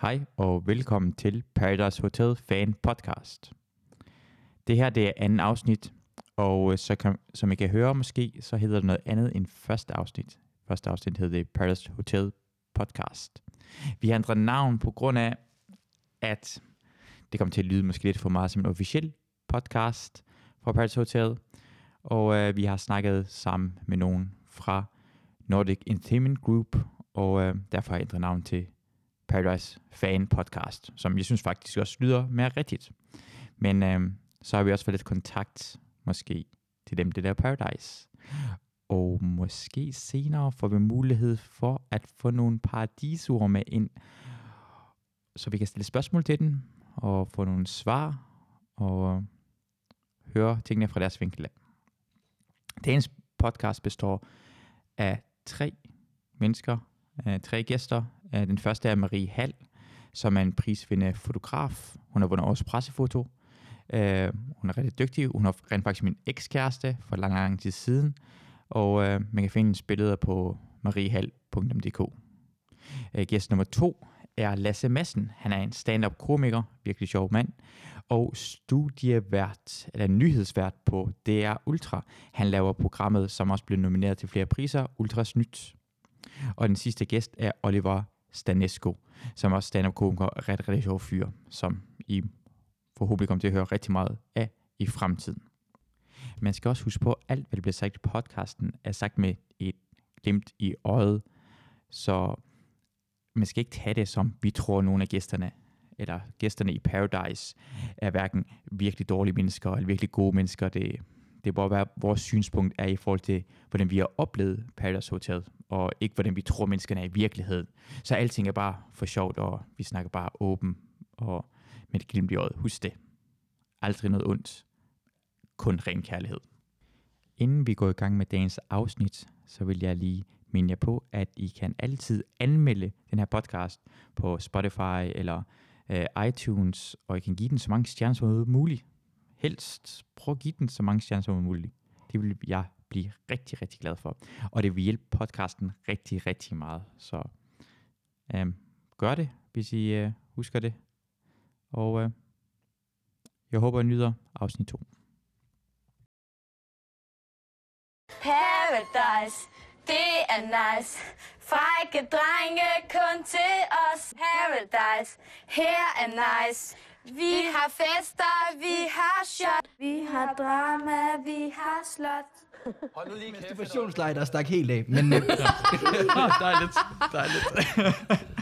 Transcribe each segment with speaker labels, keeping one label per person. Speaker 1: Hej og velkommen til Paradise Hotel Fan Podcast. Det her det er anden afsnit, og øh, så kan, som I kan høre måske, så hedder det noget andet end første afsnit. Første afsnit hed det Paradise Hotel Podcast. Vi har ændret navn på grund af, at det kom til at lyde måske lidt for meget som en officiel podcast fra Paradise Hotel, og øh, vi har snakket sammen med nogen fra Nordic Entertainment Group, og øh, derfor har jeg ændret navn til Paradise Fan Podcast, som jeg synes faktisk også lyder mere rigtigt. Men øh, så har vi også fået lidt kontakt, måske, til dem, det der Paradise. Og måske senere får vi mulighed for at få nogle paradisord med ind, så vi kan stille spørgsmål til den, og få nogle svar, og øh, høre tingene fra deres vinkel af. Dagens podcast består af tre mennesker, øh, tre gæster. Øh, den første er Marie Hall, som er en prisvindende fotograf. Hun har vundet årets pressefoto. Øh, hun er rigtig dygtig. Hun er rent faktisk min ekskæreste for lang, lang tid siden. Og øh, man kan finde hendes billeder på mariehall.dk. Øh, gæst nummer to er Lasse Madsen. Han er en stand-up komiker, virkelig sjov mand, og studievært, eller nyhedsvært på DR Ultra. Han laver programmet, som også blev nomineret til flere priser, Ultras Nyt. Og den sidste gæst er Oliver Stanesco, som er også stand-up komiker og ret, rigtig sjov fyr, som I forhåbentlig kommer til at høre rigtig meget af i fremtiden. Man skal også huske på, at alt, hvad der bliver sagt i podcasten, er sagt med et glimt i øjet, så man skal ikke tage det som, vi tror, nogle af gæsterne eller gæsterne i Paradise er hverken virkelig dårlige mennesker eller virkelig gode mennesker. Det, det bør være, vores synspunkt er i forhold til, hvordan vi har oplevet Paradise Hotel, og ikke hvordan vi tror, menneskerne er i virkeligheden. Så alting er bare for sjovt, og vi snakker bare åben og med et glimt i øjet. Husk det. Aldrig noget ondt. Kun ren kærlighed. Inden vi går i gang med dagens afsnit, så vil jeg lige minde jer på, at I kan altid anmelde den her podcast på Spotify eller øh, iTunes, og I kan give den så mange stjerner som overhovedet muligt. Helst prøv at give den så mange stjerner som overhovedet muligt. Det vil jeg blive rigtig, rigtig glad for. Og det vil hjælpe podcasten rigtig, rigtig meget. Så øh, gør det, hvis I øh, husker det. Og øh, jeg håber, I nyder afsnit 2.
Speaker 2: Paradise, det er nice. Frække drenge kun til os. Paradise, her er nice. Vi har fester, vi har shot. Vi har drama, vi har slot.
Speaker 3: Motivationslej, der stak helt af, men... Øh,
Speaker 1: Dejligt, dejligt.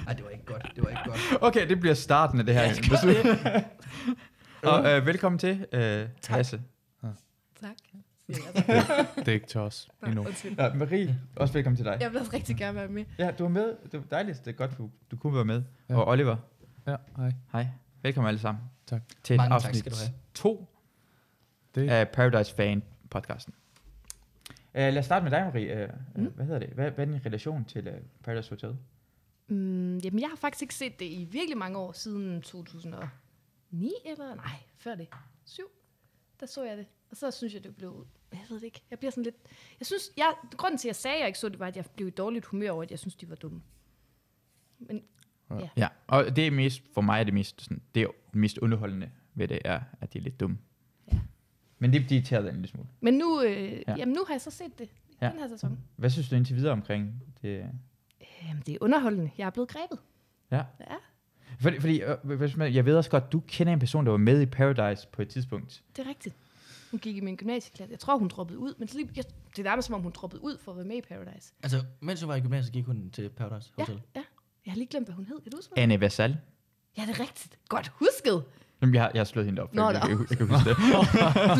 Speaker 3: ej, det var ikke godt, det var ikke godt.
Speaker 1: Okay, det bliver starten af det her. og øh, velkommen til, øh, Hasse.
Speaker 4: Tak.
Speaker 5: Det er ikke til os endnu.
Speaker 1: Ja, Marie, også velkommen til dig.
Speaker 4: Jeg vil også rigtig gerne være med.
Speaker 1: Ja, du er med. Det er dejligt. Det er godt, du, du kunne være med. Ja. Og Oliver,
Speaker 5: Ja, nej.
Speaker 1: hej. Velkommen alle sammen.
Speaker 5: Tak.
Speaker 1: Til
Speaker 3: Mange tak
Speaker 1: afsnit
Speaker 3: skal du have.
Speaker 1: to
Speaker 5: Det-
Speaker 1: af Paradise Fan podcasten. Uh, lad os starte med dig, Marie. Uh, mm. Hvad hedder det? Hvad, hvad er din relation til uh, Paradise Hotel?
Speaker 4: Mm, jamen, jeg har faktisk ikke set det i virkelig mange år, siden 2009 eller nej, før det. 7. Der så jeg det. Og så synes jeg, det blev... Jeg ved det ikke. Jeg bliver sådan lidt... Jeg synes, jeg, grunden til, at jeg sagde, at jeg ikke så det, var, at jeg blev i dårligt humør over, at jeg synes, de var dumme. Men
Speaker 1: Ja, og det er mest, for mig er det mest, sådan, det er det mest underholdende ved det, er, at de er lidt dumme.
Speaker 4: Ja.
Speaker 1: Men det, de irriterer dig en lille smule.
Speaker 4: Men nu, øh,
Speaker 1: Ja.
Speaker 4: ja. jamen, nu har jeg så set det i
Speaker 1: Ja.
Speaker 4: ja. den her sæson.
Speaker 1: Hvad synes du indtil videre omkring det?
Speaker 4: Jamen, det er underholdende. Jeg er blevet grebet.
Speaker 1: Ja.
Speaker 4: Ja,
Speaker 1: Fordi, fordi øh, hvis man- jeg ved også godt, du kender en person, der var med i Paradise på et tidspunkt.
Speaker 4: det er rigtigt. Hun gik i min gymnasieklasse. Jeg tror, hun droppede ud. Men så lige, jeg, det er nærmest, som om hun droppede ud for at være med i Paradise.
Speaker 3: Altså, mens du var i gymnasiet, gik hun til Paradise Hotel. Ja.
Speaker 4: Ja, ja. Jeg har lige glemt, hvad hun hed. Kan du huske det?
Speaker 1: Anne Vassal.
Speaker 4: Ja, det er rigtigt. Godt husket.
Speaker 1: Jamen, jeg, har, jeg har slået hende op,
Speaker 4: Nå,
Speaker 1: for jeg,
Speaker 4: nå.
Speaker 1: kan- jeg, kan huske det.
Speaker 4: Du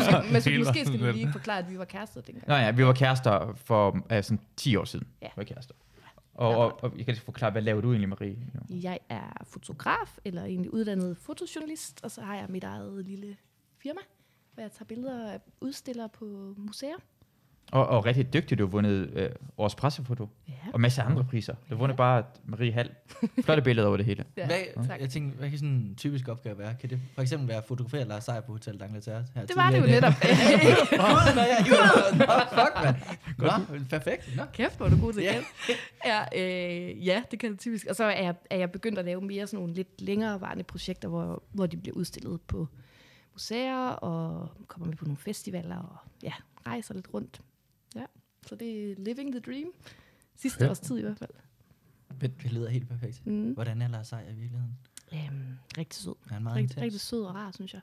Speaker 4: skal, men så,
Speaker 5: Helt
Speaker 4: måske skal du
Speaker 5: vildt.
Speaker 4: lige forklare, at vi var kærester dengang.
Speaker 1: Nå ja, vi var kærester for uh, sådan 10 år siden.
Speaker 4: Ja.
Speaker 1: Vi var kærester. Og, og, og jeg kan lige forklare, hvad laver du egentlig, Marie? nu?
Speaker 4: Jeg er fotograf, eller egentlig uddannet fotojournalist, og så har jeg mit eget lille firma, hvor jeg tager billeder af udstillere på museer.
Speaker 1: Og, og rigtig dygtig, du har vundet øh, årets pressefoto.
Speaker 4: Ja.
Speaker 1: Og masser af andre priser. Du har vundet bare Marie Hall. Flotte billeder over det hele.
Speaker 4: ja.
Speaker 3: Hvad,
Speaker 4: tak.
Speaker 3: jeg tænkte, hvad kan sådan en typisk opgave være? Kan det for eksempel være at fotografere Lars Seier på Hotel D'Angleterre? her
Speaker 4: Det var det jo
Speaker 3: tidligere i dag?
Speaker 4: netop.
Speaker 3: Gud, når jeg hiver noget. Nå, fuck, mand. Nå, perfekt. Nå.
Speaker 4: Kæft, hvor er du god til
Speaker 3: Ja.
Speaker 4: det. Ja, øh, ja, det kan det typisk. Og så er jeg, er jeg begyndt at lave mere sådan nogle lidt længerevarende projekter, hvor, hvor de bliver udstillet på museer og kommer med på nogle festivaler og ja, rejser lidt rundt. Ja, så det er living the dream. Sidste
Speaker 5: Fedt.
Speaker 4: års tid i hvert fald.
Speaker 3: Det lyder helt perfekt.
Speaker 4: Mm.
Speaker 3: Hvordan er Lars Seier i virkeligheden?
Speaker 4: Øhm, rigtig sød.
Speaker 3: Er han meget
Speaker 4: Rigt,
Speaker 3: intens?
Speaker 4: rigtig sød og rar, synes jeg.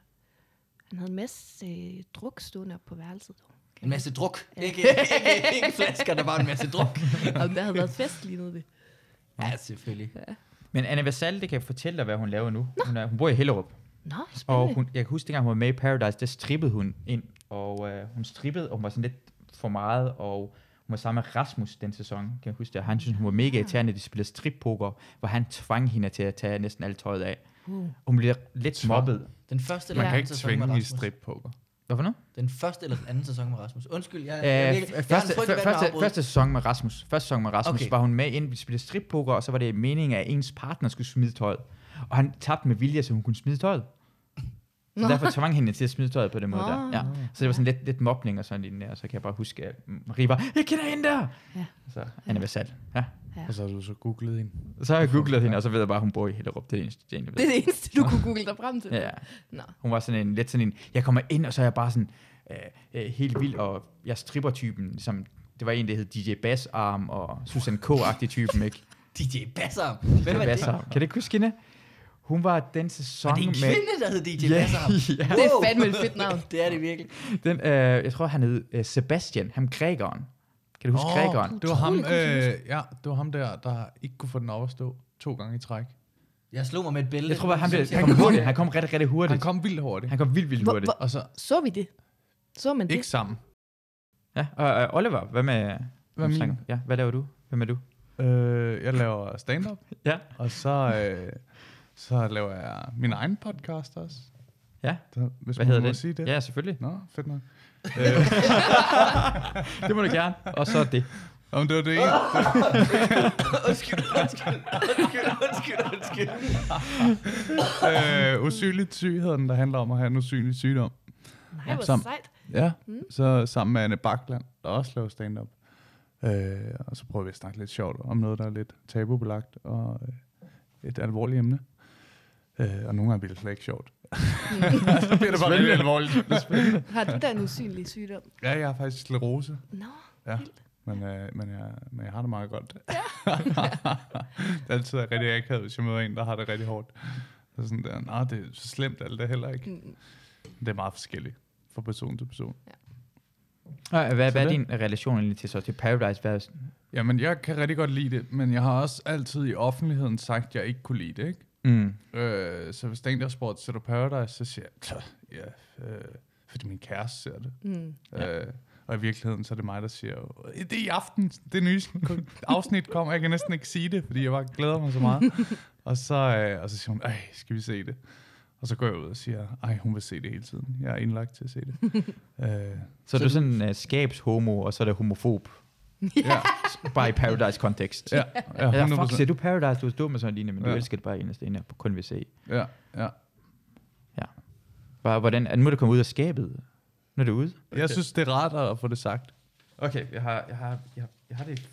Speaker 4: Han havde en masse øh, druk stående op på værelset.
Speaker 3: En masse druk. Ikke, ikke, ikke flasker, der var en masse druk.
Speaker 4: Og der havde været fest lige nede ved.
Speaker 3: Ja, selvfølgelig.
Speaker 1: Men Anna Vassal, det kan jeg fortælle dig, hvad hun laver nu. Hun, er, hun bor i Hellerup.
Speaker 4: Nå,
Speaker 1: Og
Speaker 4: spændende.
Speaker 1: hun, jeg kan huske, dengang hun var med i Paradise, der strippede hun ind. Og øh, hun strippede, og hun var sådan lidt for meget. Og hun var sammen med Rasmus den sæson, kan jeg huske det. Og Han synes, hun var
Speaker 5: Ah.
Speaker 1: mega irriterende, at de spillede strippoker, hvor han tvang hende til at tage næsten alt tøjet af.
Speaker 4: Uh.
Speaker 1: Og hun blev lidt
Speaker 5: Tvang.
Speaker 1: mobbet.
Speaker 3: Den første eller
Speaker 5: Man
Speaker 4: Ja.
Speaker 5: kan
Speaker 3: anden
Speaker 5: ikke
Speaker 3: sæson med
Speaker 5: tvinge i
Speaker 3: Rasmus.
Speaker 5: strippoker.
Speaker 1: Hvorfor nu?
Speaker 3: Den første eller den anden sæson med Rasmus. Undskyld, jeg, jeg, er
Speaker 1: Øh,
Speaker 3: virkelig- jeg,
Speaker 1: første,
Speaker 3: har en frygtelig
Speaker 1: første,
Speaker 3: vand med
Speaker 1: første sæson med Rasmus. Første sæson med Rasmus
Speaker 3: Okay.
Speaker 1: okay. var hun med ind, vi spillede strippoker, og så var det meningen, at ens partner skulle smide tøjet. Og han tabte med vilje, så hun kunne smide tøjet. Så
Speaker 4: Nå.
Speaker 1: derfor tvang hende til at smide tøjet på den måde der.
Speaker 3: Ah.
Speaker 4: Nå.
Speaker 1: Ja. Så det var sådan lidt, lidt mobning og sådan lignende, og så kan jeg bare huske, at Marie var, jeg kender hende der!
Speaker 4: Ja.
Speaker 1: Så Anna Vassal. Ja.
Speaker 5: Og så har du så googlet hende.
Speaker 1: Så har jeg googlet hende, og så ved jeg bare, at hun bor i Hellerup. Det er det eneste, det er
Speaker 4: Det er det eneste, du kunne google dig frem til.
Speaker 1: Ja, ja.
Speaker 4: Nå.
Speaker 1: Hun var sådan en, lidt sådan en, jeg kommer ind, og så er jeg bare sådan øh, øh, helt vild, og jeg stripper typen, som det var en, der hed DJ Bassarm og Susan K-agtig typen, ikke?
Speaker 3: DJ Bassam. Hvem
Speaker 1: DJ
Speaker 3: var det?
Speaker 1: Bassarm. Kan du ikke huske hende? Hun var den sæson
Speaker 3: Var det en
Speaker 1: med...
Speaker 3: kvinde, der hed DJ
Speaker 1: Ja,
Speaker 3: Bassam?
Speaker 1: ja.
Speaker 4: Det er fandme et fedt navn.
Speaker 3: det er det virkelig.
Speaker 1: Den, øh, jeg tror, han hed øh, Sebastian, ham grækeren. Kan du huske
Speaker 5: Åh,
Speaker 1: oh, grækeren?
Speaker 5: Det var ham,
Speaker 4: Utrolig god
Speaker 5: øh, ja, det var ham der, der ikke kunne få den op at stå to gange i træk.
Speaker 3: Jeg slog mig med et bælte.
Speaker 1: Jeg tror bare, han, blev,
Speaker 3: Synes jeg-
Speaker 1: han kom hurtigt. Han kom rigtig, rigtig hurtigt.
Speaker 5: Han kom vildt hurtigt.
Speaker 1: Han kom vildt, vildt
Speaker 4: Hvor-
Speaker 1: hurtigt.
Speaker 4: hvor-
Speaker 5: Og så
Speaker 4: Så vi det? Så man
Speaker 5: ikke
Speaker 4: det?
Speaker 5: sammen.
Speaker 1: Ja, og, og Oliver, hvad med...
Speaker 5: Hvad er min?
Speaker 1: Ja, hvad laver du? Hvem er du?
Speaker 5: Øh, jeg laver stand-up,
Speaker 1: Ja.
Speaker 5: og så, øh, så laver jeg min egen podcast også.
Speaker 1: Ja.
Speaker 5: Der, hvis
Speaker 1: Hvad
Speaker 5: man
Speaker 1: hedder
Speaker 5: må
Speaker 1: det?
Speaker 5: sige det.
Speaker 1: Ja, selvfølgelig.
Speaker 5: Nå, fedt nok. øh,
Speaker 1: Det må du gerne. Og så det.
Speaker 5: om det var det ene.
Speaker 3: undskyld, undskyld, undskyld, undskyld, undskyld.
Speaker 5: øh, usynligt syg hedder den, der handler om at have en usynlig sygdom.
Speaker 4: Nej, hvor
Speaker 5: Sammen.
Speaker 4: sejt.
Speaker 5: Ja,
Speaker 4: Mm.
Speaker 5: mm. så sammen med Anne Bakland, der også laver stand-up. Øh, og så prøver vi at snakke lidt sjovt om noget, der er lidt tabubelagt og øh, et alvorligt emne. Øh, og nogle gange bliver det slet ikke sjovt. så bliver det bare lidt alvorligt.
Speaker 4: Har du da en usynlig sygdom?
Speaker 5: ja, jeg har faktisk sklerose,
Speaker 4: Nå,
Speaker 5: Ja.
Speaker 4: vildt.
Speaker 5: men, øh, men, jeg, men jeg har det meget godt. det er altid rigtig akavet, hvis jeg møder en, der har det rigtig hårdt. Så sådan der, nej, det er så slemt alt det heller ikke.
Speaker 4: Mm.
Speaker 5: Det er meget forskelligt fra person til person.
Speaker 1: Og hvad,
Speaker 5: Så
Speaker 1: hvad er
Speaker 5: det.
Speaker 1: din relation egentlig til så til Paradise? Hvad,
Speaker 5: Jamen, jeg kan rigtig godt lide det, men jeg har også altid i offentligheden sagt, at jeg ikke kunne lide det, ikke?
Speaker 1: mm.
Speaker 5: Øh, så hvis der er en, der har spurgt, ser du Paradise, så siger jeg, "Tja, ja, øh, fordi min kæreste ser det.
Speaker 4: Mm.
Speaker 5: Ja. Øh, og i virkeligheden, så er det mig, der siger, "Øh, det er i aften, det nye afsnit kommer, jeg kan næsten ikke sige det, fordi jeg bare glæder mig så meget. og, så, øh, og så siger hun, ej, skal vi se det? Og så går jeg ud og siger, ej, hun vil se det hele tiden. Jeg er indlagt til at se det. øh,
Speaker 1: Så er du sådan uh, skabshomo, og så er det homofob.
Speaker 5: ja,
Speaker 1: Bare i Paradise-kontekst.
Speaker 5: ja, ja,
Speaker 1: Ja,
Speaker 5: 100%.
Speaker 1: fuck, ser du Paradise? Du er dum med sådan en lignende, men ja. du
Speaker 5: Ja.
Speaker 1: elsker det bare eneste ene, og kun vil se.
Speaker 5: ja, ja.
Speaker 1: Bare, hvordan, nu er du kommet ud af skabet. Nu er du ude.
Speaker 5: Okay. Jeg synes, det er rart at få det sagt.
Speaker 1: Okay, jeg har, jeg har, jeg, jeg har det.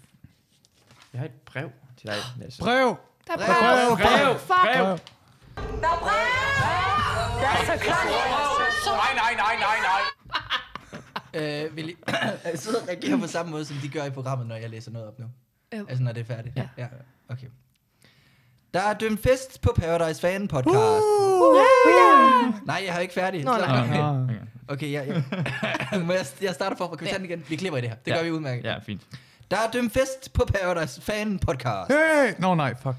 Speaker 1: Jeg har et brev til dig. Lasse.
Speaker 5: Brev!
Speaker 4: Der er brev.
Speaker 1: brev,
Speaker 4: Fuck.
Speaker 5: Brev!
Speaker 2: Der er brev! Det er så klart.
Speaker 3: Øh, vil I, jeg sidder og reagerer på samme måde, som de gør i programmet, når jeg læser noget op nu.
Speaker 4: Jo.
Speaker 3: Altså, når det er færdigt.
Speaker 4: Ja.
Speaker 3: ja. Okay. Der er dømt fest på Paradise Fan podcast. Uh! Nej, jeg har ikke færdig.
Speaker 4: Nå,
Speaker 3: Slap
Speaker 4: nej.
Speaker 3: af.
Speaker 5: Ah.
Speaker 3: Okay, ja, ja. Må jeg, jeg starter forfra. Kan vi
Speaker 4: Ja.
Speaker 3: tage den igen? Vi klipper i det her. Det
Speaker 1: Ja.
Speaker 3: gør vi udmærket.
Speaker 1: Ja, fint.
Speaker 3: Der er dømt fest på Paradise Fan Podcast.
Speaker 5: Hey! Nå nej, fuck.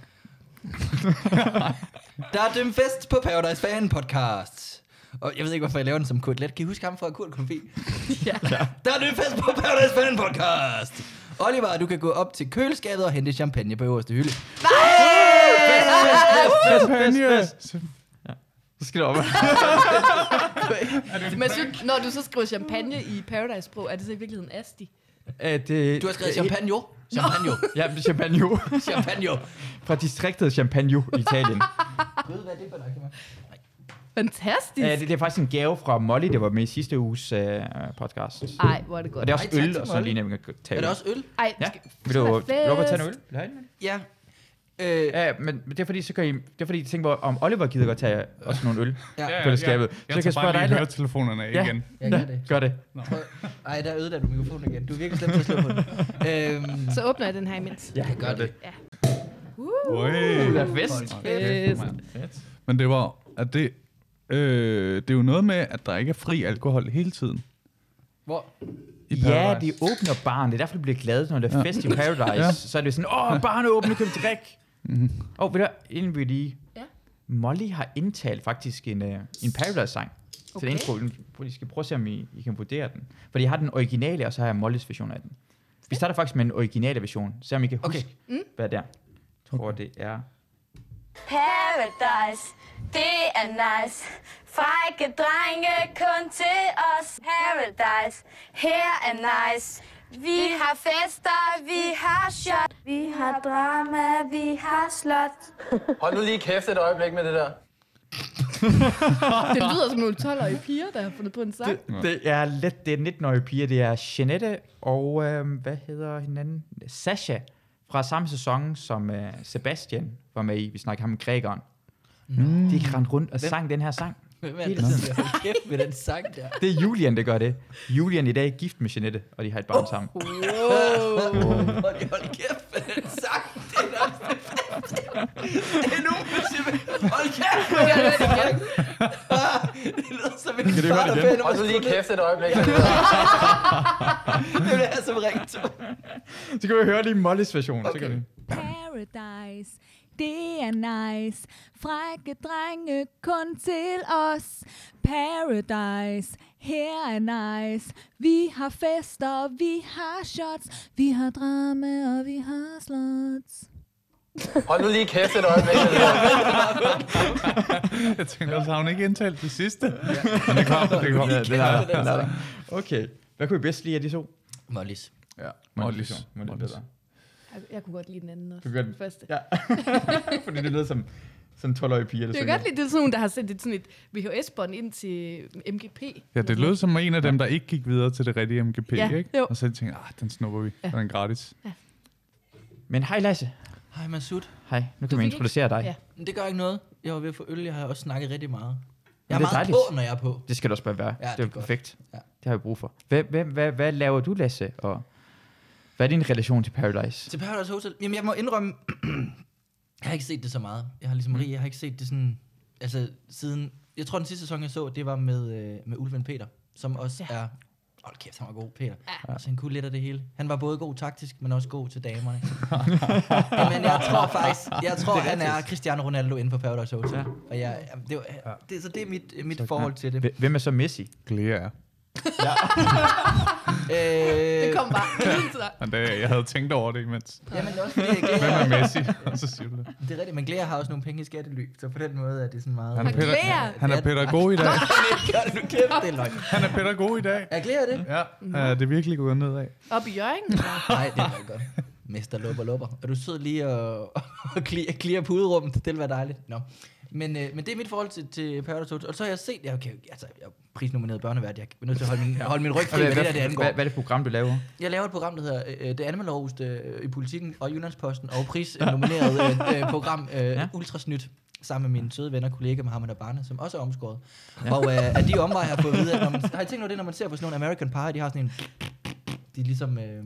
Speaker 3: Der er dømt fest på Paradise Fan Podcast. Og jeg ved ikke, hvorfor jeg laver den som Kurt Let. Kan I huske ham fra Kurt Konfi?
Speaker 4: Ja.
Speaker 3: Der er dømt fest på Paradise Fan Podcast. Oliver, du kan gå op til køleskabet og hente champagne på øverste hylde.
Speaker 5: Champagne!
Speaker 1: Så skal du op.
Speaker 4: Men synes, når du så skriver champagne i Paradise-sprog, er det så i virkeligheden Asti?
Speaker 1: At, øh,
Speaker 3: Du har skrevet champagne. jo. Champagne. jo.
Speaker 1: Ja, men champagne jo.
Speaker 3: Champagne. jo.
Speaker 1: Fra distriktet Champagne jo, Italien.
Speaker 3: Ved hvad det er for noget,
Speaker 4: Fantastisk.
Speaker 1: ja, Øh, det, det, er faktisk en gave fra Molly, der var med i sidste uges øh, podcast.
Speaker 4: Ej, hvor er det
Speaker 1: Og
Speaker 4: godt.
Speaker 1: det er også
Speaker 3: Ej, tak
Speaker 1: øl,
Speaker 3: til
Speaker 1: og sådan
Speaker 3: Molly.
Speaker 1: lige nemlig kan tage
Speaker 3: Er
Speaker 1: ud.
Speaker 3: det også øl?
Speaker 4: Ej,
Speaker 1: Ja.
Speaker 4: skal-
Speaker 1: Vil du
Speaker 4: skal være
Speaker 1: lukke at tage en
Speaker 4: fest.
Speaker 1: øl? Nej, nej.
Speaker 3: Ja. Øh,
Speaker 1: Ja, men men det er fordi, så kan I, det er fordi, jeg tænker, om Oliver gider godt tage også nogle øl.
Speaker 3: ja.
Speaker 1: ja. Fællesskabet.
Speaker 5: Jeg,
Speaker 1: Så
Speaker 5: jeg,
Speaker 1: kan
Speaker 5: jeg
Speaker 1: jeg
Speaker 5: tager
Speaker 1: spørge
Speaker 5: bare
Speaker 1: dig
Speaker 5: lige
Speaker 1: der.
Speaker 5: høretelefonerne af
Speaker 1: Ja.
Speaker 5: igen.
Speaker 3: Jeg gør det.
Speaker 1: Gør det.
Speaker 3: Ej, der ødelagde du mikrofonen igen. Du er virkelig slem til at slå på den. Øhm,
Speaker 4: Så åbner jeg den her imens.
Speaker 1: Ja,
Speaker 3: gør det.
Speaker 4: Uh.
Speaker 5: Ui.
Speaker 1: Det er fest.
Speaker 5: Kæft, mand. Men det var, at det, øh, det er jo noget med, at der ikke er fri alkohol hele tiden.
Speaker 3: hvor?
Speaker 5: I
Speaker 1: Ja, de
Speaker 5: Paradise.
Speaker 1: åbner baren. Det er derfor, du bliver glad, når der er fest i Paradise.
Speaker 5: Ja. Mhm.
Speaker 1: Så er det sådan, åh, baren er åben, nu kan vi drikke. Åh, oh, ved du, hvad, inden vi lige...
Speaker 4: Ja.
Speaker 1: Molly har indtalt faktisk en, uh, en Paradise-sang. Okay. Så
Speaker 4: Okay.
Speaker 1: det er en intro, I skal prøve at se, om I, I kan vurdere den. Fordi jeg har den originale, og så har jeg Mollys version af den. Vi starter faktisk med en originale version, så om I kan
Speaker 3: Okay.
Speaker 1: huske,
Speaker 4: Mm.
Speaker 1: okay. hvad det er. Jeg tror, det er...
Speaker 2: Paradise, det er nice. Frække drenge kun til os. Paradise, her er nice. Vi har fester, vi har shot. Vi har drama, vi har slot.
Speaker 6: Hold nu lige kæft et øjeblik med det der.
Speaker 4: Det lyder som nogle 12-årige piger, der har fundet på en sang.
Speaker 1: Det er lidt, det er 19-årige piger, det er Jeanette og, øh, hvad hedder hinanden? Sasha fra samme sæson, som øh, Sebastian var med i. Vi snakker ham med grækeren. Mm. De rendte rundt og sang den her sang.
Speaker 3: Hvem er det, der siger, hold kæft med den sang der?
Speaker 1: Det er Julian, der gør det. Julian i dag er gift med Jeanette, og de har et barn oh. sammen.
Speaker 3: Hold, hold kæft med den sang. Det er nok det bedste. Det er nu, simpelthen. Hold kæft med den sang. Ah, Det lyder som en
Speaker 1: du høre
Speaker 3: far,
Speaker 1: det
Speaker 3: der
Speaker 1: igen?
Speaker 3: beder om
Speaker 6: Hold
Speaker 3: at
Speaker 6: nu lige
Speaker 3: slutte.
Speaker 6: kæft et øjeblik med det der.
Speaker 3: Det er det her som ringtone.
Speaker 1: Så kan vi høre lige Mollys version. Okay. Så kan vi.
Speaker 7: Paradise, det er nice. Frække drenge kun til os. Paradise, her er nice. Vi har fester, vi har shots. Vi har drama, og vi har slots.
Speaker 6: Hold nu lige kæft et øjeblik med det der.
Speaker 5: Jeg tænkte også, har hun ikke indtalt det sidste? Ja. Men det kom, det kom.
Speaker 1: Ja, det er der. Det er der. Okay. Hvad kunne I bedst lide af de to?
Speaker 3: Mollis.
Speaker 5: Ja,
Speaker 1: Mollys.
Speaker 5: Mollys.
Speaker 1: Mollys
Speaker 5: Mollys.
Speaker 1: bedre.
Speaker 4: Jeg, jeg kunne godt lide den anden også.
Speaker 1: Du kan godt-
Speaker 4: Den første.
Speaker 1: Ja. Fordi det lyder som sådan 12-årige piger, der
Speaker 4: Jeg kan godt lide, det er sådan nogen, der har sendt et, sådan et VHS-bånd ind til MGP.
Speaker 5: Ja, det lød som en af dem, der ikke gik videre til det rigtige MGP,
Speaker 4: Ja,
Speaker 5: ikke?
Speaker 4: jo.
Speaker 5: Og så tænkte jeg, ah, den snupper vi. Den er gratis.
Speaker 1: Men hej Lasse.
Speaker 3: Hej, Masud.
Speaker 1: Hej, nu kan vi
Speaker 4: fik
Speaker 1: introducere dig.
Speaker 4: Ja.
Speaker 3: Men det gør ikke noget. Jeg var ved at få øl. Jeg har også snakket rigtig meget. Jeg
Speaker 1: er
Speaker 3: er, meget
Speaker 1: dejligt.
Speaker 3: på, når jeg er på.
Speaker 1: Det skal du også bare være.
Speaker 3: Ja,
Speaker 1: Ja, det,
Speaker 3: det
Speaker 1: er
Speaker 3: er godt.
Speaker 1: perfekt.
Speaker 3: Ja.
Speaker 1: Ja. Det har vi brug for. Hvad, hvad, hvad, hvad laver du, Lasse? Og hvad er din relation til Paradise?
Speaker 3: Til Paradise Hotel. Jamen, jeg må indrømme, jeg har ikke set det så meget. Jeg har ligesom Marie, jeg har ikke set det sådan... Altså, siden... Jeg tror, den sidste sæson, jeg så, det var med, øh, med Ulven Peter, som også ja. er... Hold kæft, han var god, Peter. Ja. Så han kunne lidt af det hele. Han var både god taktisk, men også god til damerne. men jeg tror faktisk, jeg tror, han er Cristiano Ronaldo inde på Paradise Hotel. Ja. Og jeg, jamen, det, var, det, så det er mit, mit forhold til det.
Speaker 1: Hvem er så Messi?
Speaker 5: Glea er.
Speaker 3: Øh,
Speaker 4: Det kom bare ind til dig.
Speaker 5: Men det, jeg havde tænkt over det imens.
Speaker 3: Jamen også fordi, jeg
Speaker 5: Hvem er Messi? Og så siger du det.
Speaker 3: Det er rigtigt, men Glea har også nogle penge i skattely, så på den måde er det sådan meget...
Speaker 5: Han er,
Speaker 4: Glea.
Speaker 5: pæda- han er pædagog i dag.
Speaker 3: Gør du kæft, det er løgn.
Speaker 5: Han er pædagog i dag.
Speaker 3: Er Glea det?
Speaker 5: Ja, Øh. ja det er virkelig gået nedad.
Speaker 4: Op i Jørgen.
Speaker 3: Nej, det er godt. Mester lupper lupper. Og du sidder lige og, og clear, clear puderummet. Det ville være dejligt. Nå. Men, øh, men det er mit forhold til, til Paradise Hotel. Og så har jeg set... Jeg, okay, altså, jeg er prisnomineret børnevært. Jeg er nødt til at holde min, holde min ryg fri, hvad det der det angår.
Speaker 1: hvad, hvad er det program, du laver?
Speaker 3: Jeg laver et program, der hedder øh, Det Anmelderovste øh, i Politiken og Jyllandsposten og prisnomineret øh, øh, program øh, ja. Ultrasnyt sammen med mine søde venner og kollega Mohammed Abane, som også er omskåret. Ja. Og øh, af de omveje har jeg fået at vide, at når man, har I tænkt over det, når man ser på sådan nogle American Pie, de har sådan en... De er ligesom øh,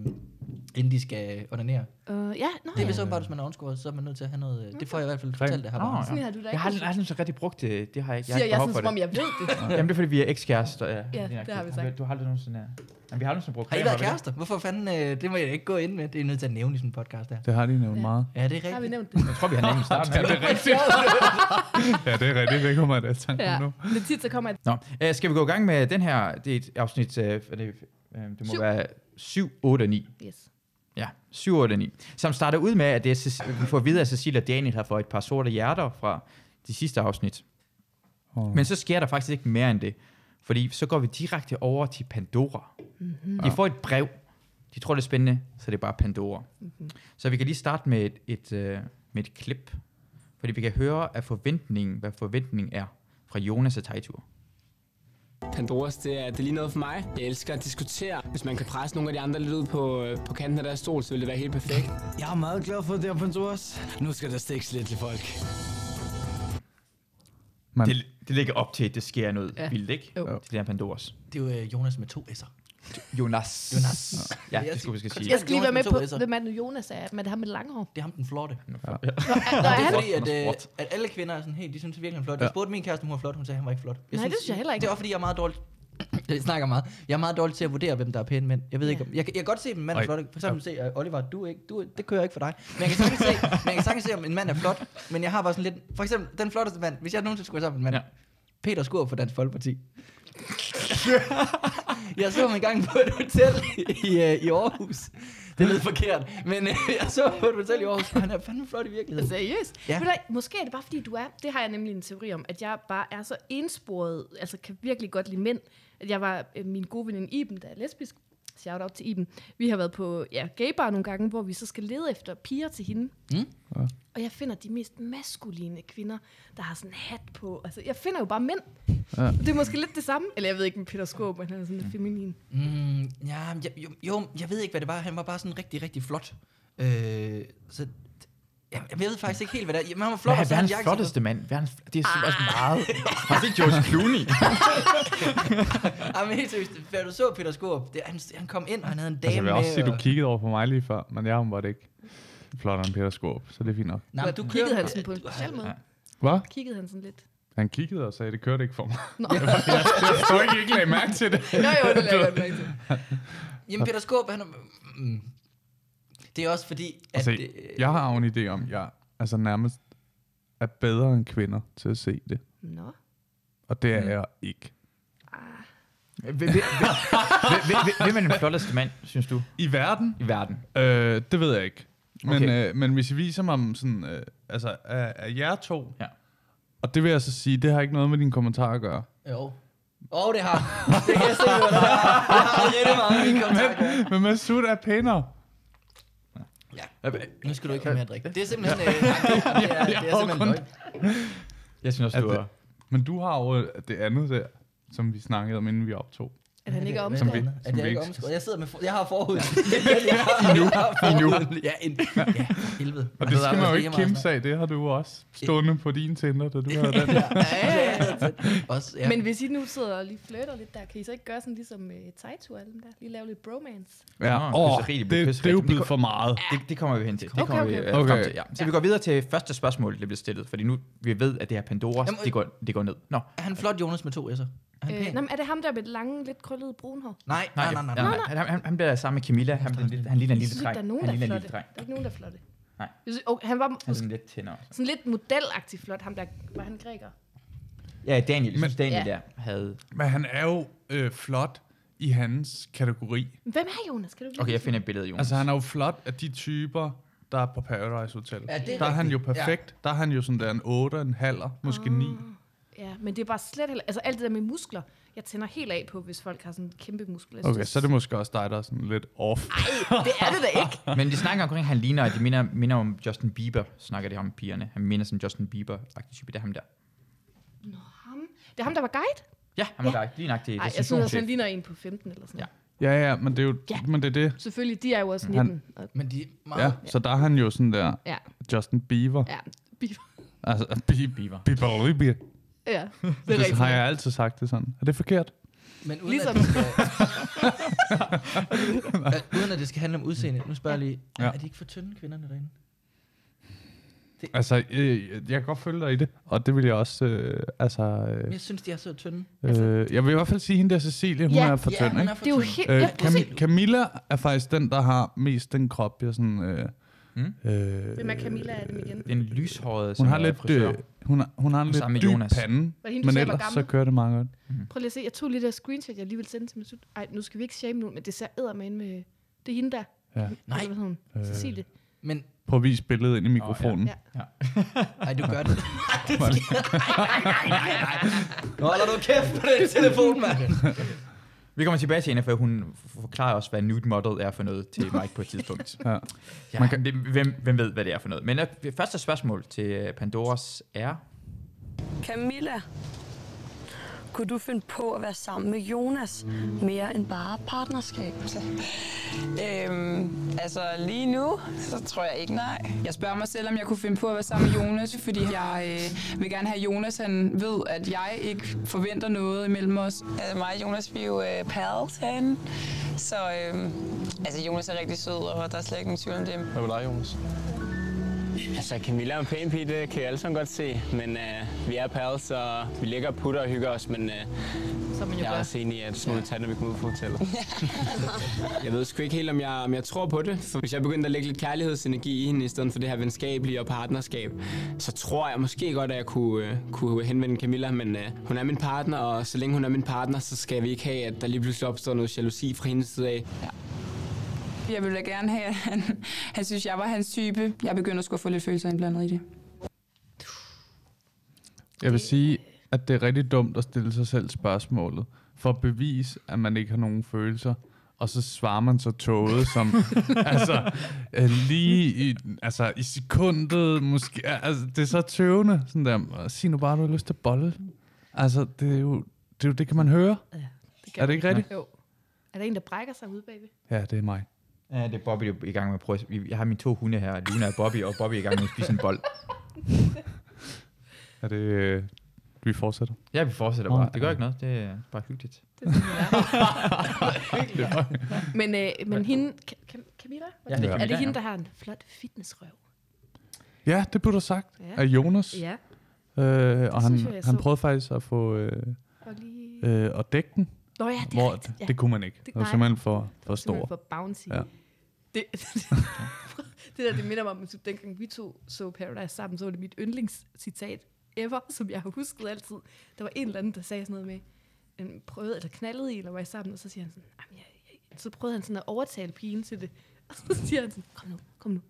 Speaker 3: inden de skal onanere.
Speaker 4: Uh, ja, nå
Speaker 3: Det er
Speaker 4: ja. Mm.
Speaker 3: vist åbenbart, hvis man er omskåret, så er man nødt til at have noget... øh, Det får jeg i hvert fald
Speaker 5: Creme.
Speaker 3: fortalt af
Speaker 1: Nå,
Speaker 3: ham.
Speaker 4: Sådan har du da
Speaker 1: Jeg
Speaker 4: ikke.
Speaker 1: har aldrig- aldrig så rigtig brugt øh, det. Det har jeg ikke.
Speaker 4: Siger
Speaker 1: har ikke
Speaker 4: jeg
Speaker 1: behov
Speaker 4: sådan,
Speaker 1: for
Speaker 4: som om jeg ved det.
Speaker 1: det. Jamen det er fordi, vi er ekskærester. Ja,
Speaker 4: det
Speaker 1: Lige nøjagtigt.
Speaker 4: har vi sagt.
Speaker 1: Du har aldrig nogensinde... ja. Jamen, vi har aldrig sådan brugt
Speaker 3: Har I
Speaker 1: creme,
Speaker 3: været
Speaker 1: har vi det?
Speaker 3: kærester? Hvorfor fanden... Øh, det må jeg ikke gå ind med. Det er I nødt til at nævne i sådan en podcast der.
Speaker 5: Det har de nævnt meget.
Speaker 3: Ja, det er
Speaker 4: Har vi
Speaker 3: rigtigt.
Speaker 4: nævnt det?
Speaker 1: Jeg tror, vi har nævnt starten.
Speaker 5: Ja, det er rigtigt. ja, det er rigtigt. Det kommer jeg da i tanke
Speaker 4: Ja.
Speaker 5: om nu.
Speaker 4: Men tit så kommer jeg...
Speaker 1: Nå, øh, skal vi gå i gang med den her, det er et afsnit, øh, er det, øh, det må
Speaker 4: Syv.
Speaker 1: være 7, 8 og 9.
Speaker 4: Yes.
Speaker 1: Ja, 7, 8 og 9. Som starter ud med, at det er, Cec- vi får videre, at Cecilia og Daniel har fået et par sorte hjerter fra de sidste afsnit.
Speaker 5: Åh.
Speaker 1: Men så sker der faktisk ikke
Speaker 4: Mhm.
Speaker 1: mere end det. Fordi så går vi direkte over til Pandora. Mm-hmm. De får et brev De tror, det er spændende, så det er bare Pandora. Mm-hmm.
Speaker 4: Mhm.
Speaker 1: Så vi kan lige starte med et, et, øh, med et klip, fordi vi kan høre af forventningen, hvad forventningen er fra Jonas' Tejtur.
Speaker 8: Pandoras, det er, det er lige noget for mig. Jeg elsker at diskutere. Hvis man kan presse nogle af de andre lidt ud på, øh, på kanten af deres stol, så vil det være helt perfekt.
Speaker 9: Jeg er meget glad for det her, Pandoras. Nu skal der stikkes lidt til folk.
Speaker 5: Man,
Speaker 1: Det, det ligger op til, at det sker noget ja.
Speaker 4: Ja.
Speaker 1: vildt, ikke?
Speaker 4: Jo.
Speaker 1: Det der Pandoras.
Speaker 3: Det er jo øh, Jonas med to s'er.
Speaker 1: Jonas. Jonas. Ja, det skulle vi skal sige.
Speaker 4: Jeg skal lige være med
Speaker 3: Jonas med to
Speaker 4: på,
Speaker 3: S'er.
Speaker 4: hvem er det nu Jonas er? Men det er ham med det lange hår.
Speaker 3: Det er ham den flotte.
Speaker 4: Nå, er han?
Speaker 3: Fordi at,
Speaker 1: Han er
Speaker 3: øh,
Speaker 1: flot.
Speaker 3: at alle kvinder er sådan, hey, de synes virkelig, han er flot. Jeg spurgte min kæreste, om hun var flot. Hun sagde, han var ikke flot. Jeg
Speaker 4: Nej, det synes jeg heller ikke.
Speaker 3: Det var, fordi jeg er meget dårlig... Jeg snakker meget. Jeg er meget dårlig til at vurdere, hvem der er pæne mænd. Jeg ved ikke, om... jeg, kan, jeg kan godt se, at en mand er
Speaker 5: Ej.
Speaker 3: flot. For eksempel se, øh, Oliver, du er ikke, du, er- det kører ikke for dig. Men jeg kan sagtens se, men jeg kan sagtens se, om en mand er flot. Men jeg har bare sådan lidt... For eksempel, den flotteste mand, hvis jeg nogensinde skulle være sammen med en mand, Peter Skur fra Dansk Folkeparti. jeg så ham engang på et hotel i, øh, i Aarhus. Det lød forkert, men øh, jeg så ham på et hotel i Aarhus, og han er fandme flot i virkeligheden.
Speaker 4: Seriøst?
Speaker 3: Ja.
Speaker 4: Ja. Ved du, hvad, måske er det bare, fordi du er... Det har jeg nemlig en teori om, at jeg bare er så ensporet, altså kan virkelig godt lide mænd. At jeg var øh, min gode veninde Iben, der er lesbisk. Shout out til Iben. Vi har været på ja, gaybar nogle gange, hvor vi så skal lede efter piger til hende. Mm.
Speaker 3: Hmm?
Speaker 4: Og jeg finder de mest maskuline kvinder, der har sådan en hat på. Altså, jeg finder jo bare mænd. Ja. Det er måske lidt det samme. Eller jeg ved ikke med Peter Skåb, men han er sådan lidt feminin.
Speaker 3: Mm, ja, men jeg, jo, jo, jeg ved ikke, hvad det var. Han var bare sådan rigtig, rigtig flot. Øh, så, ja, jeg ved faktisk ikke helt, hvad det er. Jamen, han var flot,
Speaker 1: Hvad er
Speaker 3: og så havde
Speaker 1: verdens
Speaker 3: han jakke-
Speaker 1: flotteste mand? Verdens, det er simpelthen
Speaker 3: Ah.
Speaker 4: Ah.
Speaker 1: også meget. Har du set George Clooney?
Speaker 3: Ej, men helt seriøst, da du så Peter Skorp, det, han, han kom ind, og han havde en dame
Speaker 5: altså, jeg vil også
Speaker 3: med,
Speaker 5: sige, at du
Speaker 3: og-
Speaker 5: kiggede over på mig lige før, men jeg var det ikke flottere end Peter Skorp, så det er fint nok.
Speaker 3: Nej, men du
Speaker 4: Kiggede
Speaker 3: kører-
Speaker 4: han sådan på en speciel måde?
Speaker 5: Hvad?
Speaker 4: Kiggede han sådan lidt?
Speaker 5: Han kiggede og sagde, det kørte ikke for mig. jeg forstår ikke, I ikke lagde mærke til det.
Speaker 4: Jo, jo, det lader jeg godt mærke til.
Speaker 3: Jamen, Peter Skorp, han er... Mm, det er også fordi, at...
Speaker 5: Altså,
Speaker 3: øh,
Speaker 5: jeg har jo en idé om, at jeg altså, nærmest er bedre end kvinder til at se det.
Speaker 4: Nå.
Speaker 5: Og
Speaker 1: Mm.
Speaker 5: det er jeg ikke.
Speaker 1: Hvem- hvem- hvem- hvem- Hvem er den flotteste mand, synes du,
Speaker 5: I verden?
Speaker 1: i verden?
Speaker 5: Øh, det ved jeg ikke. Men,
Speaker 1: Okay.
Speaker 5: okay. øh, men hvis I viser mig om sådan, øh, altså af, af jer to,
Speaker 1: Ja.
Speaker 5: og det vil jeg så sige, det har ikke noget med dine kommentarer at gøre.
Speaker 3: Jo. Åh, oh, det har Det kan jeg se, hvad der har. Jeg har rigtig meget i min kontakt.
Speaker 5: Men Masud er pænere.
Speaker 3: Nu skal du ikke have mere at drikke. Det er simpelthen... Øh, nej, det, er, det, er, det er simpelthen løgn.
Speaker 1: Jeg synes også, du
Speaker 5: Er
Speaker 1: er...
Speaker 5: det- Men du har jo øh, det andet der, som vi snakkede om, inden vi optog.
Speaker 4: At han ikke er
Speaker 5: Som
Speaker 4: omskåret.
Speaker 5: vi,
Speaker 3: At
Speaker 5: som
Speaker 3: jeg
Speaker 5: vi
Speaker 3: ikke
Speaker 5: ikke
Speaker 3: er omskåret. Jeg sidder med... For, jeg har forhud. Endnu. Endnu. Ja, en, ja, helvede.
Speaker 5: Og det skal man jo ikke kæmpe sig af, det har du jo også stående på din Tinder, da du havde den.
Speaker 3: Også, ja.
Speaker 4: Ja. Men hvis I nu sidder og lige flytter lidt der, kan I så ikke gøre sådan ligesom uh, Taito og dem der? Lige lave lidt bromance?
Speaker 5: Ja,
Speaker 1: Nå,
Speaker 5: åh,
Speaker 1: kysseri, det
Speaker 5: det,
Speaker 1: blev
Speaker 5: det er jo
Speaker 1: kysseri.
Speaker 5: blevet for meget.
Speaker 1: Det, det kommer vi hen til. Det
Speaker 4: Okay,
Speaker 1: kommer vi
Speaker 4: okay,
Speaker 1: øh,
Speaker 5: okay.
Speaker 1: frem til, ja. Så vi går videre til første spørgsmål, der bliver stillet, fordi nu vi ved, at det her Pandoras,
Speaker 3: Jamen, øh.
Speaker 1: det går, det går ned. Nå,
Speaker 3: Er han flot, Jonas, med to s'er? Er han
Speaker 4: Øh,
Speaker 3: pæn?
Speaker 4: nå, men er det ham der med det lange, lidt krøllede brunhår?
Speaker 3: Nej, nej, nej, nej. nej.
Speaker 1: Han, han, han bliver sammen med Camilla, han, bliver en lille- han ligner en
Speaker 4: Jeg
Speaker 1: lille
Speaker 4: synes ikke,
Speaker 1: dreng.
Speaker 4: der er nogen,
Speaker 1: han
Speaker 4: der
Speaker 1: ligner
Speaker 4: er
Speaker 1: en
Speaker 4: flotte.
Speaker 1: lille
Speaker 4: Der
Speaker 1: dreng.
Speaker 4: er ikke nogen, der er flotte.
Speaker 1: Nej.
Speaker 4: Jeg synes, okay, han var
Speaker 1: Han er sådan lidt tænder.
Speaker 4: sådan lidt modelagtigt flot, ham der, var han græker?
Speaker 1: Ja, Daniel. Jeg synes,
Speaker 5: Men-
Speaker 1: Daniel
Speaker 4: Ja.
Speaker 1: der havde...
Speaker 5: Men han er jo øh, flot i hans kategori.
Speaker 4: Men Hvem er Jonas? Kan du lige
Speaker 1: Okay, jeg finder et billede af Jonas.
Speaker 5: Altså, han er jo flot af de typer, der er på Paradise Hotel.
Speaker 3: Ja, det er
Speaker 5: der er han jo
Speaker 3: rigtigt.
Speaker 5: perfekt. Der er han jo sådan der en 8, en halver, måske 9.
Speaker 4: Ah. Ja, men det er bare slet heller... Altså alt det der med muskler, jeg tænder helt af på, hvis folk har sådan kæmpe muskler. Jeg synes,
Speaker 5: Okay, så er det måske også dig, der er sådan lidt off.
Speaker 4: det er det da ikke.
Speaker 1: Men de snakker omkring, at han ligner, at de minder, minder om Justin Bieber, snakker de om pigerne. Han minder som Justin Bieber-agtig type, det er ham der.
Speaker 4: Ham. Det er ham, der var guide?
Speaker 1: Ja, han var ja. lige nok det.
Speaker 4: Nej, jeg synes også, han ligner en på 15 eller sådan
Speaker 1: Ja.
Speaker 4: noget.
Speaker 5: Ja, ja, men det er jo
Speaker 4: Ja.
Speaker 5: men det. Er det.
Speaker 4: Selvfølgelig, de er jo også
Speaker 5: Han-
Speaker 4: 19. og-
Speaker 3: Men de er meget...
Speaker 5: Ja, så der er han jo sådan der
Speaker 4: Ja,
Speaker 5: Justin Bieber.
Speaker 4: ja. Beaver.
Speaker 5: Altså, Bieber.
Speaker 1: Bieber.
Speaker 5: Bieber. Bieber.
Speaker 4: Ja, det er
Speaker 5: Det har
Speaker 4: rigtigt.
Speaker 5: jeg altid sagt det sådan. Er det forkert?
Speaker 3: Men uden,
Speaker 4: Ligesom-
Speaker 3: ligesom... at, det skal, Øh, uden at det skal handle om udseende. Nu spørger jeg lige,
Speaker 5: Ja.
Speaker 3: ja. er de ikke for tynde, kvinderne derinde?
Speaker 5: Altså, øh, jeg kan godt følge dig i det, og det vil jeg også, øh, altså,
Speaker 3: Men
Speaker 5: øh,
Speaker 3: jeg synes, de er så tynde.
Speaker 5: øh, jeg vil i hvert fald sige hende der Cecilie, hun
Speaker 4: Ja.
Speaker 5: er for tynd,
Speaker 3: hun
Speaker 5: ikke?
Speaker 3: for
Speaker 4: Det er jo
Speaker 3: tynd.
Speaker 4: helt...
Speaker 5: Øh,
Speaker 4: Ja.
Speaker 5: Cam- Camilla er faktisk den, der har mest den krop, jeg sådan... Øh,
Speaker 1: Mm.
Speaker 5: mm. øh,
Speaker 4: Hvem er Camilla af dem igen?
Speaker 1: Den lyshårede, som
Speaker 5: hun har
Speaker 1: er
Speaker 5: lidt,
Speaker 1: frisør.
Speaker 5: øh, hun har, hun har en lidt
Speaker 1: Sammen med
Speaker 5: dyb
Speaker 1: Jonas.
Speaker 5: Jonas. pande,
Speaker 4: Var det hende, du
Speaker 5: men
Speaker 4: sagde var
Speaker 5: ellers så
Speaker 4: gammel?
Speaker 5: kører det meget godt.
Speaker 4: Prøv lige at se, jeg tog lige det der screenshot, jeg lige ville sende til min sut. Ej, nu skal vi ikke shame nogen, men det ser eddermame med... Det er hende der.
Speaker 5: Ja.
Speaker 4: Nej. Hvad hedder hun?
Speaker 5: Øh.
Speaker 4: Cecilie.
Speaker 3: Men
Speaker 5: Prøv at vise billedet ind i mikrofonen.
Speaker 4: Ja.
Speaker 3: ej, du gør det. Ej, du skal- Ej, nej, nej, nej. Nu holder du kæft på den telefon, mand.
Speaker 1: Vi kommer tilbage til hende, for hun f- forklarer også, hvad nude model er for noget til Mike på et tidspunkt.
Speaker 5: Ja.
Speaker 1: ja, Man kan... det, hvem, hvem ved, hvad det er for noget. Men øh, det første spørgsmål til øh, Pandoras er...
Speaker 10: Camilla, kunne du finde på at være sammen med Jonas mere end bare partnerskab?
Speaker 11: Øhm, altså lige nu, så tror jeg ikke nej. Jeg spørger mig selv, om jeg kunne finde på at være sammen med Jonas, fordi jeg øh, vil gerne have Jonas, han ved, at jeg ikke forventer noget imellem os. Altså mig og Jonas, vi er jo øh, pals herinde, så øh, altså Jonas er rigtig sød, og der er slet ikke nogen tvivl om det.
Speaker 9: Hvad med dig, Jonas?
Speaker 8: Altså, Camilla er en pæn pige, det kan jeg alle sammen godt se. Men øh, vi er pals, så vi ligger og putter og hygger os. Men øh,
Speaker 4: Som man jo
Speaker 8: jeg er
Speaker 4: gør.
Speaker 8: også enig i, at sådan må vi tage, når vi kommer ud på hotellet. jeg ved sgu ikke helt, om jeg, om jeg tror på det. For hvis jeg begyndte at lægge lidt kærlighedsenergi i hende, i stedet for det her venskabelige og partnerskab, så tror jeg måske godt, at jeg kunne, øh, kunne henvende Camilla. Men øh, hun er min partner, og så længe hun er min partner, så skal vi ikke have, at der lige pludselig opstår noget jalousi fra hendes side af.
Speaker 11: Jeg ville da gerne have, at han, han synes, jeg var hans type. Jeg begynder sgu at få lidt følelser indblandet i det.
Speaker 5: Jeg vil sige, at det er rigtig dumt at stille sig selv spørgsmålet, for at bevise, at man ikke har nogen følelser, og så svarer man så tåget som, altså, øh, lige i, altså, i sekundet, måske, altså, det er så tøvende, sådan der, sig nu bare, du har lyst til bolle. Altså, det er jo, det, er jo, det kan man høre.
Speaker 4: Det
Speaker 5: Er det ikke rigtigt?
Speaker 4: Jo. Er der en, der brækker sig ude bagved?
Speaker 5: Ja, det er mig.
Speaker 1: Ja, det er Bobby der er i gang med at prøve. at- Jeg har mine to hunde her, Luna og Bobby, og Bobby er i gang med at spise en bold.
Speaker 5: Er det, øh, vi fortsætter?
Speaker 1: Ja, vi fortsætter
Speaker 5: Nå,
Speaker 1: bare. Det gør
Speaker 5: ja.
Speaker 1: ikke noget, det er bare hyggeligt.
Speaker 4: Men, øh, men hende, Ka- Ka- Camilla?
Speaker 1: Ja, det er
Speaker 4: er
Speaker 1: Camilla,
Speaker 4: det hende,
Speaker 1: ja.
Speaker 4: der har en flot fitnessrøv?
Speaker 5: Ja, det blev der sagt
Speaker 4: Ja.
Speaker 5: af Jonas,
Speaker 4: Ja.
Speaker 5: øh, og han,
Speaker 4: synes jeg, jeg
Speaker 5: han
Speaker 4: så.
Speaker 5: prøvede faktisk at få, øh,
Speaker 4: Og lige...
Speaker 5: øh, at dække den,
Speaker 4: Nå ja, det
Speaker 5: hvor
Speaker 4: er rigtigt.
Speaker 5: det,
Speaker 4: Ja.
Speaker 5: det kunne man ikke. Det var
Speaker 4: nej.
Speaker 5: simpelthen for, for
Speaker 4: Simpelthen
Speaker 5: stor.
Speaker 4: For bouncy.
Speaker 5: Ja.
Speaker 4: Ja. Det, det der, det minder mig om, at dengang vi to så Paradise sammen, så var det mit yndlingscitat ever, som jeg har husket altid. Der var en eller anden, der sagde sådan noget med, øhm, prøvede eller knaldede i, eller var I sammen, og så siger han sådan, "Jamen, jeg, jeg, så prøvede han sådan at overtale pigen til det. Og så siger han sådan, kom nu, kom nu,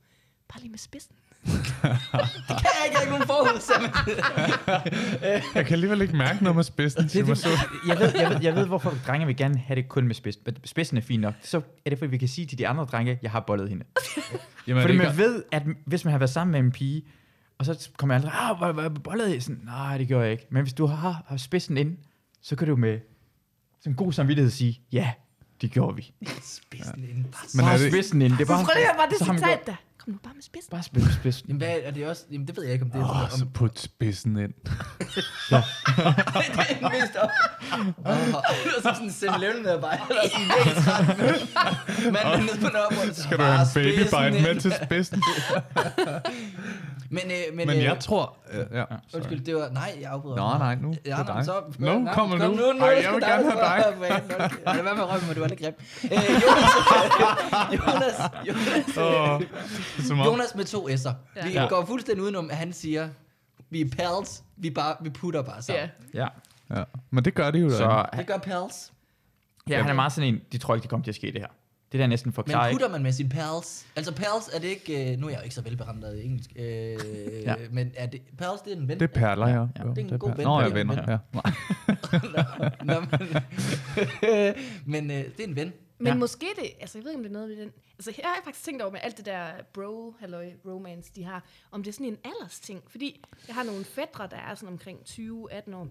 Speaker 4: bare lige med spidsen.
Speaker 3: Jeg har ikke jeg har ikke nogen forud, så man-
Speaker 5: Jeg kan alligevel ikke mærke noget med spidsen.
Speaker 1: Det,
Speaker 5: siger mig
Speaker 1: det,
Speaker 5: selv.
Speaker 1: jeg, ved, jeg, ved, jeg ved, hvorfor drenge vil gerne have det kun med spidsen. Men Spidsen er fint nok. Så er det, fordi vi kan sige til de andre drenge, jeg har bollet hende.
Speaker 5: Jamen,
Speaker 1: Fordi
Speaker 5: det
Speaker 1: man ved, at hvis man har været sammen med en pige, og så kommer jeg aldrig, ah, hvor- hvor hvor bollede jeg? Sådan, nej, det gjorde jeg ikke. Men hvis du har, har spidsen ind, så kan du med sådan god samvittighed sige, ja, det gjorde vi.
Speaker 3: Spidsen inden.
Speaker 5: Men
Speaker 1: Men
Speaker 5: er
Speaker 1: har
Speaker 5: det,
Speaker 1: spidsen ind, det er bare,
Speaker 4: Prøv lige at bare det
Speaker 1: så har man
Speaker 4: citat der. Kom nu, bare med spidsen.
Speaker 1: bare spidsen. spidsen.
Speaker 3: Jamen, hvad er det også? Jamen, det ved jeg ikke, om det er
Speaker 5: åh,
Speaker 3: oh,
Speaker 5: så put spidsen ind.
Speaker 3: den mest op. Det er sådan en 7-Eleven medarbejder, der er sådan virkelig træt. Man er nede på Nørrebro.
Speaker 5: Skal du have en babybite med til spidsen?
Speaker 3: Men, øh, men,
Speaker 5: Men
Speaker 3: øh,
Speaker 5: jeg tror... Øh, ja, sorry.
Speaker 3: Undskyld, det var... Nej, jeg afbryder.
Speaker 5: Nå, nej, nu
Speaker 3: Ja,
Speaker 5: er det
Speaker 3: nej,
Speaker 5: dig.
Speaker 3: Så,
Speaker 5: Nu
Speaker 3: nej,
Speaker 5: kommer du.
Speaker 3: kom
Speaker 5: Ej,
Speaker 3: Nu, nu, nu
Speaker 5: jeg
Speaker 3: skal
Speaker 5: vil
Speaker 3: der-
Speaker 5: gerne have dig.
Speaker 3: Jeg er i hvert fald røg, men du er lidt grim. Øh, Jonas, Jonas, Jonas,
Speaker 5: Åh, det er som om-
Speaker 3: Jonas med to S'er. Vi
Speaker 1: Ja.
Speaker 3: går fuldstændig udenom, at han siger, vi er pals, vi, bare, vi putter bare sammen.
Speaker 4: Ja.
Speaker 1: Ja.
Speaker 5: Ja. Men det gør det jo da.
Speaker 1: Så
Speaker 3: Det gør pals.
Speaker 1: ja, han er meget sådan en, de tror ikke, det kommer til at ske det her. Det der næsten
Speaker 3: Men
Speaker 1: forklarer ikke.
Speaker 3: putter man med sin pals? Altså pals er det ikke... Øh, nu er jeg jo ikke så velberamtet i engelsk. Øh,
Speaker 1: Ja.
Speaker 3: ja. Men er det, pals, det er en ven.
Speaker 5: Det er perler, ja.
Speaker 1: ja,
Speaker 5: Jo,
Speaker 3: det er en
Speaker 5: det
Speaker 3: god
Speaker 5: perler.
Speaker 3: ven,
Speaker 5: Nå,
Speaker 3: det er
Speaker 5: jeg
Speaker 3: en
Speaker 5: venner.
Speaker 1: ven.
Speaker 5: Ja. Nej.
Speaker 3: Nå, men men øh, det er en ven.
Speaker 4: Men
Speaker 1: Ja.
Speaker 4: ja. måske det, altså jeg ved ikke, om det er noget ved den. Altså her har jeg faktisk tænkt over med alt det der bro, halløj, romance, de har, om det er sådan en aldersting. Fordi jeg har nogle fædre, der er sådan omkring 20-18 år.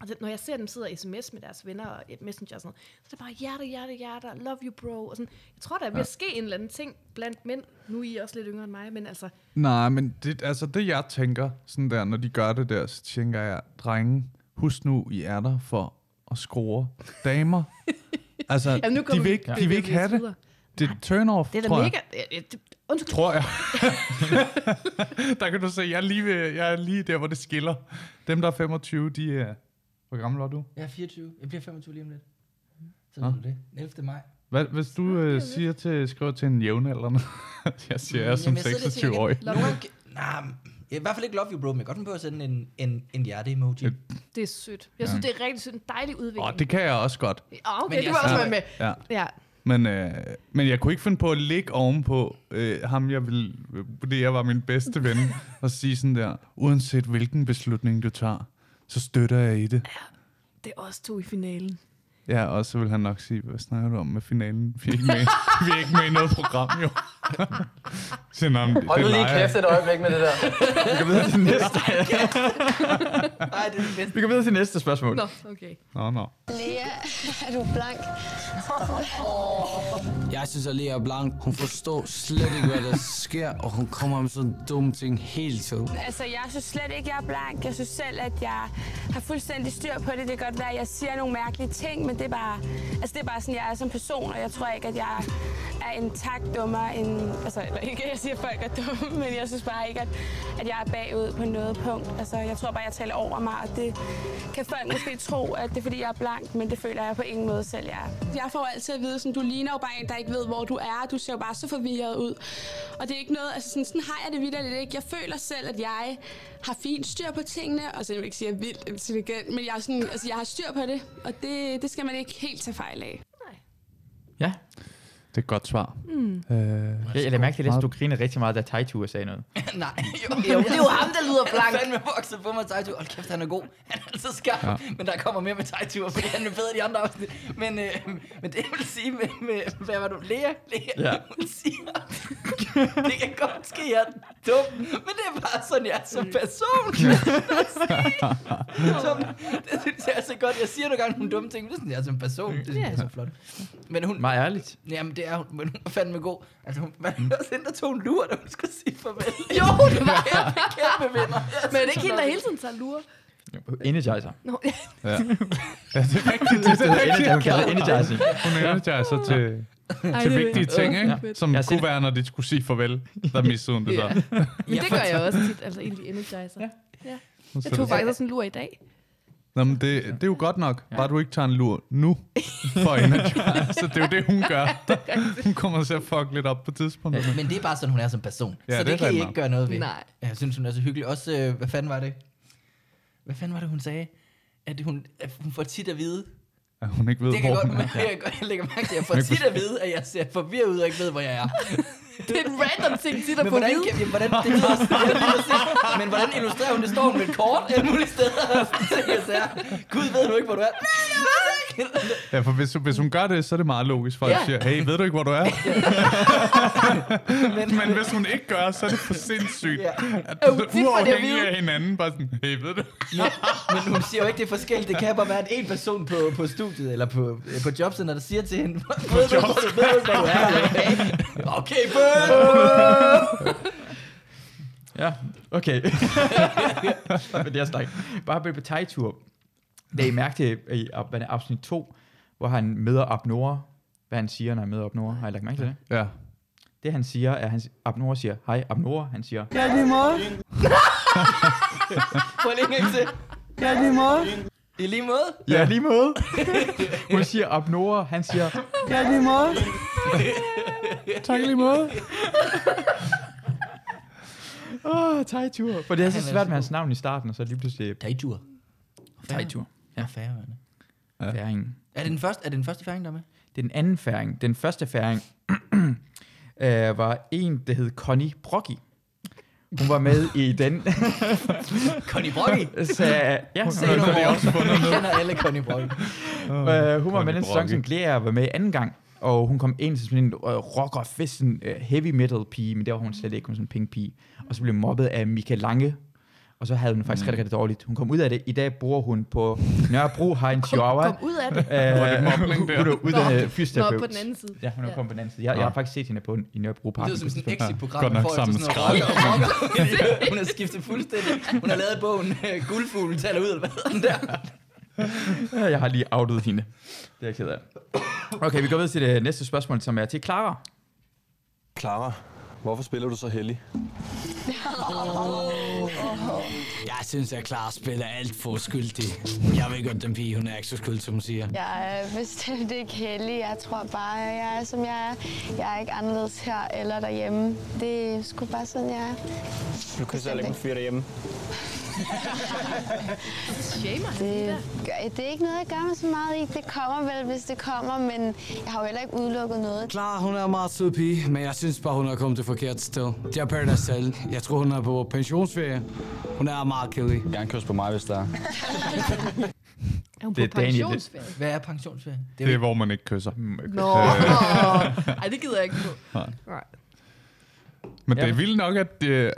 Speaker 4: Og det, når jeg ser dem sidde og sms med deres venner og et messenger og sådan noget, så er det bare hjerte, hjerte, hjerte, love you bro. Og sådan. Jeg tror, der er ved at ske en eller anden ting blandt mænd. Nu er I også lidt yngre end mig, men altså,
Speaker 5: Nej, men det, altså det jeg tænker, sådan der, når de gør det der, så tænker jeg, drenge, husk nu, I er der for at skrue damer. Altså,
Speaker 4: nu
Speaker 5: de
Speaker 4: kommer
Speaker 5: vil
Speaker 4: vi-
Speaker 5: ikke,
Speaker 4: vi
Speaker 5: de vil
Speaker 4: bevæger
Speaker 5: ikke
Speaker 4: os
Speaker 5: have det.
Speaker 4: videre.
Speaker 5: Det er turn-off,
Speaker 4: det er da
Speaker 5: tror jeg.
Speaker 4: mega... Jeg, jeg, det- undskyld,
Speaker 5: Tror jeg. der kan du se, jeg er, lige ved, jeg er lige der, hvor det skiller. Dem, der er 25, de er... Hvor gammel var du?
Speaker 3: Jeg er 24. Jeg bliver 25 lige om lidt. Så ved du det. 11. maj.
Speaker 5: Hvad, hvis
Speaker 4: Ah,
Speaker 5: du øh, siger til, skriver til en jævnaldrende, jeg siger, jeg er som
Speaker 3: Jamen, sidder lidt og tænker,
Speaker 5: 26-årig.
Speaker 3: Love you. Nej, men jeg er i hvert fald ikke love you, bro, men jeg kan godt finde på at sende en, en, en hjerte-emoji.
Speaker 5: Et-
Speaker 4: det er sødt. Jeg synes, det er rigtig sødt. En dejlig udvikling.
Speaker 5: Åh, det kan jeg også godt.
Speaker 4: Ah, okay,
Speaker 3: Men
Speaker 4: det
Speaker 3: jeg
Speaker 4: var også
Speaker 3: snakker-
Speaker 4: være med.
Speaker 5: Ja.
Speaker 4: Ja.
Speaker 5: Men, øh, men jeg kunne ikke finde på at ligge ovenpå øh, ham, jeg ville vurdere var min bedste ven, og sige sådan der, uanset hvilken beslutning du tager, så støtter jeg i det.
Speaker 4: Det er os to i finalen.
Speaker 5: Ja, og så vil han nok sige, hvad snakker du om med finalen? Vi er ikke med, vi er ikke med i noget program, jo. Så siger han, "Nå, men det-
Speaker 6: Hold nu
Speaker 5: det
Speaker 6: lige
Speaker 5: leger jeg."
Speaker 6: kæft et øjeblik med det der.
Speaker 1: Vi går videre til næste.
Speaker 4: Nej, det er det bedste.
Speaker 1: Vi går videre til næste spørgsmål.
Speaker 4: Nå, okay.
Speaker 5: Nå, nå.
Speaker 12: Lea, er du blank?
Speaker 9: Jeg synes, at Lea er blank. Hun forstår slet ikke, hvad der sker, og hun kommer med sådan dumme ting hele tiden.
Speaker 10: Altså, jeg synes slet ikke, jeg er blank. Jeg synes selv, at jeg har fuldstændig styr på det. Det kan godt være, at jeg siger nogle mærkelige ting, men det er bare, altså, det er bare sådan, jeg er som person, og jeg tror ikke, at jeg er en tak dummere end... Altså, eller ikke, jeg siger, at folk er dumme, men jeg synes bare ikke, at, at jeg er bagud på noget punkt. Altså, jeg tror bare, jeg taler over mig, og det kan folk måske tro, at det er, fordi jeg er blank, men det føler jeg på ingen måde selv, jeg er. Jeg får altid at vide, sådan, du ligner jo bare en, der ikke ved, hvor du er. Du ser jo bare så forvirret ud. Og det er ikke noget, altså sådan, sådan har jeg det vildt lidt ikke. Jeg føler selv, at jeg har fint styr på tingene, og så jeg vil ikke sige, at jeg er vildt intelligent, men jeg, er sådan, altså, jeg har styr på det, og det, det skal man ikke helt tage fejl af.
Speaker 5: Det er et godt svar.
Speaker 10: Mm.
Speaker 5: Øh,
Speaker 1: Jeg, jeg lader mærke til, at du griner rigtig meget, da Taitur sagde noget.
Speaker 3: Nej, jo,
Speaker 4: Jo, det er jo ham, der lyder blank.
Speaker 3: Jeg er fandme vokset på mig, Taito. Hold kæft, han er god. Han er altid skarp,
Speaker 1: Ja.
Speaker 3: ja. men der kommer mere med Taito, fordi han er bedre end de andre afsnit. Men, øh, men det jeg vil sige med, med hvad var du, Lea? Lea,
Speaker 1: Ja.
Speaker 3: ja. hun siger, det kan godt ske, jeg er dum, men det er bare sådan, jeg er som person. som, det synes jeg er så godt. Jeg siger nogle gange nogle dumme ting, men det er sådan, jeg er som person. Det synes jeg er så flot. Men hun...
Speaker 1: Meget ærligt.
Speaker 3: Jamen, det er hun, men hun er fandme god. Altså, hun var også hende, der tog en lur, da hun skulle sige farvel.
Speaker 4: Jo, det var
Speaker 3: kæmpe, kæmpe vinder. Jeg
Speaker 4: Men er det
Speaker 3: synes,
Speaker 4: ikke hende,
Speaker 3: hun
Speaker 4: der
Speaker 3: er-
Speaker 4: hele tiden tager lure?
Speaker 1: Energizer.
Speaker 4: Nå,
Speaker 5: Ja. ja, det er rigtigt. Det er rigtigt.
Speaker 1: Hun kalder det energizing.
Speaker 5: Hun energizer til,
Speaker 4: Ej,
Speaker 5: til
Speaker 4: det er
Speaker 5: vigtige
Speaker 4: fedt.
Speaker 5: ting,
Speaker 4: Ja.
Speaker 5: ikke? som
Speaker 1: Jeg har
Speaker 5: kunne være, når de skulle sige farvel. Der missede hun det
Speaker 4: Ja.
Speaker 5: der.
Speaker 4: Men det gør jeg også tit, altså egentlig energizer. Ja. ja.
Speaker 5: Nu
Speaker 4: Jeg
Speaker 5: sætter-
Speaker 4: tog faktisk også en lur i dag.
Speaker 5: Nå, men det, det er jo godt nok, bare du ikke tager en lur nu for energizer. Så det er jo det, hun gør. Hun kommer til at fuck lidt op på tidspunktet.
Speaker 3: Men det er bare sådan, hun er som person.
Speaker 5: Ja,
Speaker 3: Ja, så
Speaker 5: det
Speaker 3: det,
Speaker 5: er
Speaker 3: det kan I
Speaker 5: rigtig
Speaker 3: ikke
Speaker 5: nok.
Speaker 3: gøre noget ved.
Speaker 5: Nej.
Speaker 3: Jeg synes, hun er så hyggelig. Også, øh, hvad fanden var det? Hvad fanden var det, hun sagde? At hun, at hun får tit at vide.
Speaker 5: At hun ikke ved,
Speaker 3: det kan
Speaker 5: hvor
Speaker 3: godt,
Speaker 5: hun er.
Speaker 3: men jeg, kan godt- jeg lægger mærke til, at jeg får
Speaker 5: Hun ikke
Speaker 3: tit at
Speaker 5: forstår.
Speaker 3: vide, at jeg ser forvirret ud og ikke ved, hvor jeg er.
Speaker 4: Det er en random ting tit at
Speaker 3: Men
Speaker 4: få at
Speaker 3: hvordan,
Speaker 4: vide.
Speaker 3: kan- jamen, hvordan, det er også, det er lige præcis. men hvordan illustrerer hun det? Står hun med et kort alle mulige steder? Så jeg siger, Gud ved du ikke, hvor du er. Nej, jeg ved det ikke.
Speaker 5: Ja, for hvis, hvis hun gør det, så er det meget logisk, folk
Speaker 3: Ja.
Speaker 5: ja. siger, hey, ved du ikke, hvor du er? men, men hvis hun ikke gør, så er det for sindssygt. Ja. At,
Speaker 3: Er hun tit for det at
Speaker 5: uafhængig
Speaker 3: vide?
Speaker 5: af hinanden, bare sådan, hey, ved du?
Speaker 3: Men, men hun siger jo ikke, det er forskelligt. Det kan bare være, at en person på, på studiet eller på, øh, på jobcenter, der siger til hende, ved du, hvor du, ved du, hvor du er? Okay, bøh!
Speaker 1: Ja, okay. Men det er snak. Bare med på Taitur. Da I mærkte i af- hvad er det, afsnit 2, hvor han møder Abnora, hvad han siger, når han møder Abnora. Har I lagt mærke til det?
Speaker 5: Ja.
Speaker 1: Det han siger, er, at han, Abnora siger, hej Abnora, han siger,
Speaker 3: Ja, lige måde. Prøv lige en gang til. Ja, lige måde. I lige måde?
Speaker 1: ja lige måde. Hun siger Abnora, han siger,
Speaker 3: Ja, lige måde.
Speaker 5: tak lige måde.
Speaker 1: åh, oh, Taitur. For det er så
Speaker 3: Han er
Speaker 1: svært
Speaker 3: så
Speaker 1: med hans navn i starten, og så lige pludselig...
Speaker 3: Taitur.
Speaker 1: Taitur.
Speaker 3: Ja, færøerne.
Speaker 5: Ja.
Speaker 1: Færingen.
Speaker 3: Er det den første, er det den første færing, der er med?
Speaker 1: Det er den anden færing. Den første færing øh, var en, der hed Connie Brocki. Hun var med i den.
Speaker 3: Connie Brogge?
Speaker 1: Så, ja,
Speaker 3: Sagde
Speaker 1: hun,
Speaker 3: du
Speaker 1: var,
Speaker 3: også fundet noget. kender alle Connie Brogge.
Speaker 1: øh, hun var med i
Speaker 5: Connie
Speaker 1: den sæson, som
Speaker 5: Brocchi.
Speaker 1: Glea var med i anden gang. Og hun kom ind som sådan en øh, rocker fest, sådan, øh, heavy metal pige, men det var hun slet ikke, hun var sådan en pink pige. Og så blev hun mobbet af Mika Lange, og så havde hun det faktisk mm. rigtig, rigtig dårligt. Hun kom ud af det. I dag bor hun på Nørrebro, har en chihuahua.
Speaker 4: Kom ud af det.
Speaker 1: Øh,
Speaker 5: Hvor er det mobning
Speaker 1: hun-
Speaker 5: der?
Speaker 1: Hun er
Speaker 4: Nå,
Speaker 1: uddannet
Speaker 4: nå,
Speaker 1: fysioterapeut.
Speaker 4: på den anden side.
Speaker 1: Ja, hun er
Speaker 4: Ja.
Speaker 1: kommet på den anden side. Jeg, jeg har faktisk set hende på en, i Nørrebro
Speaker 3: Det
Speaker 1: Park.
Speaker 3: lyder som sådan et exit-program.
Speaker 5: Godt nok
Speaker 3: i forhold til
Speaker 5: sammen
Speaker 3: sådan noget rock og rock. Hun har skiftet fuldstændig. Hun har lavet bogen øh, Guldfuglen taler ud, eller hvad hedder den der?
Speaker 1: Øh, Jeg har lige outet hende. Det er jeg ked af. Okay, vi går videre til det næste spørgsmål, som er til Clara.
Speaker 13: Clara, hvorfor spiller du så heldig?
Speaker 9: Jeg synes, at Clara spiller alt for skyldig. Jeg ved godt, den pige, hun er ikke så skyldig, som hun siger.
Speaker 12: Jeg er bestemt ikke heldig. Jeg tror bare, at jeg er, som jeg er. Jeg er ikke anderledes her eller derhjemme. Det er sgu bare sådan, jeg er.
Speaker 13: Du kysser heller ikke en fyr derhjemme.
Speaker 12: Det, gør, det er ikke noget, jeg gør mig så meget i. Det kommer vel, hvis det kommer, men jeg har jo heller ikke udelukket noget.
Speaker 9: Clara, hun er en meget sød pige, men jeg synes bare, hun er kommet det forkerte sted. Det er Paradise selv. Jeg tror, hun er på pensionsferie. Hun er meget kedelig. Jeg kan kysse på mig, hvis der er.
Speaker 4: Er hun
Speaker 5: Det er
Speaker 4: på
Speaker 5: Daniel, det-
Speaker 4: pensionsferie?
Speaker 3: Hvad er pensionsferie?
Speaker 5: Det er, hvor man ikke kysser. Mm,
Speaker 4: Nå, ej, det gider jeg ikke på.
Speaker 5: Nej.
Speaker 4: Nej.
Speaker 5: Men
Speaker 4: Ja.
Speaker 5: det er vildt nok, at det,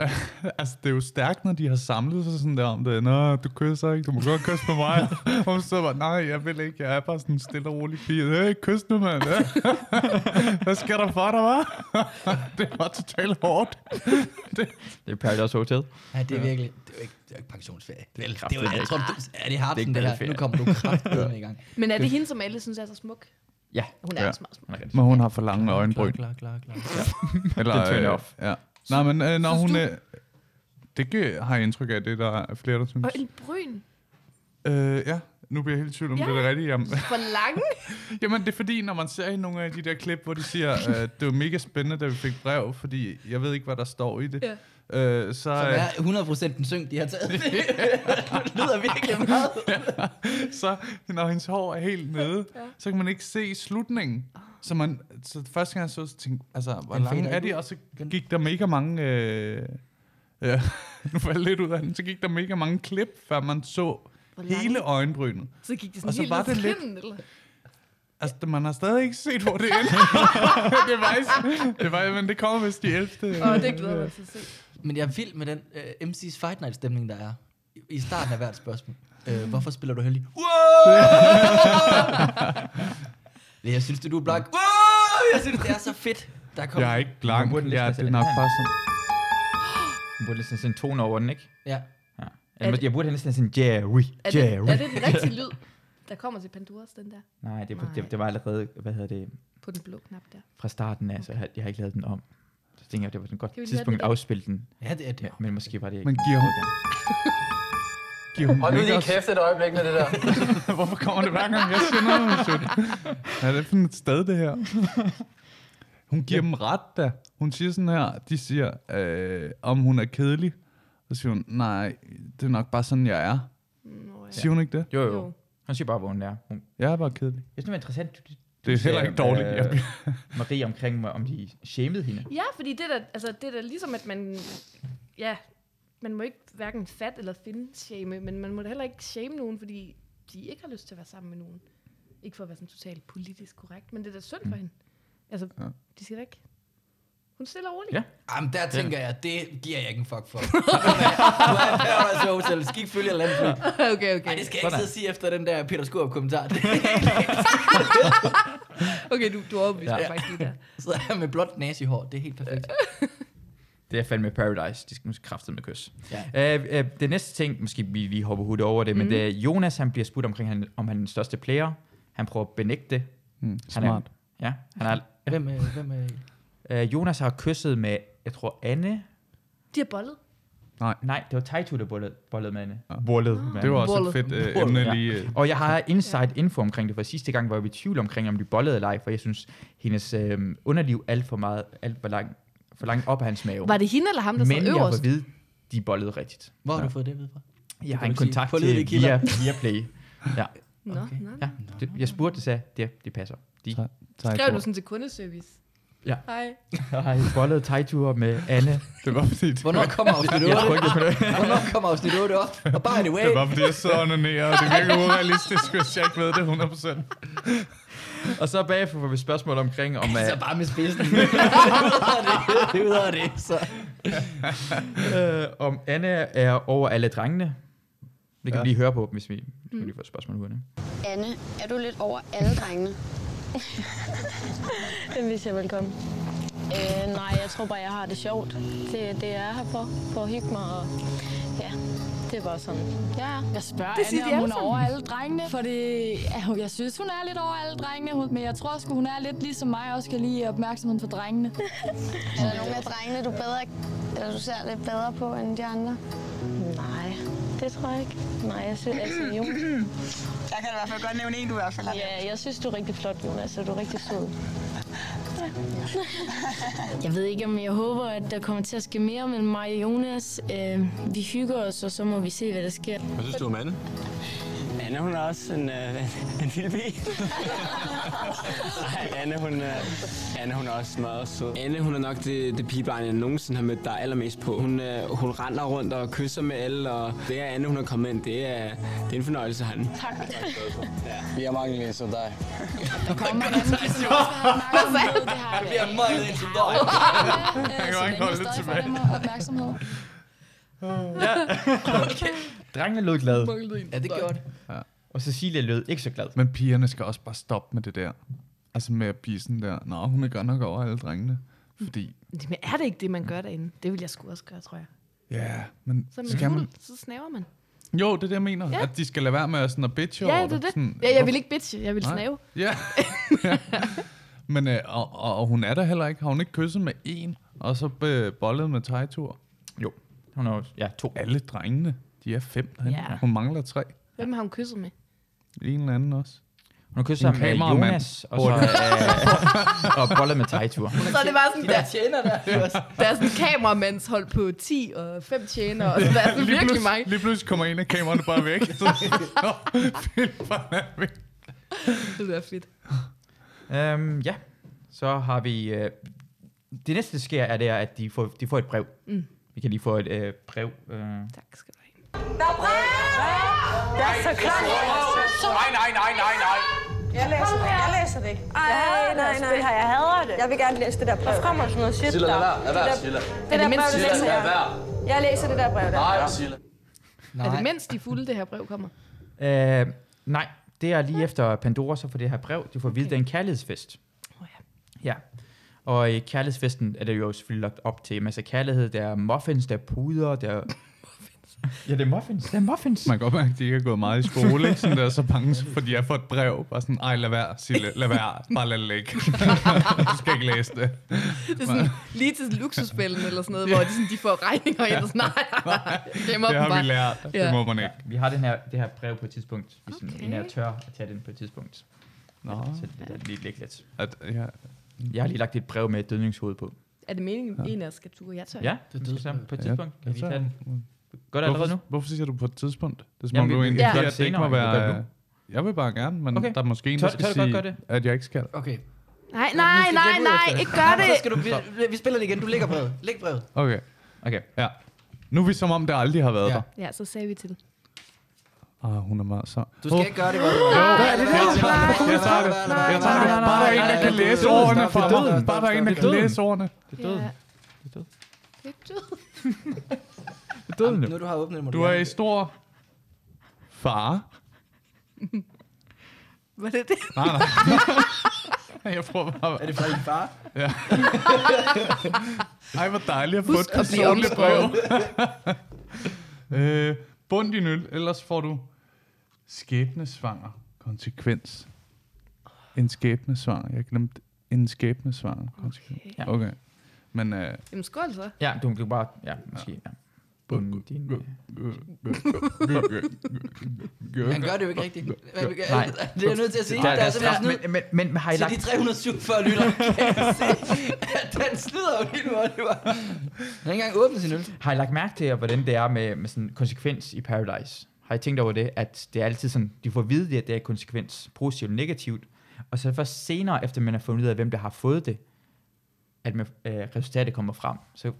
Speaker 5: altså, det er jo stærkt, når de har samlet sig sådan der om det. Nå, du kysser ikke, du må godt kysse med mig. og hun sidder bare, nej, jeg vil ikke, jeg er bare sådan en stille og rolig pige. Hey, kys nu, mand. Hvad sker der for dig, hva'? det var totalt hårdt. det,
Speaker 1: Det er Paradise Hotel.
Speaker 3: Ja, det er virkelig, det er jo ikke, det er jo ikke pensionsferie. Det er, det er, jo-
Speaker 1: Kraftigt
Speaker 3: jeg tror,
Speaker 1: ikke.
Speaker 3: du, er det
Speaker 1: Det er
Speaker 3: harpsen
Speaker 1: ikke
Speaker 3: det her?
Speaker 1: velfærd.
Speaker 3: Nu kommer du kraftedeme i gang.
Speaker 4: Men er det hende, som alle synes er så smuk?
Speaker 1: Ja.
Speaker 4: Hun
Speaker 3: altså
Speaker 4: er også meget smuk.
Speaker 5: Men hun har for lange øjenbryn.
Speaker 3: Klar, klar, klar.
Speaker 5: Eller,
Speaker 1: Det er turn
Speaker 5: øh,
Speaker 1: off.
Speaker 5: Ja. Nej, men øh, når hun... Øh, det gør- har jeg indtryk af, det er der er flere, der synes.
Speaker 4: Og en bryn.
Speaker 5: Øh, ja, nu bliver jeg helt i tvivl om,
Speaker 4: Ja.
Speaker 5: det er det rigtige. Jamen.
Speaker 4: For lang.
Speaker 5: Jamen, det er fordi, når man ser i nogle af de der klip, hvor de siger, øh, det var mega spændende, da vi fik brev, fordi jeg ved ikke, hvad der står i det.
Speaker 3: Ja.
Speaker 5: Øh, så,
Speaker 3: Som
Speaker 5: øh,
Speaker 3: er 100% den syng, de har taget. det lyder virkelig meget.
Speaker 5: så når hendes hår er helt nede, ja. så kan man ikke se slutningen. Så, man, så første gang jeg så, så tænkte altså, hvor
Speaker 3: Den
Speaker 5: lange
Speaker 3: fader
Speaker 5: er de?
Speaker 3: ikke ud.
Speaker 5: Og så gik der mega mange... Øh, ja, nu faldt jeg lidt ud af den. Så gik der mega mange klip, før man så
Speaker 4: lange?
Speaker 5: hele øjenbrynet.
Speaker 4: Så gik det
Speaker 5: Og
Speaker 4: sådan helt
Speaker 5: så var
Speaker 4: ned
Speaker 5: det
Speaker 4: til
Speaker 5: lidt-
Speaker 4: kinden, eller?
Speaker 5: Altså, det- man har stadig ikke set, hvor det ender. det var, ikke- det var, men det kommer vist de 11.
Speaker 4: Åh, det glæder jeg mig til at se.
Speaker 3: Men jeg er vild med den uh, MC's Fight Night stemning, der er i- i starten af hvert spørgsmål. Uh, hvorfor spiller du heldig? Wow! jeg synes, det du er blank. Wow! Jeg synes, det er så fedt. Der kommer
Speaker 5: Jeg er ikke blank.
Speaker 1: Man burde lidt
Speaker 5: Ja,
Speaker 1: stresse
Speaker 5: det er
Speaker 1: den
Speaker 5: nok
Speaker 1: her.
Speaker 5: bare sådan.
Speaker 1: Man burde næsten sådan en tone over den, ikke?
Speaker 3: Ja.
Speaker 1: ja.
Speaker 4: Er
Speaker 1: Eller,
Speaker 4: det-
Speaker 1: jeg burde næsten sådan en Jerry.
Speaker 4: Er det,
Speaker 1: Jerry.
Speaker 4: er det den rigtige lyd, der kommer til Pandoras, den der?
Speaker 1: Nej, det, er på, det, det var allerede, hvad hedder det,
Speaker 4: På den blå knap der.
Speaker 1: fra starten af, så jeg, har- jeg har ikke lavet den om. Så tænkte jeg, det var et godt
Speaker 4: Kan vi lige have
Speaker 1: tidspunkt at
Speaker 4: den der?
Speaker 1: afspille den.
Speaker 3: Ja, det er det.
Speaker 1: Men, men måske var det ikke.
Speaker 5: Men giver hun- Giv hun
Speaker 6: Hold nu
Speaker 5: ikke
Speaker 6: lige
Speaker 5: også-
Speaker 6: kæft et øjeblik med det der.
Speaker 5: Hvorfor kommer det hver gang, jeg siger noget? Sødt? Hvad er det for et sted, det her? Hun giver dem ret, da. Hun siger sådan her, de siger, øh, om hun er kedelig. Så siger hun, nej, det er nok bare sådan, jeg er.
Speaker 4: Nå, ja.
Speaker 5: Siger hun ikke det?
Speaker 1: Jo, jo. Hun siger bare, hvor hun er. Hun,
Speaker 5: Jeg er bare kedelig.
Speaker 1: Jeg synes, det var interessant. du-
Speaker 5: Det er
Speaker 1: du sagde,
Speaker 5: heller ikke dårligt.
Speaker 1: øh,
Speaker 5: Jeg
Speaker 1: Marie omkring mig, om de shamede hende.
Speaker 4: Ja, fordi det der, altså det der ligesom, at man, ja, man må ikke hverken fat eller finde shame, men man må da heller ikke shame nogen, fordi de ikke har lyst til at være sammen med nogen. Ikke for at være sådan totalt politisk korrekt, men det er da synd for hende. Altså,
Speaker 5: Ja.
Speaker 4: de siger da ikke. Hun stiller roligt.
Speaker 1: Ja.
Speaker 3: Jamen, der tænker jeg, det giver jeg ikke en fuck for. du er Paradise Hotel. Skal ikke følge eller andet.
Speaker 4: okay, okay.
Speaker 3: Nej, det skal jeg ikke sidde og sige efter den der Peter Skurp kommentar.
Speaker 4: Okay, du, du overbeviser
Speaker 3: Ja.
Speaker 4: ja. faktisk lige der.
Speaker 3: Så er med blåt nasehår. Det er helt perfekt.
Speaker 1: Det er fandme Paradise. De skal måske kraftedeme med kys.
Speaker 3: Ja. Mhm.
Speaker 1: Øh, øh, det næste ting, måske vi lige hopper hurtigt over det, mm. men
Speaker 4: Mm.
Speaker 1: det er Jonas, han bliver spurgt omkring, han, om han er den største player. Han prøver at benægte det.
Speaker 5: Mm,
Speaker 1: han er,
Speaker 5: smart.
Speaker 1: ja, han er,
Speaker 3: Hvem, øh, hvem øh,
Speaker 1: øh, Jonas har kysset med, jeg tror, Anne.
Speaker 4: De har bollet.
Speaker 5: Nej.
Speaker 1: Nej, det var Taito, der bollede, bollede med Anne.
Speaker 5: Wallet. Det var også et fedt øh, emne lige. Øh.
Speaker 1: Og jeg har inside info omkring det, for sidste gang var vi i tvivl omkring, om de bollede eller ej, for jeg synes, hendes øh, underliv alt for meget, alt for langt, for langt op af hans mave.
Speaker 4: Var det hende eller ham, der sad
Speaker 1: Men jeg får
Speaker 4: øverst?
Speaker 1: at vide, de bollede rigtigt.
Speaker 3: Hvor har du fået det ved fra?
Speaker 1: Jeg har
Speaker 3: kan
Speaker 1: en
Speaker 3: du sige.
Speaker 1: kontakt
Speaker 3: Pålidelige
Speaker 1: til
Speaker 3: kilder.
Speaker 1: via, via Play. Ja.
Speaker 4: Nå, okay. nå.
Speaker 1: Ja, det, jeg spurgte, det sagde, det, det passer. De,
Speaker 4: Skrev du sådan til kundeservice?
Speaker 1: Ja.
Speaker 4: Hej.
Speaker 1: Jeg har bollet tegture med Anne.
Speaker 5: Det var fordi...
Speaker 3: Hvornår kommer afsnit 8?
Speaker 1: Jeg tror ikke, det er på det.
Speaker 3: Hvornår kommer afsnit 8 op? Og by the way,
Speaker 5: Det var, fordi jeg sidder og onanerer, og det virker urealistisk, hvis jeg ikke ved det 100%.
Speaker 1: Og så bagefter får vi spørgsmål omkring, om...
Speaker 3: så
Speaker 1: Uh,
Speaker 3: Altså, bare med spidsen. det er ud over det, så.
Speaker 1: øh, om Anne er over alle drengene. Det kan ja.
Speaker 5: Ja.
Speaker 1: vi lige høre på, hvis vi, hvis
Speaker 4: Mm.
Speaker 1: vi lige får et spørgsmål hurtigt.
Speaker 14: Anne, er du lidt over alle drengene?
Speaker 12: Den vil jeg velkommen. Øh, nej, jeg tror bare, jeg har det sjovt. Det, det er jeg her for, for at hygge mig. Og, ja, det er bare sådan.
Speaker 14: Ja, jeg spørger
Speaker 12: Det siger
Speaker 14: Anne,
Speaker 12: de
Speaker 14: om hun
Speaker 12: alle
Speaker 14: er over
Speaker 12: sammen.
Speaker 14: alle drengene, for det, ja, jeg synes, hun er lidt over alle drengene, hun- men jeg tror også, hun er lidt ligesom mig, også kan lide opmærksomheden for drengene.
Speaker 12: Er der nogle af drengene, du bedre, eller du ser lidt bedre på end de andre? Nej, det tror jeg ikke. Nej, jeg synes altså, Jonas. Jeg kan i hvert fald godt nævne en, du i hvert fald Ja, jeg synes, du er rigtig flot, Jonas, og du er rigtig sød.
Speaker 14: Jeg ved ikke, om jeg håber, at der kommer til at ske mere mellem mig og Jonas. Øh, vi hygger os, og så må vi se, hvad der sker.
Speaker 13: Hvad synes du om Anne?
Speaker 15: Anne, hun er også en, øh, en lille bi.
Speaker 8: Ej, Anne, hun, uh, Anne, hun er også meget sød.
Speaker 15: Anne,
Speaker 8: Anne, hun er nok det, det pigebarn, jeg nogensinde har mødt dig allermest på. Hun, uh, hun render rundt og kysser med alle, og det er Anne, hun er kommet ind. Det er, det er en fornøjelse, han.
Speaker 12: Tak.
Speaker 8: Vi har mange læs af dig.
Speaker 14: Der kommer en anden, som også har opmærksomhed. Det har
Speaker 3: Han bliver møget ind til dig.
Speaker 14: Han kan jo ikke holde det tilbage. Opmærksomhed.
Speaker 3: Okay.
Speaker 5: Drengene lød glade.
Speaker 3: Ja, det gjorde det.
Speaker 5: Ja.
Speaker 16: Og Cecilia lød ikke så glad.
Speaker 5: Men pigerne skal også bare stoppe med det der. Altså med at blive sådan der, nå, hun er godt nok over alle drengene. Fordi,
Speaker 4: Men er det ikke det, man gør derinde? Det vil jeg sgu også gøre, tror jeg.
Speaker 5: ja, men
Speaker 4: Så er
Speaker 5: skal
Speaker 4: man
Speaker 5: man...
Speaker 4: fuld, så snaver man.
Speaker 5: Jo, det er det, jeg mener.
Speaker 4: Ja.
Speaker 5: Ja. At de skal lade være med at sådan at bitche
Speaker 4: Ja,
Speaker 5: over
Speaker 4: det er det.
Speaker 5: Sådan,
Speaker 4: Ja, jeg
Speaker 5: hvorfor-
Speaker 4: vil ikke bitche, jeg vil
Speaker 5: Nej.
Speaker 4: snave.
Speaker 5: Ja. Men øh, og, og, og, hun er der heller ikke. Har hun ikke kysset med en, og så øh, bollet med Tejtur? Jo.
Speaker 1: Hun har ja, to.
Speaker 5: Alle drengene, de er fem derinde.
Speaker 4: Ja.
Speaker 5: Ja. Hun mangler tre.
Speaker 4: Hvem har hun kysset med?
Speaker 5: En eller anden også.
Speaker 1: Hun har kysset
Speaker 5: En
Speaker 1: med
Speaker 5: kameramand.
Speaker 1: Jonas, og så
Speaker 5: Hurtigt.
Speaker 1: øh, og bollet med tegtur.
Speaker 4: Så er det bare sådan,
Speaker 3: De der
Speaker 4: der-
Speaker 3: tjener der.
Speaker 4: Der er sådan et kameramandshold på 10 og 5 tjenere, og så der er
Speaker 17: altså
Speaker 4: sådan virkelig
Speaker 5: pludselig,
Speaker 4: mange.
Speaker 5: lige pludselig kommer en af kameraerne bare væk. Så,
Speaker 4: Det lyder fedt.
Speaker 1: Øhm, ja, så har vi... Øh, det næste, der sker, er det, at de får, de får et brev.
Speaker 4: Mm.
Speaker 1: Vi kan lige få et øh, brev. Øh.
Speaker 4: Tak skal du
Speaker 17: Der er brev! Jeg er så klar.
Speaker 18: Nej, nej, nej, nej, nej.
Speaker 17: Jeg læser, det. jeg læser det ikke.
Speaker 18: Ej,
Speaker 17: jeg hader
Speaker 18: nej,
Speaker 17: det,
Speaker 18: nej.
Speaker 17: Spil her. Jeg hader det. Jeg vil gerne læse det der brev. Der kommer sådan noget shit
Speaker 6: Silla, lad være, lad være,
Speaker 17: Det der-
Speaker 6: Silla.
Speaker 17: Det der brev, det
Speaker 6: Silla,
Speaker 17: læser
Speaker 6: lad
Speaker 17: jeg.
Speaker 6: være.
Speaker 17: Jeg læser det der brev der.
Speaker 6: Nej, Silla.
Speaker 4: Er det mens de er fulde, det her brev kommer?
Speaker 1: Øh, nej, det er lige efter Pandora, så får det her brev. Du får at vide, det er en kærlighedsfest. Oh, ja. ja. Og i kærlighedsfesten er det jo selvfølgelig lagt op til en masse kærlighed. Der er muffins, der er puder, der er... ja, det er muffins. Det er muffins.
Speaker 5: Man kan godt mærke, at de ikke har gået meget i skole, ikke? Sådan der, så bange, for de er for et brev. Bare sådan, ej, lad være, Sille, lad være, bare lad det ligge. du skal ikke læse det.
Speaker 4: Det er sådan lige til luksusspillen eller sådan noget, hvor de, sådan, de får regninger ind og sådan, nej, nej, nej. Glemmer dem bare. Ja.
Speaker 5: man ikke.
Speaker 1: Vi har den her, det her brev på et tidspunkt, hvis okay.
Speaker 4: Okay.
Speaker 1: en er tør at tage den på et tidspunkt.
Speaker 5: Nå.
Speaker 1: Så det er lige lidt lidt.
Speaker 5: At, ja.
Speaker 1: Jeg har lige lagt et brev med et dødningshoved på.
Speaker 4: Er det meningen, at
Speaker 5: Ja.
Speaker 4: en af os skal ture? Jeg tør
Speaker 1: Ja,
Speaker 4: ikke.
Speaker 1: det er sammen på et
Speaker 5: Ja,
Speaker 1: tidspunkt. Kan
Speaker 5: jeg
Speaker 1: vi
Speaker 5: tror-
Speaker 1: tage den? Gør det
Speaker 5: hvorfor,
Speaker 1: allerede nu?
Speaker 5: Hvorfor siger du på et tidspunkt? Det er som
Speaker 1: Jamen,
Speaker 5: om
Speaker 1: vi-
Speaker 5: du
Speaker 1: vi
Speaker 5: egentlig
Speaker 1: gør
Speaker 5: siger,
Speaker 1: det
Speaker 5: at det ikke
Speaker 1: senere,
Speaker 5: må
Speaker 1: vi gør det
Speaker 5: være...
Speaker 1: nu.
Speaker 5: Jeg vil bare gerne, men
Speaker 1: Okay.
Speaker 5: okay. der er måske en,
Speaker 1: Tør-
Speaker 5: der
Speaker 1: tør
Speaker 5: skal
Speaker 1: du godt gøre
Speaker 5: sige,
Speaker 1: det?
Speaker 5: at jeg ikke skal.
Speaker 3: Okay.
Speaker 4: Nej, nej, nej, nej, ikke gør det.
Speaker 3: Så skal du, vi, vi spiller det igen. Du lægger brevet. Læg brevet.
Speaker 5: Okay.
Speaker 1: Okay.
Speaker 5: Ja. Nu er vi som om, det aldrig har været ja. der.
Speaker 4: Ja, så sagde vi til.
Speaker 5: Ah, hun er meget så.
Speaker 3: Du skal ikke gøre det, hvad du
Speaker 5: Hvad er det der? Jeg tager det. Jeg tager det. Bare der er en, der kan læse ordene fra mig. Bare der er en, der kan læse ordene.
Speaker 1: Det er døden.
Speaker 4: Ja.
Speaker 1: Det er døden.
Speaker 4: Det er døden.
Speaker 5: Det er døden
Speaker 3: Nu du har åbnet, må
Speaker 5: Du er i stor fare.
Speaker 4: Var det det?
Speaker 5: Nej, nej. Jeg prøver bare...
Speaker 3: Er det fra din far?
Speaker 5: Ja. Ej, hvor dejligt at få et
Speaker 3: Husk at blive
Speaker 5: personligt brev. øh, bund din øl, ellers får du skæbnesvanger konsekvens. En skæbnesvanger. Jeg glemte en skæbnesvanger konsekvens.
Speaker 4: Okay.
Speaker 5: Okay. okay. Men øh,
Speaker 4: Jamen skål så.
Speaker 1: Ja, du kan bare... Ja, måske. Ja. Bunden din... øh,
Speaker 3: Han gør det jo ikke rigtigt. Hvad vi gør-
Speaker 1: Nej.
Speaker 3: Det er jeg nødt til at sige.
Speaker 1: Der,
Speaker 3: Der
Speaker 1: der, der
Speaker 3: er
Speaker 1: er straf,
Speaker 3: simpelthen
Speaker 1: men,
Speaker 3: snyd.
Speaker 1: men, men, men har I
Speaker 3: Til
Speaker 1: lagt...
Speaker 3: de 347 lytter, kan jeg se, at den slider jo lige nu, Oliver. Han har ikke engang åbnet sin øl.
Speaker 1: Har I lagt mærke til, hvordan det er med, med sådan konsekvens i Paradise? Har I tænkt over det, at det er altid sådan, de får at vide, at det er konsekvens, positivt og negativt, og så er det først senere, efter man har fundet ud af, hvem der har fået det, at man, øh, resultatet kommer frem. Så,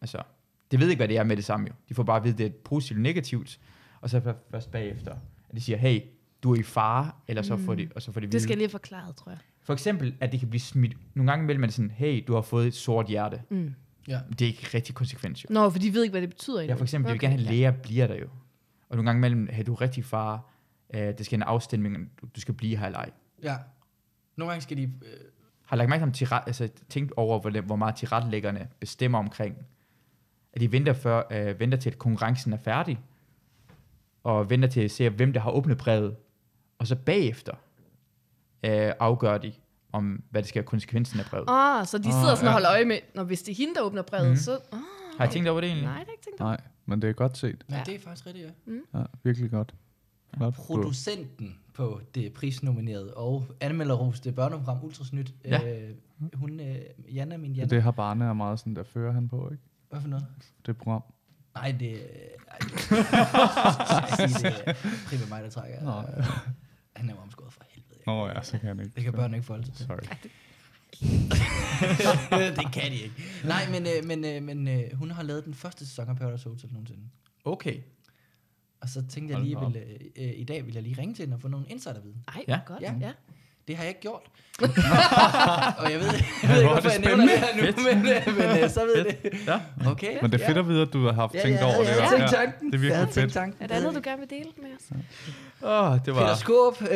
Speaker 1: altså, det ved ikke, hvad det er med det samme jo. De får bare at vide, at det er positivt og negativt, og så før- først bagefter, at de siger, hey, du er i fare, eller så får de, og så får de
Speaker 4: Mm. Det skal jeg
Speaker 1: vide.
Speaker 4: lige forklare, tror jeg.
Speaker 1: For eksempel, at det kan blive smidt. Nogle gange melder man sådan, hey, du har fået et sort hjerte.
Speaker 4: Mm.
Speaker 3: Ja.
Speaker 1: Det er ikke rigtig konsekvens, jo.
Speaker 4: Nå, for de ved ikke, hvad det betyder endnu.
Speaker 1: Ja, for eksempel, okay. jeg vil
Speaker 4: Okay.
Speaker 1: gerne have læger bliver der jo. Og nogle gange mellem, hey, du er rigtig far, øh, det skal en afstemning, om du- du skal blive her eller ej.
Speaker 3: Ja. Nogle gange skal de... Øh,
Speaker 1: Har I lagt mærke til, om tilret, altså, tænkt over, hvor, hvor meget tilrettelæggerne bestemmer omkring, at de venter, før, øh, venter til, at konkurrencen er færdig, og venter til at se, hvem der har åbnet brevet, og så bagefter øh, afgør de, om hvad det skal være konsekvensen af brevet.
Speaker 4: Åh, Ah, så
Speaker 1: Ah,
Speaker 4: de sidder sådan og holder øje med, når hvis det er hende, der åbner brevet,
Speaker 1: Mhm.
Speaker 4: så... Oh,
Speaker 1: Har I tænkt over det egentlig?
Speaker 4: Nej, det er ikke tænkt
Speaker 5: nej, men det er godt set.
Speaker 3: ja. Det er faktisk rigtigt, ja.
Speaker 4: Mm.
Speaker 5: Ja, virkelig godt. Flot.
Speaker 3: Producenten på det prisnominerede og anmelderroste børneprogram Ultrasnyt.
Speaker 5: Ja.
Speaker 3: Øh, hun, øh, Janna, min
Speaker 5: Ja,
Speaker 3: Janna.
Speaker 5: det har Barne er meget sådan, der fører han på, ikke?
Speaker 3: Hvad for noget?
Speaker 5: Det program.
Speaker 3: Nej, det... Ej, jeg siger, det er primært mig, der trækker.
Speaker 5: Nå.
Speaker 3: Han er jo omskåret for helvede.
Speaker 5: Nå ja, så kan han ikke.
Speaker 3: Det kan børn ikke forholde sig til.
Speaker 5: Sorry.
Speaker 3: det kan de ikke. Nej, men, øh, men, øh, men øh, hun har lavet den første sæson af Paradise Hotel nogensinde. Okay. Og så tænkte jeg
Speaker 1: Hold
Speaker 3: lige,
Speaker 1: da op.
Speaker 3: ville, øh, øh, i dag vil jeg lige ringe til hende og få nogle insiderviden.
Speaker 4: Ej,
Speaker 1: hvor Ja. godt.
Speaker 4: Ja.
Speaker 3: Det har jeg ikke gjort. og jeg ved, jeg ved ikke,
Speaker 5: Hvor er
Speaker 3: hvorfor
Speaker 5: det
Speaker 3: jeg nævner det her
Speaker 5: spændende.
Speaker 3: nu, men, øh, men øh, så ved jeg det.
Speaker 5: Ja.
Speaker 3: Mm. Okay.
Speaker 5: Men det er fedt
Speaker 3: ja.
Speaker 5: at vide, at du har haft
Speaker 3: Ja,
Speaker 5: tænkt
Speaker 3: ja,
Speaker 5: over
Speaker 3: ja,
Speaker 5: det.
Speaker 3: jeg
Speaker 5: og-
Speaker 3: havde tænkt tanken.
Speaker 5: Det er
Speaker 3: Jeg havde
Speaker 5: virkelig
Speaker 3: tænkt
Speaker 5: fedt.
Speaker 4: Er der andet, du gerne vil dele med os?
Speaker 1: Åh, oh, det var...
Speaker 3: Peter Skåb, øh,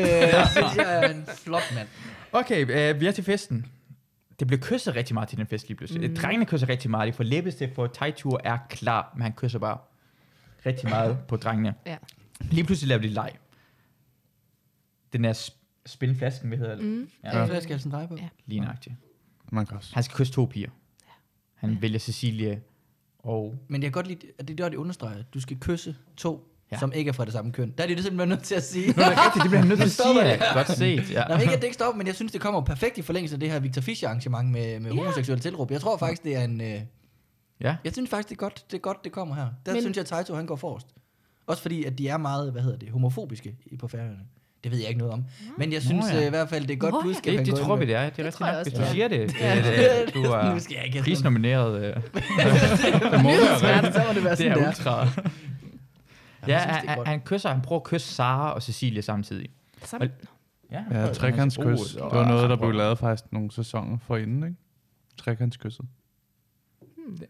Speaker 3: synes jeg er en flot mand.
Speaker 1: Okay, øh, vi er til festen. Det blev kysset rigtig meget til den fest lige pludselig.
Speaker 3: Mm.
Speaker 1: Mm. Drengene kysser rigtig meget. De får læbestift for Taitur er klar, men han kysser bare rigtig meget på drengene.
Speaker 4: Ja.
Speaker 1: Lige pludselig laver de leg. Den der sp- spinflasken, hvad hedder det?
Speaker 4: Mm.
Speaker 3: Ja. Så jeg skal sådan dreje på. Ja.
Speaker 1: Lige nøjagtigt.
Speaker 5: Man kan også.
Speaker 1: Han skal kysse to piger. Han vælger Cecilie og...
Speaker 3: Men jeg kan godt lide, at det er der, det understreger. Du skal kysse to, ja.
Speaker 1: Ja.
Speaker 3: som ikke er fra det samme køn. Der er det, det simpelthen nødt til at sige.
Speaker 1: Nå, det er rigtigt, det bliver han nødt til
Speaker 3: Nu
Speaker 1: at
Speaker 3: stopper
Speaker 1: sige.
Speaker 3: det.
Speaker 1: Godt set, ja.
Speaker 3: Nå, men ikke, at det ikke stopper, men jeg synes, det kommer perfekt i forlængelse af det her Victor Fischer arrangement med, med homoseksuelle tilråb. Jeg tror faktisk, det er en... Øh,
Speaker 1: Ja.
Speaker 3: Jeg synes faktisk, det er godt, det, er godt, det kommer her. Der men,
Speaker 4: Men-
Speaker 3: synes jeg, at Taito, han går forrest. Også fordi, at de er meget, hvad hedder det, homofobiske i- på færøerne. Det ved jeg ikke noget om. Men jeg
Speaker 1: Nå
Speaker 3: synes
Speaker 1: ja.
Speaker 3: øh, i hvert fald, det er et godt
Speaker 1: Nå ja.
Speaker 3: budskab.
Speaker 1: Det-
Speaker 3: han
Speaker 1: det
Speaker 3: går ind
Speaker 1: tror vi,
Speaker 3: med.
Speaker 1: det er. Det er Det rigtigt tror jeg nok. også, Hvis du det er. siger det,
Speaker 3: Ja.
Speaker 1: det- det- du er
Speaker 3: Nu skal jeg ikke have sådan-
Speaker 1: prisnomineret, øh,
Speaker 3: Det må være det. Så må det være
Speaker 1: Det
Speaker 3: sådan,
Speaker 1: er
Speaker 3: det er.
Speaker 1: ultra.
Speaker 3: jeg
Speaker 1: Ja,
Speaker 3: synes, det er
Speaker 1: han,
Speaker 3: godt.
Speaker 1: han kysser, han prøver at kysse Sara og Cecilie samtidig.
Speaker 4: Sammen?
Speaker 1: Og- Ja, han
Speaker 5: Ja,
Speaker 1: prøver-
Speaker 5: trekantskys.
Speaker 1: Oh,
Speaker 5: Det var noget, der blev lavet faktisk nogle sæsoner forinden, ikke? Trekantskysset.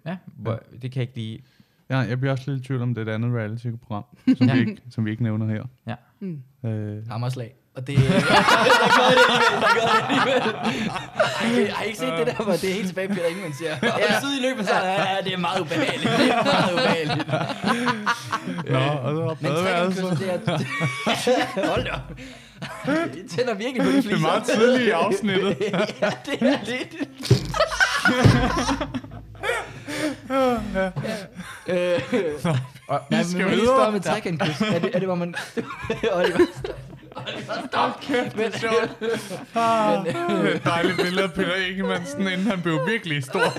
Speaker 1: Ja, hvor- det kan jeg ikke lige...
Speaker 5: Ja, jeg bliver også lidt i tvivl om det er et andet reality-program, som,
Speaker 1: Ja.
Speaker 5: vi ikke, som vi ikke nævner her.
Speaker 1: Ja.
Speaker 4: Mm.
Speaker 5: Øh,
Speaker 3: Hammerslag. Og det... der gør det alligevel, der gør det alligevel. Ej, jeg har I ikke set det der, hvor det er helt tilbage, Peter Ingemann siger. Ja. Syd i løbet, så ja, ja, det er meget ubehageligt. Det er meget ubehageligt.
Speaker 5: Nå, og så har
Speaker 3: Men
Speaker 5: badeværelset.
Speaker 3: trekantskysset, det er... Hold da. op. Det tænder virkelig på de
Speaker 5: Det
Speaker 3: fliser.
Speaker 5: er meget tidligt i afsnittet.
Speaker 3: ja, det er lidt.
Speaker 5: ja.
Speaker 3: Øh, og, nej,
Speaker 5: skal
Speaker 3: men
Speaker 5: videre.
Speaker 3: man lige starte med
Speaker 5: Ja.
Speaker 3: trekantkys. Er det, er det, hvor man... Oliver, stop. Oliver, stop.
Speaker 5: Kæft, det er
Speaker 3: Men-
Speaker 5: sjovt. Ah,
Speaker 3: øh,
Speaker 5: det er et dejligt billede af Peter Ingemannsen, inden han blev virkelig stor.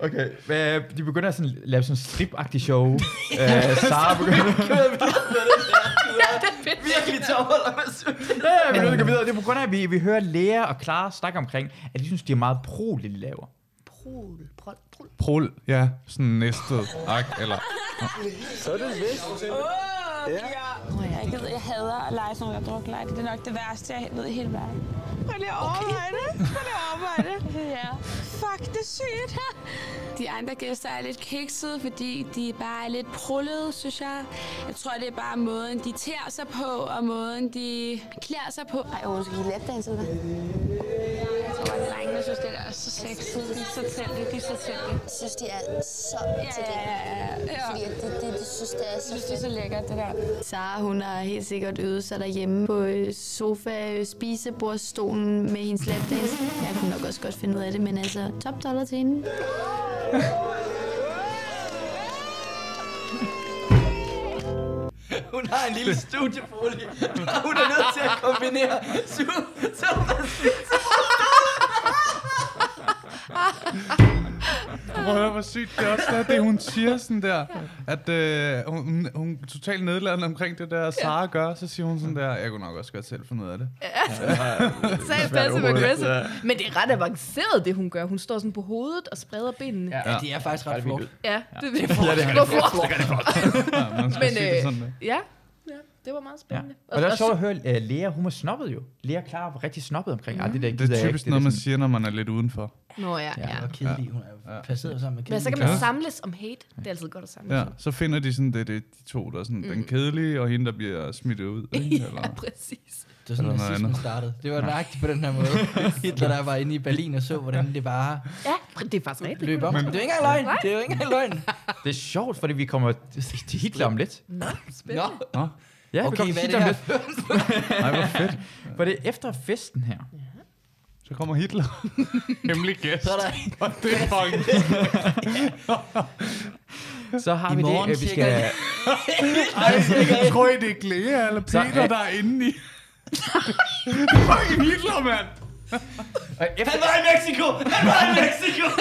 Speaker 1: Okay, øh, de begynder at sådan, lave sådan en strip show. øh, Sara begynder...
Speaker 3: Virkelig tårholder med søvn.
Speaker 1: Ja, ja, vi er nødt til at gå videre. Det er på grund af, at vi, vi hører Lea og Clara snakke omkring, at de synes, de er meget pro, det de laver.
Speaker 4: Prol, prol, prol.
Speaker 5: Prul, ja, sådan næstet. Ak, eller...
Speaker 10: Så er det vist. Åh, ja. Jeg gider, jeg hader at lege sådan noget, jeg druk lege. Det er nok det værste, jeg ved i hele verden. Prøv lige at overveje det. Prøv lige at overveje det. ja. Fuck, det er sygt. De andre gæster er lidt kiksede, fordi de bare er lidt prullede, synes jeg. Jeg tror, det er bare måden, de tærer sig på, og måden, de klæder sig på. Ej, undskyld, de lapdanser, hvad? Jeg tror, at drengene synes, det er så sexet. De er så tændte, de er så tændte. Jeg synes, de er så ja, ja, ja, ja. Fordi de, de, de synes, det er så, synes, det er så lækkert, det der.
Speaker 19: Sara, hun har helt sikkert øvet sig derhjemme på øh, sofa, øh, spisebordstolen med hendes lapdance. Jeg kunne nok også godt finde ud af det, men altså, top dollar til hende.
Speaker 3: Hun har en lille studiefolie, og hun er nødt til at kombinere su-
Speaker 5: Prøv at høre, hvor sygt det også er, det hun siger sådan der, at øh, hun, hun, hun er totalt nedladende omkring det der, Sara gør, så siger hun sådan der, jeg kunne nok også godt selv finde ud af det.
Speaker 4: Så er passive aggressive. Men det er ret avanceret, det hun gør. Hun står sådan på hovedet og spreder benene.
Speaker 3: Ja, det er faktisk ret flot.
Speaker 4: Ja, det, det,
Speaker 3: Ja, det er rigtig flot. Det er rigtig flot.
Speaker 5: Ja, man skal
Speaker 4: Men,
Speaker 5: sige det sådan, ikke?
Speaker 4: øh, ja, ja, det var meget
Speaker 1: Ja.
Speaker 4: spændende.
Speaker 1: Og det er også sjovt at høre, at Lea, hun var snobbet jo. Lea og Clara var rigtig snobbet omkring. Mm. det, der,
Speaker 5: Det er typisk noget, man siger, når man er lidt udenfor.
Speaker 4: Nå ja, ja.
Speaker 3: Og kedelig, hun er jo placeret sammen med
Speaker 4: Men så
Speaker 3: kedelig.
Speaker 4: kan man
Speaker 5: Ja.
Speaker 4: samles om hate. Det er altid godt at samles.
Speaker 5: Ja,
Speaker 4: om.
Speaker 5: så finder de sådan, det er det, de to, der er sådan, mm. den
Speaker 4: Mm.
Speaker 5: kedelige, og hende, der bliver smidt ud. Ikke? Eller,
Speaker 4: Ja, præcis.
Speaker 3: Det var sådan,
Speaker 5: Eller noget
Speaker 3: nazismen
Speaker 5: andet.
Speaker 3: startede. Det var nøjagtigt på den her måde. Hitler, der var inde i Berlin og så, hvordan det bare
Speaker 4: Ja, det er faktisk rigtigt.
Speaker 3: løb om. Det er jo ikke engang løgn. Det er jo ikke engang løgn.
Speaker 1: Det er sjovt, fordi vi kommer til Hitler om lidt.
Speaker 4: Nå,
Speaker 3: Nå,
Speaker 5: Nå.
Speaker 1: Ja,
Speaker 3: Okay,
Speaker 1: vi kommer til
Speaker 3: hvad
Speaker 1: Hitler om
Speaker 3: er det her
Speaker 1: lidt. Nej, hvor fedt. For det er efter festen her.
Speaker 5: Så kommer Hitler. Hemmelig gæst.
Speaker 3: Så er der...
Speaker 5: Og det er fucking...
Speaker 1: Så har
Speaker 5: I
Speaker 1: vi
Speaker 5: morgen
Speaker 1: det, øh, vi
Speaker 5: cirka-
Speaker 1: skal...
Speaker 5: Ej, tror I, det er Clea eller
Speaker 1: Så-
Speaker 5: Peter, der er inde i? Det er fucking Hitler, mand!
Speaker 18: Han var i Mexico! Han var i Mexico!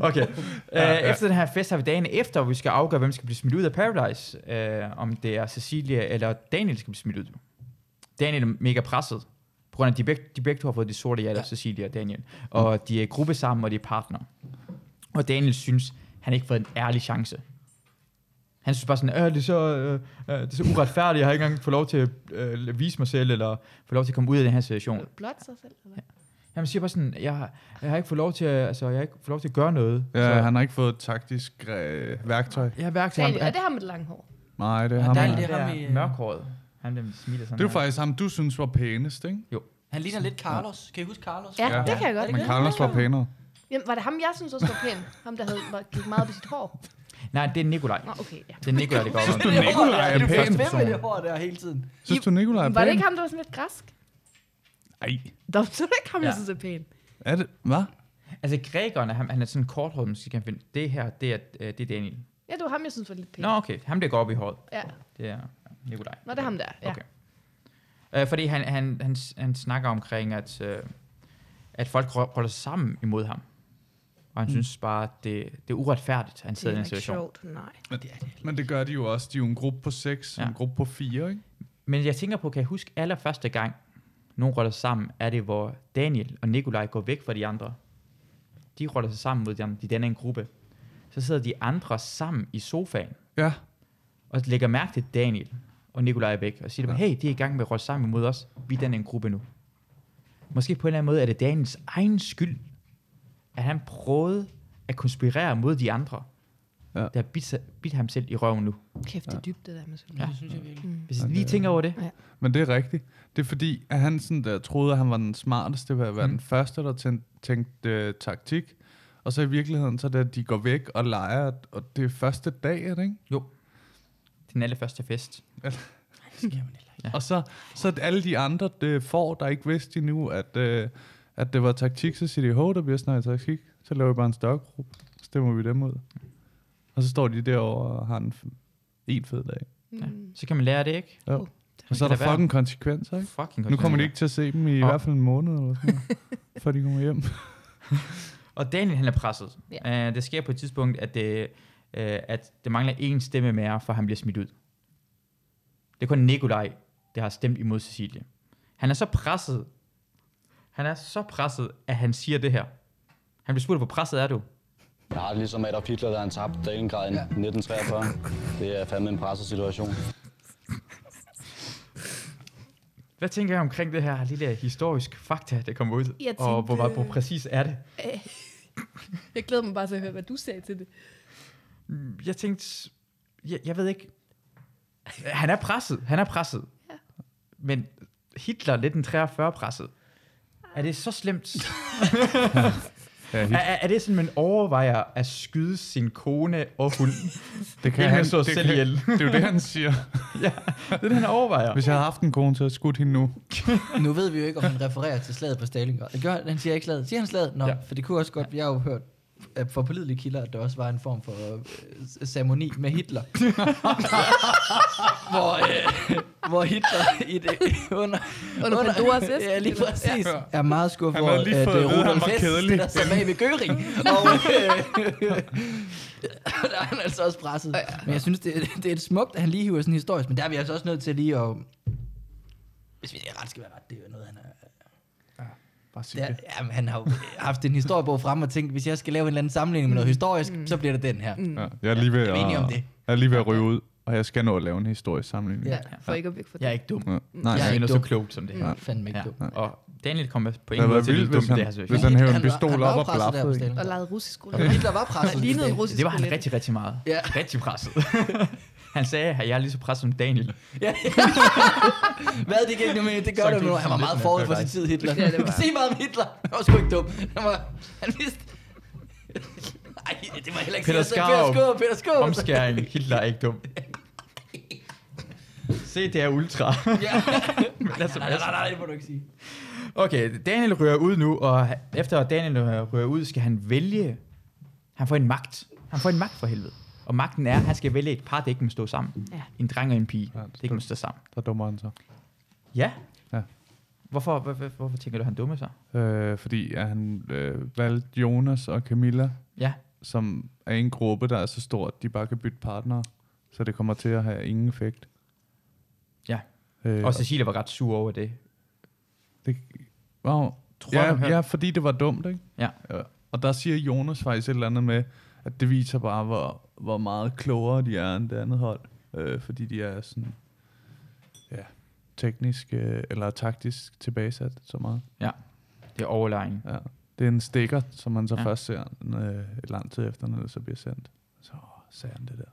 Speaker 1: Okay. ja, ja. Efter den her fest har vi dagen efter, hvor vi skal afgøre, hvem skal blive smidt ud af Paradise. Uh, om det er Cecilia eller Daniel, der skal blive smidt ud. Daniel er mega presset, på grund af, at de begge, de begge to har fået de sorte hjerter, ja. Cecilia og Daniel. Og de er i gruppe sammen, og de er partner. Og Daniel synes, han ikke har fået en ærlig chance. Han synes bare sådan, øh, det, er så, øh, øh, det er så uretfærdigt, jeg har ikke engang fået lov til at øh, vise mig selv, eller få lov til at komme ud af den her situation.
Speaker 4: Blot sig selv, eller?
Speaker 1: Jamen siger bare sådan, jeg, har- jeg har ikke fået lov til at, altså, jeg har ikke fået lov til at gøre noget.
Speaker 5: Ja,
Speaker 1: så,
Speaker 5: han har ikke fået et taktisk øh, værktøj.
Speaker 1: Ja, værktøj.
Speaker 4: Daniel, er det ham med det lange hår?
Speaker 5: Nej, det er
Speaker 1: Ja,
Speaker 5: ham.
Speaker 1: Daniel,
Speaker 5: her.
Speaker 1: det er ham i, øh, Mørkhåret. Han dem smiler sådan
Speaker 5: Det er
Speaker 1: her.
Speaker 5: faktisk ham, du synes var pænest, ikke?
Speaker 1: Jo.
Speaker 3: Han ligner lidt Carlos. Kan I huske Carlos?
Speaker 4: Ja, det kan jeg godt.
Speaker 5: Men Carlos var pænere.
Speaker 4: Jamen, var det ham, jeg synes også var pæn? Ham, der havde, var, gik meget op i sit hår.
Speaker 1: Nej, det er Nikolaj.
Speaker 4: Nå, okay, ja.
Speaker 1: Det er Nikolaj, det går
Speaker 3: Synes
Speaker 1: op
Speaker 3: du,
Speaker 1: om.
Speaker 3: Nikolaj er
Speaker 1: Den første
Speaker 3: pæn?
Speaker 1: person.
Speaker 3: Hvem er det hår der hele tiden?
Speaker 5: Synes du, Nikolaj er
Speaker 4: Var det
Speaker 5: pæn?
Speaker 4: ikke ham, der var sådan lidt græsk?
Speaker 5: Nej.
Speaker 4: Der var det ikke ham, jeg
Speaker 1: Ja.
Speaker 4: synes er pæn.
Speaker 5: Er det? Hvad?
Speaker 1: Altså, grækerne, han, han er sådan korthåret, måske kan finde. Det her, det er, øh, det er Daniel.
Speaker 4: Ja, det var ham, jeg synes var lidt pæn.
Speaker 1: Nå, okay. Ham, der går op i håret.
Speaker 4: Ja.
Speaker 1: Det er Nikolaj.
Speaker 4: Nå, det er ham der, ja.
Speaker 1: Okay. Øh, fordi han, han, han, han snakker omkring, at, øh, at folk rå- holder sig sammen imod ham. Og han mm. synes bare, det, det er uretfærdigt, at han sidder i den situation.
Speaker 4: nej.
Speaker 5: Men, men det gør de jo også. De er jo en gruppe på seks, ja. en gruppe på fire, ikke?
Speaker 1: Men jeg tænker på, kan jeg huske allerførste gang, nogen roller sig sammen, er det, hvor Daniel og Nikolaj går væk fra de andre. De roller sig sammen mod dem, de danner en gruppe. Så sidder de andre sammen i sofaen.
Speaker 5: Ja.
Speaker 1: Og lægger mærke til Daniel og Nikolaj er væk, og siger, ja. hey, de er i gang med at rolle sammen mod os. Vi danner en gruppe nu. Måske på en eller anden måde er det Daniels egen skyld, at han prøvede at konspirere mod de andre, ja. der bidt, sig- bidt ham selv i røven nu.
Speaker 4: Kæft, det er dybt, det der med
Speaker 1: Ja.
Speaker 4: psykologi.
Speaker 1: Det synes jeg
Speaker 4: virkelig. Mm.
Speaker 1: Hvis I lige tænker over det.
Speaker 4: Ja.
Speaker 5: Men det er rigtigt. Det er fordi, at han sådan der, troede, at han var den smarteste ved at være mm. den første, der tænkte, tænkte øh, taktik. Og så i virkeligheden, så er det, at de går væk og leger, og det er første dag, er det ikke?
Speaker 1: Jo. Den allerførste fest.
Speaker 5: Ja. Og så, så at alle de andre det får, der ikke vidste endnu, at, øh, at det var taktik, så siger de, hov, der bliver snart taktik. Så laver vi bare en større gruppe. Så stemmer vi dem ud. Og så står de derovre og har en, f- en fed dag.
Speaker 1: Ja.
Speaker 4: Mm.
Speaker 1: Så kan man lære det, ikke?
Speaker 4: Oh,
Speaker 5: Jo. Og så er der
Speaker 1: Det kan da
Speaker 5: fucking
Speaker 1: være.
Speaker 5: konsekvenser, ikke?
Speaker 1: Fucking
Speaker 5: nu kommer
Speaker 1: konsekvenser.
Speaker 5: de ikke til at se dem i, i hvert fald en måned, eller sådan noget, før de kommer hjem.
Speaker 1: Og Daniel, han er presset. Ja. Uh, det sker på et tidspunkt, at det, uh, at det mangler én stemme mere, for han bliver smidt ud. Det er kun Nikolaj, der har stemt imod Cecilie. Han er så presset, han er så presset, at han siger det her. Han bliver spurgt, hvor presset er du?
Speaker 20: Jeg har det ligesom Adolf Hitler, der han tabte Stalingrad i 1943. Det er fandme en presset situation.
Speaker 1: Hvad tænker jeg omkring det her lille historisk fakta, der kommer ud?
Speaker 4: Jeg
Speaker 1: og hvor, hvor,
Speaker 4: tænkte-
Speaker 1: hvor præcis er det?
Speaker 4: Æh, Jeg glæder mig bare til at høre, hvad du sagde til det.
Speaker 1: Jeg tænkte, jeg, jeg ved ikke. Han er presset, han er presset. Ja. Men Hitler 1943 presset. Er det så slemt?
Speaker 5: Ja,
Speaker 1: er,
Speaker 5: Hitler-
Speaker 1: er, er det sådan, man overvejer at skyde sin kone og hund?
Speaker 5: Det kan
Speaker 1: inden
Speaker 5: han,
Speaker 1: slår
Speaker 5: det,
Speaker 1: selv
Speaker 5: kan,
Speaker 1: ihjel?
Speaker 5: det er jo det, han siger.
Speaker 1: ja, det er det, han overvejer.
Speaker 5: Hvis jeg havde haft en kone, så havde jeg skudt hende nu.
Speaker 3: Nu ved vi jo ikke, om han refererer til slaget på Stalingrad. Det gør han, han siger ikke slaget. Siger han slaget? Nå, ja. for det kunne også godt, jeg har jo hørt at for pålidelige kilder, at der også var en form for øh, s- ceremoni med Hitler. hvor, øh, hvor Hitler i det, under,
Speaker 4: Under Pandoras æske,
Speaker 3: Ja, lige
Speaker 4: eller?
Speaker 3: præcis.
Speaker 4: Ja.
Speaker 3: Er meget skuffet
Speaker 5: Han havde
Speaker 3: over, at
Speaker 5: lige
Speaker 3: øh,
Speaker 5: fået at vide, han
Speaker 3: Rudolf
Speaker 5: var
Speaker 3: Hess
Speaker 5: kedelig.
Speaker 3: stiller sig bag ved Gøring. Og, øh, der er han altså også presset. Men jeg synes, det, det er et smukt, at han lige hiver sådan historisk. Men der er vi altså også nødt til lige at... Hvis vi ret skal være ret, det er jo noget, han er...
Speaker 5: Bare
Speaker 3: sig det. Er, jamen, han har jo haft en historiebog frem og tænkt, hvis jeg skal lave en eller anden sammenligning med noget historisk, så bliver det den her.
Speaker 5: Ja, jeg er lige ved,
Speaker 3: er vi enige om
Speaker 5: at,
Speaker 3: det?
Speaker 5: jeg er lige ved at ryge ud, og jeg skal nå at lave en historisk sammenligning.
Speaker 4: Ja, for ikke at væk fra det.
Speaker 1: Jeg er ikke dum.
Speaker 5: Ja.
Speaker 1: Nej, jeg er ikke så klogt som det her.
Speaker 5: Nej.
Speaker 3: Fandme ikke dum.
Speaker 1: Og Daniel kommer på
Speaker 5: Det
Speaker 1: ingen
Speaker 5: var
Speaker 1: måde til at
Speaker 5: vildt,
Speaker 1: lyde dum i
Speaker 5: hvis han-
Speaker 1: det her situation.
Speaker 5: hvis han hævde en
Speaker 3: Han var- pistol han var op og presset der på klappede, ikke? Stalingrad.
Speaker 4: Og legede russisk rulle.
Speaker 3: Ja. Hitler var presset.
Speaker 4: Han lignede en russisk
Speaker 1: Det var han
Speaker 4: roulette.
Speaker 1: rigtig, rigtig meget.
Speaker 3: Ja.
Speaker 1: Rigtig presset. han sagde, at jeg er lige så presset som Daniel.
Speaker 3: Ja. Hvad det gik nu med? Det gør
Speaker 1: Så
Speaker 3: det
Speaker 1: gik
Speaker 3: nu.
Speaker 1: det
Speaker 3: Han var
Speaker 1: lidt
Speaker 3: meget
Speaker 1: med
Speaker 3: forud for sin
Speaker 1: Paradise.
Speaker 3: tid, Hitler.
Speaker 1: Ja, det var
Speaker 3: Se meget om Hitler. Han var sgu ikke dum. Han var... Han vidste... Ej, det var heller ikke...
Speaker 1: Peter
Speaker 3: sikkert. Peter Skov.
Speaker 1: Skarp,
Speaker 3: Peter Skov.
Speaker 1: omskæring, Hitler er ikke dum. Se, det er ultra.
Speaker 3: Ja.
Speaker 1: Men altså, lad os-
Speaker 3: Nej, nej, nej, nej, det må du ikke sige.
Speaker 1: Okay, Daniel rører ud nu, og efter at Daniel øh, rører ud, skal han vælge... Han får en magt. Han får en magt for helvede. Og magten er, at han skal vælge et par, der ikke må stå sammen.
Speaker 4: Ja.
Speaker 1: En dreng og en pige, ja, der ikke må stå sammen.
Speaker 5: Der dummer han så.
Speaker 1: Ja.
Speaker 5: Ja.
Speaker 1: Hvorfor, hvor, hvor, hvorfor tænker du, han dumme sig?
Speaker 5: Øh, fordi at han øh, valgte Jonas og Camilla,
Speaker 1: Ja.
Speaker 5: som er en gruppe, der er så stor, at de bare kan bytte partnere. Så det kommer til at have ingen effekt.
Speaker 1: Ja.
Speaker 5: Øh,
Speaker 1: Og Cecilia var ret sur over det.
Speaker 5: Det, wow.
Speaker 1: Tror jeg,
Speaker 5: Ja,
Speaker 1: du hørte.
Speaker 5: ja, fordi det var dumt, ikke?
Speaker 1: Ja.
Speaker 5: Og der siger Jonas faktisk et eller andet med, at det viser bare, hvor, hvor meget klogere de er end det andet hold. Øh, fordi de er sådan, ja, teknisk øh, eller taktisk tilbagesat så meget.
Speaker 1: Ja, det er overlegen.
Speaker 5: Ja. Det er en stikker, som man så
Speaker 1: Ja.
Speaker 5: ja. først ser øh, lang tid efter, når det så bliver sendt. Så åh, sagde han det der.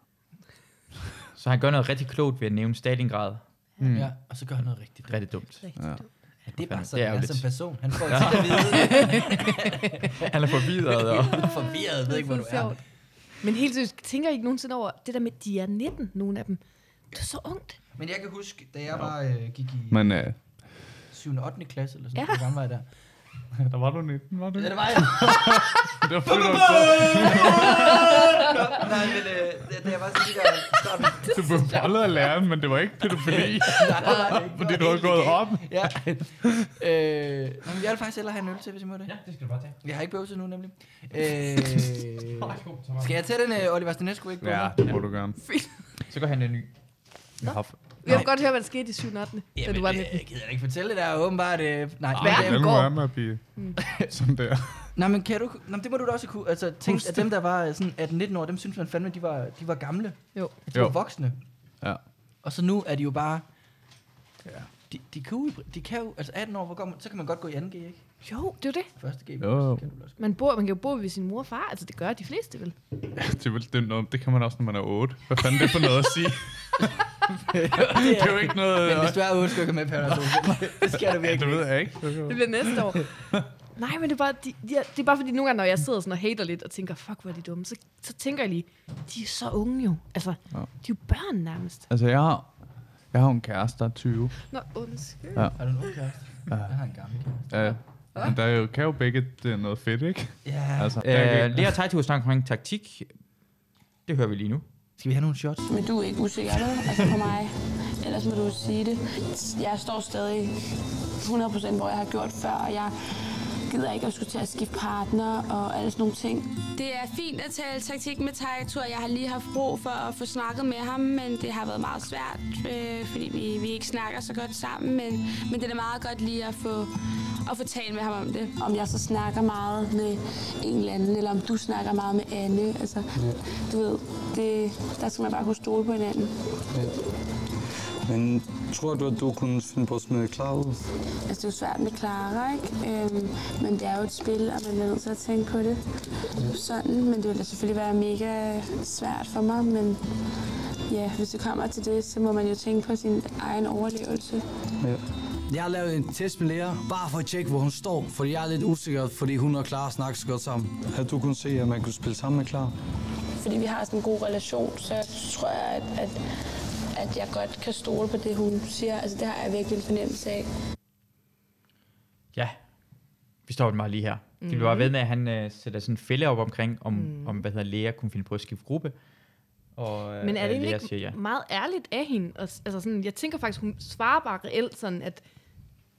Speaker 1: Så han gør noget rigtig klogt ved at nævne Stalingrad.
Speaker 5: Mm.
Speaker 3: Ja, og så gør han noget rigtig dumt.
Speaker 1: Rigtig dumt.
Speaker 3: Rigtig Ja. dumt. Ja, det er bare
Speaker 1: Fanden,
Speaker 3: sådan, han er
Speaker 1: ærgerligt.
Speaker 3: som person. Han får
Speaker 1: Ja.
Speaker 3: tit at vide.
Speaker 1: han er forvirret. Og...
Speaker 3: Han er forvirret, jeg ved ikke, hvor du er.
Speaker 4: Men helt seriøst, tænker I ikke nogensinde over det der med, at de er 19, nogle af dem? Det er så ungt.
Speaker 3: Men jeg kan huske, da jeg var, øh, gik i
Speaker 5: Men øh,
Speaker 3: 7. og 8. klasse, eller sådan
Speaker 4: Ja.
Speaker 3: noget, ja. var jeg der.
Speaker 5: der var du 19, var du?
Speaker 3: Ja, det var jeg.
Speaker 5: det var
Speaker 3: Bum,
Speaker 5: fedt,
Speaker 3: bum,
Speaker 5: at du
Speaker 3: bum! Nå, Nej, men øh, da- da jeg var sådan de der starten.
Speaker 5: Du blev bollet af læreren, men det var ikke pædofili. Fordi du havde gået op.
Speaker 3: Ja. Øh, nå, men jeg vil faktisk hellere have en øl til, hvis I må det. Ja, det skal du bare tage. Jeg har ikke bøvset nu, nemlig. Øh, skal jeg tage den, øh, Oliver Stanescu? Ikke
Speaker 5: Ja, det må du gerne.
Speaker 1: Så går han en ny.
Speaker 5: Jeg har f-
Speaker 4: Vi har godt hørt, hvad der skete i 7. 8. da du var 19.
Speaker 3: Jeg øh, gider ikke fortælle det der, åbenbart. Øh, nej,
Speaker 5: Ej,
Speaker 3: det er-
Speaker 5: Ah, lad nu være med at blive
Speaker 4: Mm.
Speaker 5: sådan der.
Speaker 3: Nej, men kan du... Nå, men det må du da også kunne... Altså, tænk,
Speaker 5: Husk
Speaker 3: at dem, der var øh, sådan 18-19 år, dem synes man fandme, de var, de var gamle.
Speaker 4: Jo.
Speaker 3: At de
Speaker 5: Jo.
Speaker 3: var voksne.
Speaker 5: Ja.
Speaker 3: Og så nu er de jo bare...
Speaker 5: Ja.
Speaker 3: De, de, kan jo, de kan jo... Altså, 18 år, hvor går man, så kan man godt gå i 2G, ikke?
Speaker 4: Jo, det er jo det.
Speaker 3: Første G.
Speaker 5: Jo, jo.
Speaker 4: Man, bor, man kan jo bo ved sin mor og far. Altså, det gør de fleste vel.
Speaker 5: Det, er vel- det, er noget, det kan man også, når man er 8. Hvad fanden er det for noget at sige? det er jo ikke noget...
Speaker 3: Men hvis du er 8, skal du ikke med Paradise Hotel. Det skal du virkelig.
Speaker 5: Ja, det ved jeg ikke.
Speaker 4: Det bliver næste år. Nej, men det er, bare, de, de er, det er bare fordi, nogle gange, når jeg sidder sådan og hater lidt og tænker, fuck, hvor er de dumme, så, så tænker jeg lige, de er så unge jo. Altså,
Speaker 5: Ja.
Speaker 4: de er jo børn nærmest.
Speaker 5: Altså, jeg har, jeg har en kæreste, der er 20.
Speaker 4: Nå, undskyld.
Speaker 5: Ja.
Speaker 3: Har du en ung kæreste?
Speaker 5: Ja.
Speaker 3: Jeg har en gammel kæreste.
Speaker 5: Ja. Men der er jo, kan jo begge det er noget fedt, ikke?
Speaker 3: Ja.
Speaker 5: Altså, der er
Speaker 1: Øh,
Speaker 5: ikke-
Speaker 1: Lea Tejtur snakker omkring taktik. Det hører vi lige nu.
Speaker 3: Skal vi have nogle shots?
Speaker 10: Men du er ikke usikker, vel? Altså på mig. Ellers må du sige det. Jeg står stadig 100% hvor jeg har gjort før, og jeg gider ikke at skulle til at skifte partner og alle sådan nogle ting. Det er fint at tale taktik med Tejtur. Jeg har lige haft brug for at få snakket med ham, men det har været meget svært, øh, fordi vi, vi ikke snakker så godt sammen. Men, men det er da meget godt lige at få, at få talt med ham om det. Om jeg så snakker meget med en eller anden, eller om du snakker meget med Anne. Altså, du ved, det, der skal man bare kunne stole på hinanden.
Speaker 6: Men tror du, at du kunne finde på at smide klar ud?
Speaker 10: Altså, det er jo svært med Clara, ikke? Øhm, men det er jo et spil, og man bliver nødt til at tænke på det. Sådan, men det ville da selvfølgelig være mega svært for mig, men ja, hvis det kommer til det, så må man jo tænke på sin egen overlevelse.
Speaker 6: Ja.
Speaker 9: Jeg har lavet en test med læger, bare for at tjekke, hvor hun står, fordi jeg er lidt usikker, fordi hun og Clara snakker så godt sammen.
Speaker 6: Havde du kunnet se, at man kunne spille sammen med Clara?
Speaker 10: Fordi vi har sådan en god relation, så tror jeg, at, at, at jeg godt kan stole på det, hun siger. Altså, det har jeg virkelig en fornemmelse af.
Speaker 1: Ja, vi står bare lige her. Mm. Det bliver bare ved med, at han øh, sætter sådan en fælde op omkring, om, mm. om hvad hedder Lea kunne finde på at skifte gruppe. Og, øh,
Speaker 4: Men er det
Speaker 1: øh, Lea
Speaker 4: egentlig
Speaker 1: siger
Speaker 4: ikke
Speaker 1: ja.
Speaker 4: meget ærligt af hende? Og s- Altså sådan, jeg tænker faktisk, hun svarer bare reelt sådan, at,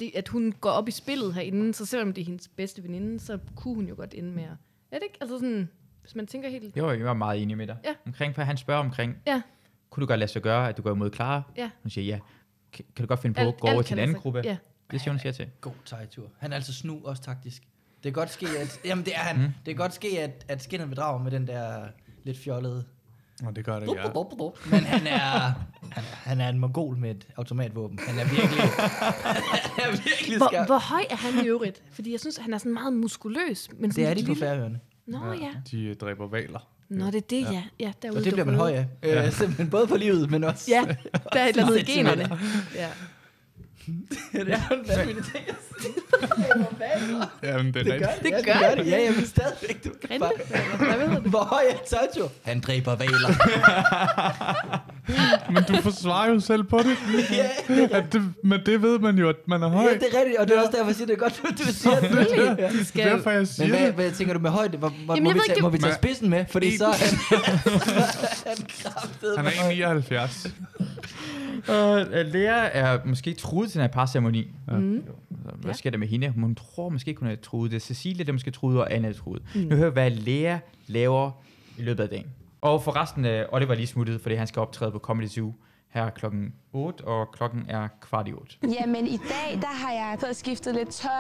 Speaker 4: det, at hun går op i spillet herinde, så selvom det er hendes bedste veninde, så kunne hun jo godt ende med at... Er det ikke? Altså sådan, hvis man tænker helt...
Speaker 1: Det var jeg var meget enig med dig.
Speaker 4: Ja.
Speaker 1: Omkring, for han spørger omkring,
Speaker 4: Ja.
Speaker 1: kunne du godt lade sig gøre, at du går imod Clara?
Speaker 4: Ja.
Speaker 1: Hun siger ja. Kan, kan du godt finde på
Speaker 4: Alt-
Speaker 1: at gå
Speaker 4: alt
Speaker 1: over
Speaker 4: kan
Speaker 1: til en
Speaker 4: lade
Speaker 1: anden
Speaker 4: sig-
Speaker 1: gruppe?
Speaker 4: ja.
Speaker 1: Det siger hun siger til.
Speaker 3: God Tejtur. Han er altså snu også taktisk. Det kan godt ske, at... Jamen, det er han. Mm. Det kan godt ske, at, at skinnet bedrager med den der lidt fjollede...
Speaker 5: Nå, det gør det, ja.
Speaker 3: Men han er, han, han er en mongol med et automatvåben. Han er virkelig... han er virkelig
Speaker 4: Hvor,
Speaker 3: skarp.
Speaker 4: hvor høj er han i øvrigt? Fordi jeg synes, han er sådan meget muskuløs. Men
Speaker 3: Det
Speaker 4: sådan
Speaker 3: er de på
Speaker 4: lille.
Speaker 3: Færøerne.
Speaker 4: Nå ja.
Speaker 5: De øh, dræber valer.
Speaker 4: Nå, det er det, ja. ja derude,
Speaker 3: Og det bliver man høj af. Øh,
Speaker 5: Ja.
Speaker 3: Simpelthen både på livet, men også...
Speaker 4: Ja, der er et eller andet i generne.
Speaker 3: Centimeter.
Speaker 4: Ja.
Speaker 3: det er jo en vanvittig ting at sige.
Speaker 5: Ja, men det,
Speaker 3: Det gør det. ja, det. Ja, jamen stadigvæk. Du kan bare... Hvor høj er Tejtur? Han dræber valer.
Speaker 5: Men du forsvarer jo selv på det. ja, at det. Men det ved man jo, at man er høj.
Speaker 3: Ja, det er rigtigt, og det er også derfor, jeg siger, det er godt, at du siger det.
Speaker 5: Selvfølgelig.
Speaker 3: Ja.
Speaker 5: De skal- Det er derfor, jeg siger
Speaker 3: Men hvad,
Speaker 5: det.
Speaker 3: hvad tænker du med højde? Hvor, hvor,
Speaker 4: Jamen,
Speaker 3: må,
Speaker 4: jeg
Speaker 3: vi
Speaker 4: ved
Speaker 3: tage,
Speaker 4: ikke,
Speaker 3: må vi tage
Speaker 5: Men-
Speaker 3: spidsen med? Fordi så er han...
Speaker 5: Han er 79.
Speaker 1: Og øh, Lea er måske truet til den her parceremoni.
Speaker 5: Ja.
Speaker 1: Mm. Altså,
Speaker 16: Ja.
Speaker 1: hvad sker der med hende? Hun tror måske, hun er truet. Det er Cecilie, der måske er truet, og Anna er truet.
Speaker 16: Mm.
Speaker 1: Mm. Nu hører vi, hvad Lea laver i løbet af dagen. Og forresten, øh, Oliver er lige smuttet, fordi han skal optræde på Comedy Zoo her klokken 8, og klokken er kvart i 8.
Speaker 10: Jamen i dag, der har jeg fået skiftet lidt tøj,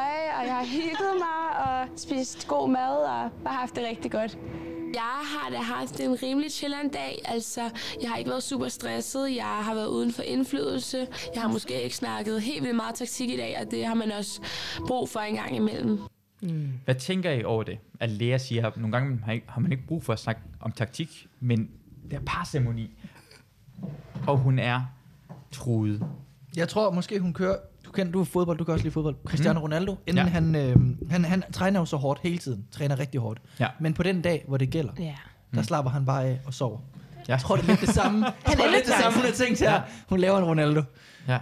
Speaker 10: og jeg har hygget mig og spist god mad og bare haft det rigtig godt. Jeg har da haft en rimelig chillen dag. Altså, jeg har ikke været super stresset. Jeg har været uden for indflydelse. Jeg har måske ikke snakket helt vildt meget taktik i dag, og det har man også brug for en gang imellem.
Speaker 16: Mm.
Speaker 1: Hvad tænker I over det? At Lea siger, at nogle gange har ikke- har man ikke brug for at snakke om taktik, men der er parceremoni. Og hun er truet.
Speaker 3: Jeg tror måske, hun kører... Du kender du er fodbold, du kan også lide fodbold. Cristiano
Speaker 1: Mm.
Speaker 3: Ronaldo, inden
Speaker 1: Ja.
Speaker 3: ja. han, øh, han, han træner jo så hårdt hele tiden. Træner rigtig hårdt.
Speaker 1: Ja.
Speaker 3: Men på den dag, hvor det gælder,
Speaker 4: Ja.
Speaker 3: der
Speaker 1: Mm.
Speaker 3: slapper han bare af og sover.
Speaker 1: Ja.
Speaker 3: Jeg tror, det er lidt det samme. Jeg
Speaker 4: Han
Speaker 3: tror, det er lidt det
Speaker 4: elsker
Speaker 3: samme, hun har
Speaker 4: altså.
Speaker 3: tænkt her.
Speaker 4: Ja.
Speaker 3: Hun laver en Ronaldo.
Speaker 1: Ja.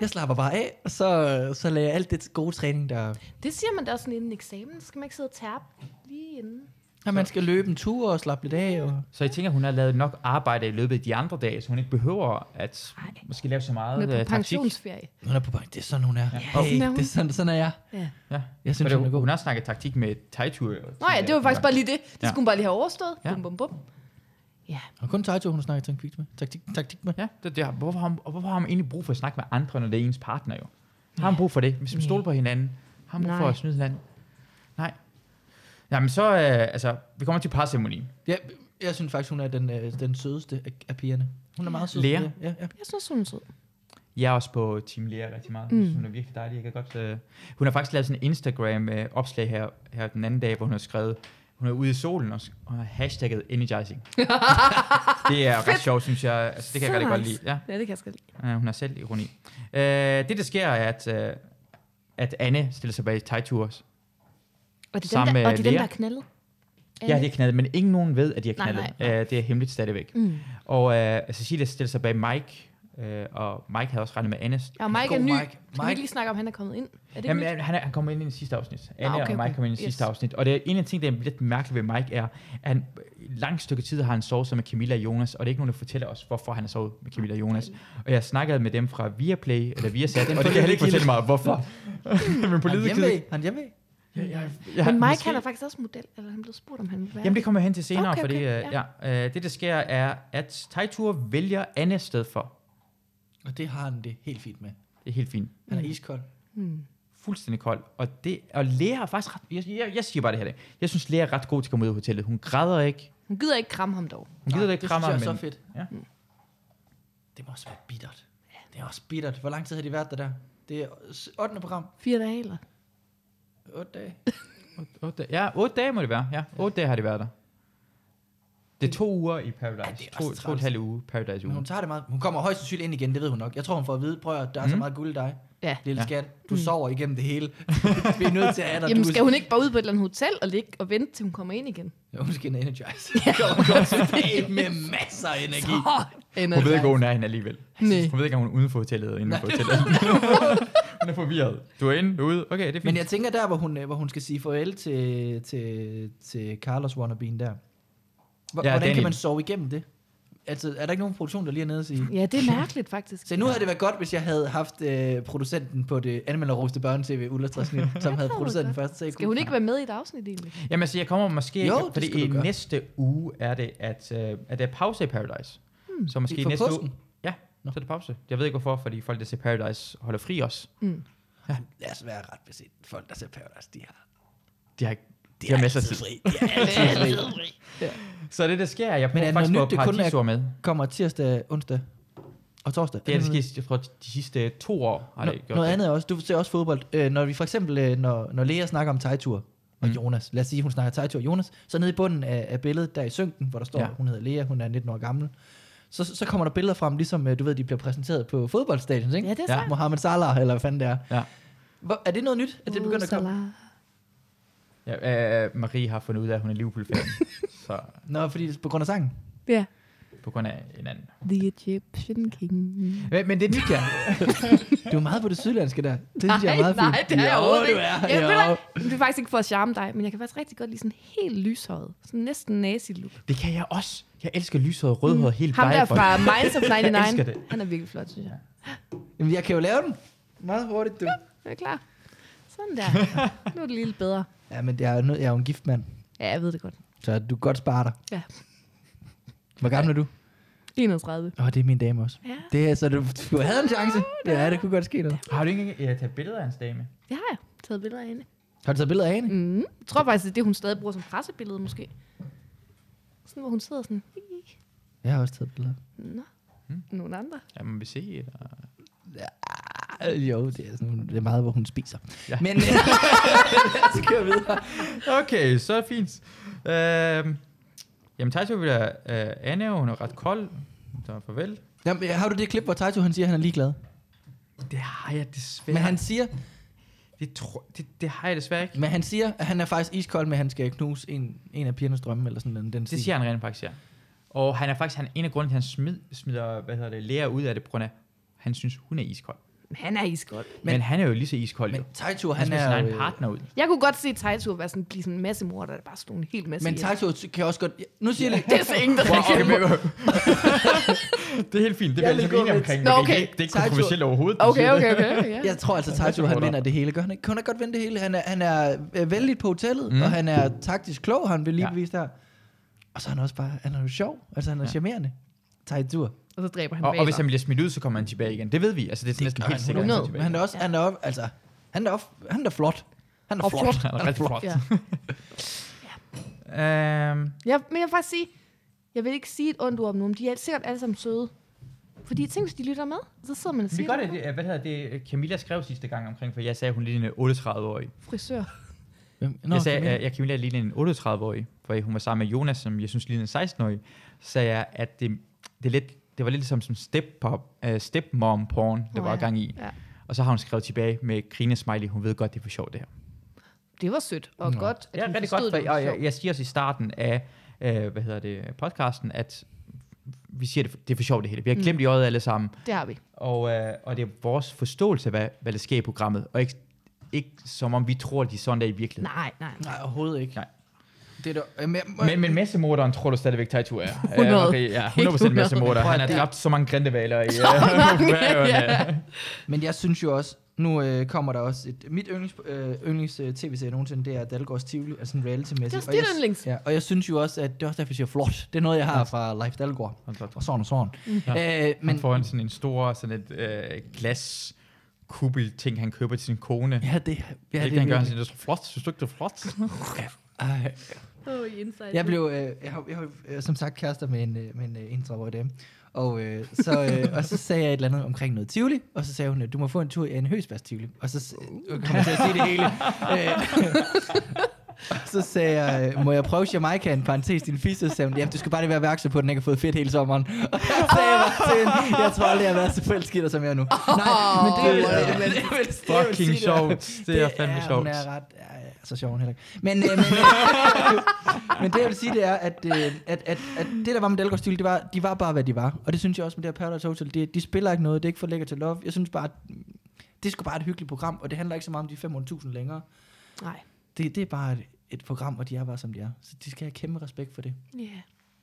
Speaker 3: Jeg slapper bare af, og så, så lader jeg alt det gode træning, der...
Speaker 4: Det siger man da også sådan inden eksamen. Så skal man ikke sidde og tærpe lige inden.
Speaker 3: Ja, man skal løbe en tur og slappe lidt af. Og...
Speaker 1: Så jeg tænker, hun har lavet nok arbejde i løbet af de andre dage, så hun ikke behøver at måske lave så meget
Speaker 4: Hun er
Speaker 1: øh,
Speaker 4: på
Speaker 1: taktik.
Speaker 4: pensionsferie.
Speaker 3: Hun er på bank. Det er sådan, hun er. Ja.
Speaker 1: Og-
Speaker 3: Hey, det er sådan, sådan er jeg.
Speaker 4: Ja.
Speaker 1: Ja.
Speaker 3: Jeg synes,
Speaker 1: Fordi hun, hun har snakket taktik med Taitur.
Speaker 4: Nå ja, det var faktisk bare lige det. Det
Speaker 1: Ja.
Speaker 4: skulle hun bare lige have overstået.
Speaker 1: Ja.
Speaker 4: Bum, bum, bum.
Speaker 3: Og kun Taito, hun snakker taktik med. Taktik, taktik med.
Speaker 1: Ja, det, det har, hvorfor, har, man- og hvorfor har man egentlig brug for at snakke med andre, når det er ens partner jo? Har man brug for det? Hvis man
Speaker 16: Nej.
Speaker 1: stoler på hinanden, har man brug for
Speaker 16: Nej.
Speaker 1: at snyde hinanden? Nej. Jamen så, øh, altså, vi kommer til parceremoni.
Speaker 3: Ja, jeg synes faktisk, hun er den, øh, den sødeste af, af pigerne. Hun er meget sød.
Speaker 1: Lea?
Speaker 3: Ja, ja.
Speaker 4: Jeg synes, hun er sød.
Speaker 1: Jeg er også på Team Lea rigtig meget.
Speaker 4: Mm.
Speaker 1: Mm. Hun er virkelig dejlig. Jeg kan godt, øh, hun har faktisk lavet sådan en Instagram-opslag her, her den anden dag, hvor hun har skrevet, hun er ude i solen og, s- og har hashtagget energizing. det er ret
Speaker 4: Fedt.
Speaker 1: sjovt, synes jeg. Altså, det kan jeg
Speaker 4: Så
Speaker 1: rigtig godt
Speaker 4: nice.
Speaker 1: lide. Ja.
Speaker 4: Ja, det kan jeg også godt lide.
Speaker 1: Uh, hun har selv ironi. Uh, det, der sker, er, at, uh, at Anne stiller sig bag Tejturs.
Speaker 4: Og det er dem, der, og det er dem, der er knaldet.
Speaker 1: Ja, de er knaldet, men ingen nogen ved, at de er
Speaker 4: Øh. Nej,
Speaker 1: knaldet.
Speaker 4: nej,
Speaker 1: Uh, det er hemmeligt stadigvæk.
Speaker 4: Mm.
Speaker 1: Og uh, Cecilia stiller sig bag Mike, uh, og Mike havde også regnet med Anne.
Speaker 4: Ja, og Mike er
Speaker 1: God
Speaker 4: ny.
Speaker 1: Mike.
Speaker 4: Skal vi ikke lige snakke om, at han er kommet ind? Er det
Speaker 1: Jamen,
Speaker 4: nyt?
Speaker 1: han, han, er- han kommer ind i det sidste afsnit. Anne
Speaker 4: Ah,
Speaker 1: ah,
Speaker 4: okay,
Speaker 1: okay, og Mike
Speaker 4: okay.
Speaker 1: kommer ind i det
Speaker 4: Yes.
Speaker 1: sidste afsnit. Og det er en af de ting, der er lidt mærkeligt ved Mike, er, at han et langt stykke tid har han sovet sammen med Camilla og Jonas, og det er ikke nogen, der fortæller os, hvorfor han har sovet med Camilla og Jonas. Og jeg snakkede med dem fra Viaplay, eller Viasat, og det kan han ikke fortælle mig, hvorfor. Men på
Speaker 3: Han er
Speaker 1: lidet
Speaker 3: hjemme. Han er hjemme.
Speaker 1: Ja,
Speaker 4: Men Mike,
Speaker 1: måske.
Speaker 4: han er faktisk også model, eller han blev spurgt, om han ville være.
Speaker 1: Jamen, det kommer jeg hen til senere, okay,
Speaker 4: Okay,
Speaker 1: okay. fordi
Speaker 4: okay,
Speaker 1: øh, ja. Ja, øh, det, der sker, er, at Tejtur vælger Anne sted for.
Speaker 3: Og det har han det helt fint med.
Speaker 1: Det er helt fint.
Speaker 3: Han er iskold.
Speaker 4: Mm.
Speaker 1: Fuldstændig kold. Og, det, og Lea er faktisk ret... Jeg, jeg, jeg siger bare det her. Jeg synes, Lea er ret god til at komme ud af hotellet. Hun græder ikke.
Speaker 4: Hun gider ikke kramme ham dog.
Speaker 1: Hun gider da ikke
Speaker 3: det
Speaker 1: kramme
Speaker 3: synes
Speaker 1: ham.
Speaker 3: jeg er
Speaker 1: men-
Speaker 3: så fedt.
Speaker 1: Ja.
Speaker 3: Det må også være bittert. Det er også bittert. Hvor lang tid har de været der der? Det er 8. program.
Speaker 4: Fire dage eller?
Speaker 3: 8 dage.
Speaker 1: Otte, dage- ja, otte dage må det være. Ja, otte dage har det været der. Det er to uger i Paradise. Ja, det er to, to og en
Speaker 3: Altså, træls.
Speaker 1: halv uge Paradise
Speaker 3: Men
Speaker 1: uge.
Speaker 3: hun tager det meget. Hun kommer højst sandsynligt ind igen, det ved hun nok. Jeg tror, hun får at vide, prøv at der er mm. så
Speaker 1: Mm.
Speaker 3: meget guld i dig.
Speaker 4: Ja.
Speaker 3: Lille
Speaker 1: Ja.
Speaker 3: skat, du
Speaker 4: Mm.
Speaker 3: mm. sover igennem det hele. Vi er nødt til at have dig.
Speaker 4: Jamen,
Speaker 3: Du er-
Speaker 4: skal hun ikke bare ud på et eller andet hotel og ligge og vente, til hun kommer ind igen?
Speaker 3: Ja, hun skal energize. Ja. Hun kommer tilbage med masser af energi.
Speaker 1: Hun ved ikke, hvor hun er hende alligevel.
Speaker 4: Nej.
Speaker 1: Hun ved ikke, om hun er uden for hotellet eller inden for
Speaker 3: Nej.
Speaker 1: hotellet. hun er forvirret. Du er inde, du er ude. Okay, det er fint.
Speaker 3: Men jeg tænker der, hvor hun, øh, hvor hun skal sige farvel til, til, til Carlos Wannabeen der. Hvor, ja,
Speaker 1: Ja,
Speaker 3: hvordan kan
Speaker 1: Daniel.
Speaker 3: man sove igennem det? Altså, er der ikke nogen produktion, der lige er nede og sige?
Speaker 4: Ja, det er mærkeligt faktisk.
Speaker 3: Så nu havde det været godt, hvis jeg havde haft øh, producenten på det anmelderroste børne-tv Ultrasnit, som havde produceret den første serie.
Speaker 4: Skal hun ikke være med i et afsnit egentlig?
Speaker 1: Jamen, altså, jeg kommer måske...
Speaker 3: Jo,
Speaker 1: Jo,
Speaker 3: det skal
Speaker 1: fordi
Speaker 3: du
Speaker 1: i
Speaker 3: gøre.
Speaker 1: næste uge er det, at, øh, at der er pause i Paradise.
Speaker 4: Hmm.
Speaker 1: Hmm. Så måske
Speaker 3: For
Speaker 1: næste
Speaker 3: påsken?
Speaker 1: uge... Ja, så er det pause. Jeg ved ikke hvorfor, fordi folk, der ser Paradise, holder fri også.
Speaker 3: Hmm.
Speaker 4: Mm.
Speaker 1: Ja.
Speaker 3: Lad os være ret beset. Folk, der ser Paradise, de har...
Speaker 1: De har, de
Speaker 3: er
Speaker 1: har masser af
Speaker 3: altid
Speaker 1: tid.
Speaker 3: fri. De er altid fri. Ja.
Speaker 1: Så det, der sker, er, jeg
Speaker 3: Men er
Speaker 1: prøver
Speaker 3: det
Speaker 1: faktisk
Speaker 3: noget
Speaker 1: at
Speaker 3: nyt, det
Speaker 1: få
Speaker 3: kun er-
Speaker 1: Paradiso med.
Speaker 3: Kommer tirsdag, onsdag og torsdag.
Speaker 1: Det er,
Speaker 3: noget
Speaker 1: det sker, jeg tror, de sidste to år har
Speaker 3: Nå,
Speaker 1: det gjort
Speaker 3: noget
Speaker 1: det.
Speaker 3: andet er også, du ser også fodbold. Øh, når vi for eksempel, øh, når, når Lea snakker om Tejtur og mm. Jonas, lad os sige, hun snakker Tejtur og Jonas, så nede i bunden af, af billedet, der i synken, hvor der står, ja.
Speaker 1: Ja.
Speaker 3: hun hedder Lea, hun er 19 år gammel, så, så kommer der billeder frem, ligesom øh, du ved, de bliver præsenteret på fodboldstadion, ikke?
Speaker 4: Ja, det er Ja. sandt.
Speaker 3: Mohamed Salah, eller hvad fanden det er.
Speaker 1: Ja.
Speaker 3: Hvor, er det noget nyt, at det begynder at komme?
Speaker 1: Ja, øh, Marie har fundet ud af, at hun er Liverpool-fan. så
Speaker 3: Nå, fordi det er på grund af sangen.
Speaker 4: Ja.
Speaker 1: på grund af en anden.
Speaker 7: The Egyptian King.
Speaker 1: Men, men det er nyt, ja.
Speaker 3: du er meget på det sydlandske der. Det synes jeg er meget fint.
Speaker 4: Nej, det er jeg
Speaker 3: Jo,
Speaker 4: overhovedet
Speaker 3: du
Speaker 4: ikke.
Speaker 3: er.
Speaker 4: Jeg
Speaker 3: Jo.
Speaker 4: føler, det er faktisk ikke for at charme dig, men jeg kan faktisk rigtig godt lide sådan helt lyshåret. Sådan næsten nazi-look.
Speaker 1: Det kan jeg også. Jeg elsker lyshåret, rødhåret, helt
Speaker 4: Ham der
Speaker 1: blegefolk.
Speaker 4: fra Minds of
Speaker 1: Jeg elsker det.
Speaker 4: 99. Han er virkelig flot, synes jeg.
Speaker 3: Jamen, jeg kan jo lave den. Meget hurtigt, du.
Speaker 4: Er du klar? Sådan der. Nu er det lidt bedre.
Speaker 3: Ja, men jeg er, nød, jeg er jo en gift mand,
Speaker 4: Ja, jeg ved det godt.
Speaker 3: så du kan godt spare dig.
Speaker 4: Ja.
Speaker 3: Hvor gammel er du?
Speaker 4: 31.
Speaker 3: Åh, oh, det er min dame også.
Speaker 4: Ja.
Speaker 3: Det er, så du, du havde en chance. Ja, det kunne godt ske noget.
Speaker 1: Har du ikke engang ja, taget billeder af hans dame?
Speaker 4: Det har jeg taget billeder af hende.
Speaker 3: Har du taget billeder af hende?
Speaker 4: Mm. Jeg tror faktisk, det er det, hun stadig bruger som pressebillede måske. Sådan, hvor hun sidder sådan.
Speaker 3: Jeg har også taget billeder.
Speaker 4: Nå,
Speaker 1: Mm.
Speaker 4: hmm. nogle andre.
Speaker 1: Jamen, vi se. Eller?
Speaker 3: Øh, Jo, det er, sådan, det er meget, hvor hun spiser. Ja. Men, øh,
Speaker 1: så kører videre. Okay, så er det fint. Øhm, jamen, Taito vil jeg... Øh, Anna, hun er ret kold. Så farvel.
Speaker 3: jamen, har du det klip, hvor Taito han siger, at han er ligeglad?
Speaker 1: Det har jeg desværre.
Speaker 3: Men han siger,
Speaker 1: Det, tror, det, det har jeg desværre ikke.
Speaker 3: men han siger, at han er faktisk iskold, men han skal knuse en, en af pigernes drømme, eller sådan den, den
Speaker 1: Det siger han rent faktisk, ja. Og han er faktisk han, en af grunden til, at han smid, smider hvad hedder det, lærer ud af det, på grund af, han synes, hun er iskold.
Speaker 4: Han er iskold.
Speaker 1: Men, men han er jo lige så iskold, men, jo.
Speaker 3: Taito,
Speaker 1: han,
Speaker 3: han
Speaker 1: han
Speaker 3: er
Speaker 1: er sin
Speaker 3: jo,
Speaker 1: egen
Speaker 3: øh,
Speaker 1: partner ud.
Speaker 4: Jeg kunne godt se Taito være sådan, blive sådan en masse mor, der bare stod en hel masse
Speaker 3: Men
Speaker 4: ihjel.
Speaker 3: Taito kan også godt... Nu siger jeg lige...
Speaker 4: Det er så ingen, der reagerer.
Speaker 1: Det er helt fint. Det bliver
Speaker 3: Jeg vil
Speaker 1: ligesom
Speaker 3: gå
Speaker 1: enige
Speaker 3: med-
Speaker 1: omkring.
Speaker 3: Nå,
Speaker 1: men
Speaker 3: okay.
Speaker 1: Det er ikke, det er ikke
Speaker 3: Taito-
Speaker 1: kontroversielt overhovedet.
Speaker 4: Okay, okay, okay, ja.
Speaker 3: Jeg tror altså, Taito han vinder det hele. Gør han ikke? Kan han ikke godt vinde det hele? Han er, han er øh, vældig på hotellet,
Speaker 1: Mm.
Speaker 3: mm. og han er taktisk klog, han vil lige ja. bevise der. Og så er han også bare... Han er jo sjov. Altså, han er ja. charmerende. Taito.
Speaker 4: Og så dræber han
Speaker 1: Og, og hvis han bliver smidt ud, så kommer han tilbage igen. Det ved vi. Altså, det er sådan næsten helt sikkert. at Han, er
Speaker 3: Men han er
Speaker 1: tilbage.
Speaker 3: også... Han er, op- altså, han er, op- han er flot. Han er
Speaker 1: Og
Speaker 3: flot.
Speaker 1: flot. Han er rigtig flot. Ja. Øhm,
Speaker 4: Jeg, men jeg vil faktisk sige, jeg vil ikke sige et ondt ord om nogen. De er sikkert alle sammen søde. Fordi tænk, hvis de lytter med, og så sidder man og
Speaker 1: vi
Speaker 4: siger
Speaker 1: gør det, det, hvad hedder det, Camilla skrev sidste gang omkring, for jeg sagde, at hun lignede en 38-årig.
Speaker 4: Frisør.
Speaker 1: Nå, jeg sagde, at jeg Camilla lignede en 38-årig, for hun var sammen med Jonas, som jeg synes lignede en 16-årig. Så sagde jeg, at det, det, er lidt, det var lidt ligesom som step uh, stepmom-porn, der
Speaker 4: Åh,
Speaker 1: oh, var
Speaker 4: ja.
Speaker 1: gang i.
Speaker 4: Ja.
Speaker 1: Og så har hun skrevet tilbage med grine smiley, hun ved godt, det er for sjovt det her.
Speaker 4: Det var sødt og
Speaker 1: Nå.
Speaker 4: godt, at
Speaker 1: Ja,
Speaker 4: hun
Speaker 1: rigtig
Speaker 4: forstod
Speaker 1: godt, for
Speaker 4: det var
Speaker 1: jeg, jeg,
Speaker 4: sjovt.
Speaker 1: jeg siger også i starten af øh, hvad hedder det, podcasten, at vi siger, det, det er for sjovt det hele. Vi har
Speaker 4: Mm.
Speaker 1: glemt i øjet alle sammen.
Speaker 4: Det har vi.
Speaker 1: Og, øh, og det er vores forståelse af, hvad, hvad der sker i programmet, og ikke, ikke som om vi tror, at de er sådan der i virkeligheden.
Speaker 4: Nej, nej, nej.
Speaker 3: Nej, overhovedet ikke.
Speaker 1: Nej.
Speaker 3: Det er da, øh, men,
Speaker 1: Men, men massemorderen tror du stadigvæk, Taito er.
Speaker 4: 100.
Speaker 1: Øh, okay, ja,
Speaker 4: Helt
Speaker 1: 100%
Speaker 4: 100.
Speaker 1: massemorder. Han har
Speaker 3: Det-
Speaker 1: dræbt så mange grindevaler i
Speaker 4: mange,
Speaker 1: øh, Færøerne.
Speaker 4: ja.
Speaker 3: Men jeg synes jo også, nu øh, kommer der også et, mit yndlings, øh, yndlings øh, tv-serie nogensinde, det er Dalgårds Tivoli, altså sådan reality-mæssigt.
Speaker 4: Det er også
Speaker 3: Og
Speaker 4: dit
Speaker 3: jeg s-
Speaker 4: yndlings.
Speaker 3: Ja, og jeg synes jo også, at det er også derfor, jeg siger flot. Det er noget, jeg har fra Life Dalgaard. Og sådan og sådan.
Speaker 1: Mm-hmm. Ja.
Speaker 3: Øh,
Speaker 1: men, han
Speaker 3: men
Speaker 1: får en sådan en stor sådan et, øh, glas kubbel ting, han køber til sin kone. Ja,
Speaker 3: ja, det,
Speaker 1: det,
Speaker 3: ja,
Speaker 1: det,
Speaker 3: er
Speaker 1: han gør, han
Speaker 3: virkelig-
Speaker 1: siger, det er så flot. Synes du ikke, det er flot?
Speaker 3: Ej.
Speaker 4: Oh, inside.
Speaker 3: Jeg blev, øh, jeg, har- jeg, har, øh, som sagt, kærester med en, øh, med en øh, introvert dame. Og, øh, så, øh, og så sagde jeg et eller andet omkring noget Tivoli, og så sagde hun, øh, du må få en tur i en høsbærs Tivoli. Og så s- øh, kom jeg til at sige det hele. Øh, og så sagde jeg, øh, må jeg prøve Jamaica, en parentes, din fisse? Så sagde hun, jamen du skal bare lige være opmærksom på, at den ikke har fået fedt hele sommeren. Og så sagde jeg bare til hende, jeg tror aldrig, jeg har været så forelsket i dig, som jeg er nu. Nej, men det,
Speaker 1: hvor
Speaker 3: er
Speaker 1: er
Speaker 3: det,
Speaker 1: det
Speaker 3: det, det, det,
Speaker 1: Fucking sjovt. Det er fandme
Speaker 3: Hun
Speaker 1: sjovt.
Speaker 3: er ret, ja, ja, så sjov er hun heller ikke. Men, øh, men, øh, men det jeg vil sige, det er, at, øh, at, at, at det der var med Dalgårds Stil, det var, de var bare, hvad de var. Og det synes jeg også med det her Paradise Hotel, det, de spiller ikke noget, det er ikke for lækker til love. Jeg synes bare, at, mm, det er sgu bare et hyggeligt program, og det handler ikke så meget om de 500.000 længere. øh-
Speaker 4: Nej.
Speaker 3: Det, det er bare et, et program, og de er bare, som de er. Så de skal have kæmpe respekt for det.
Speaker 4: Yeah.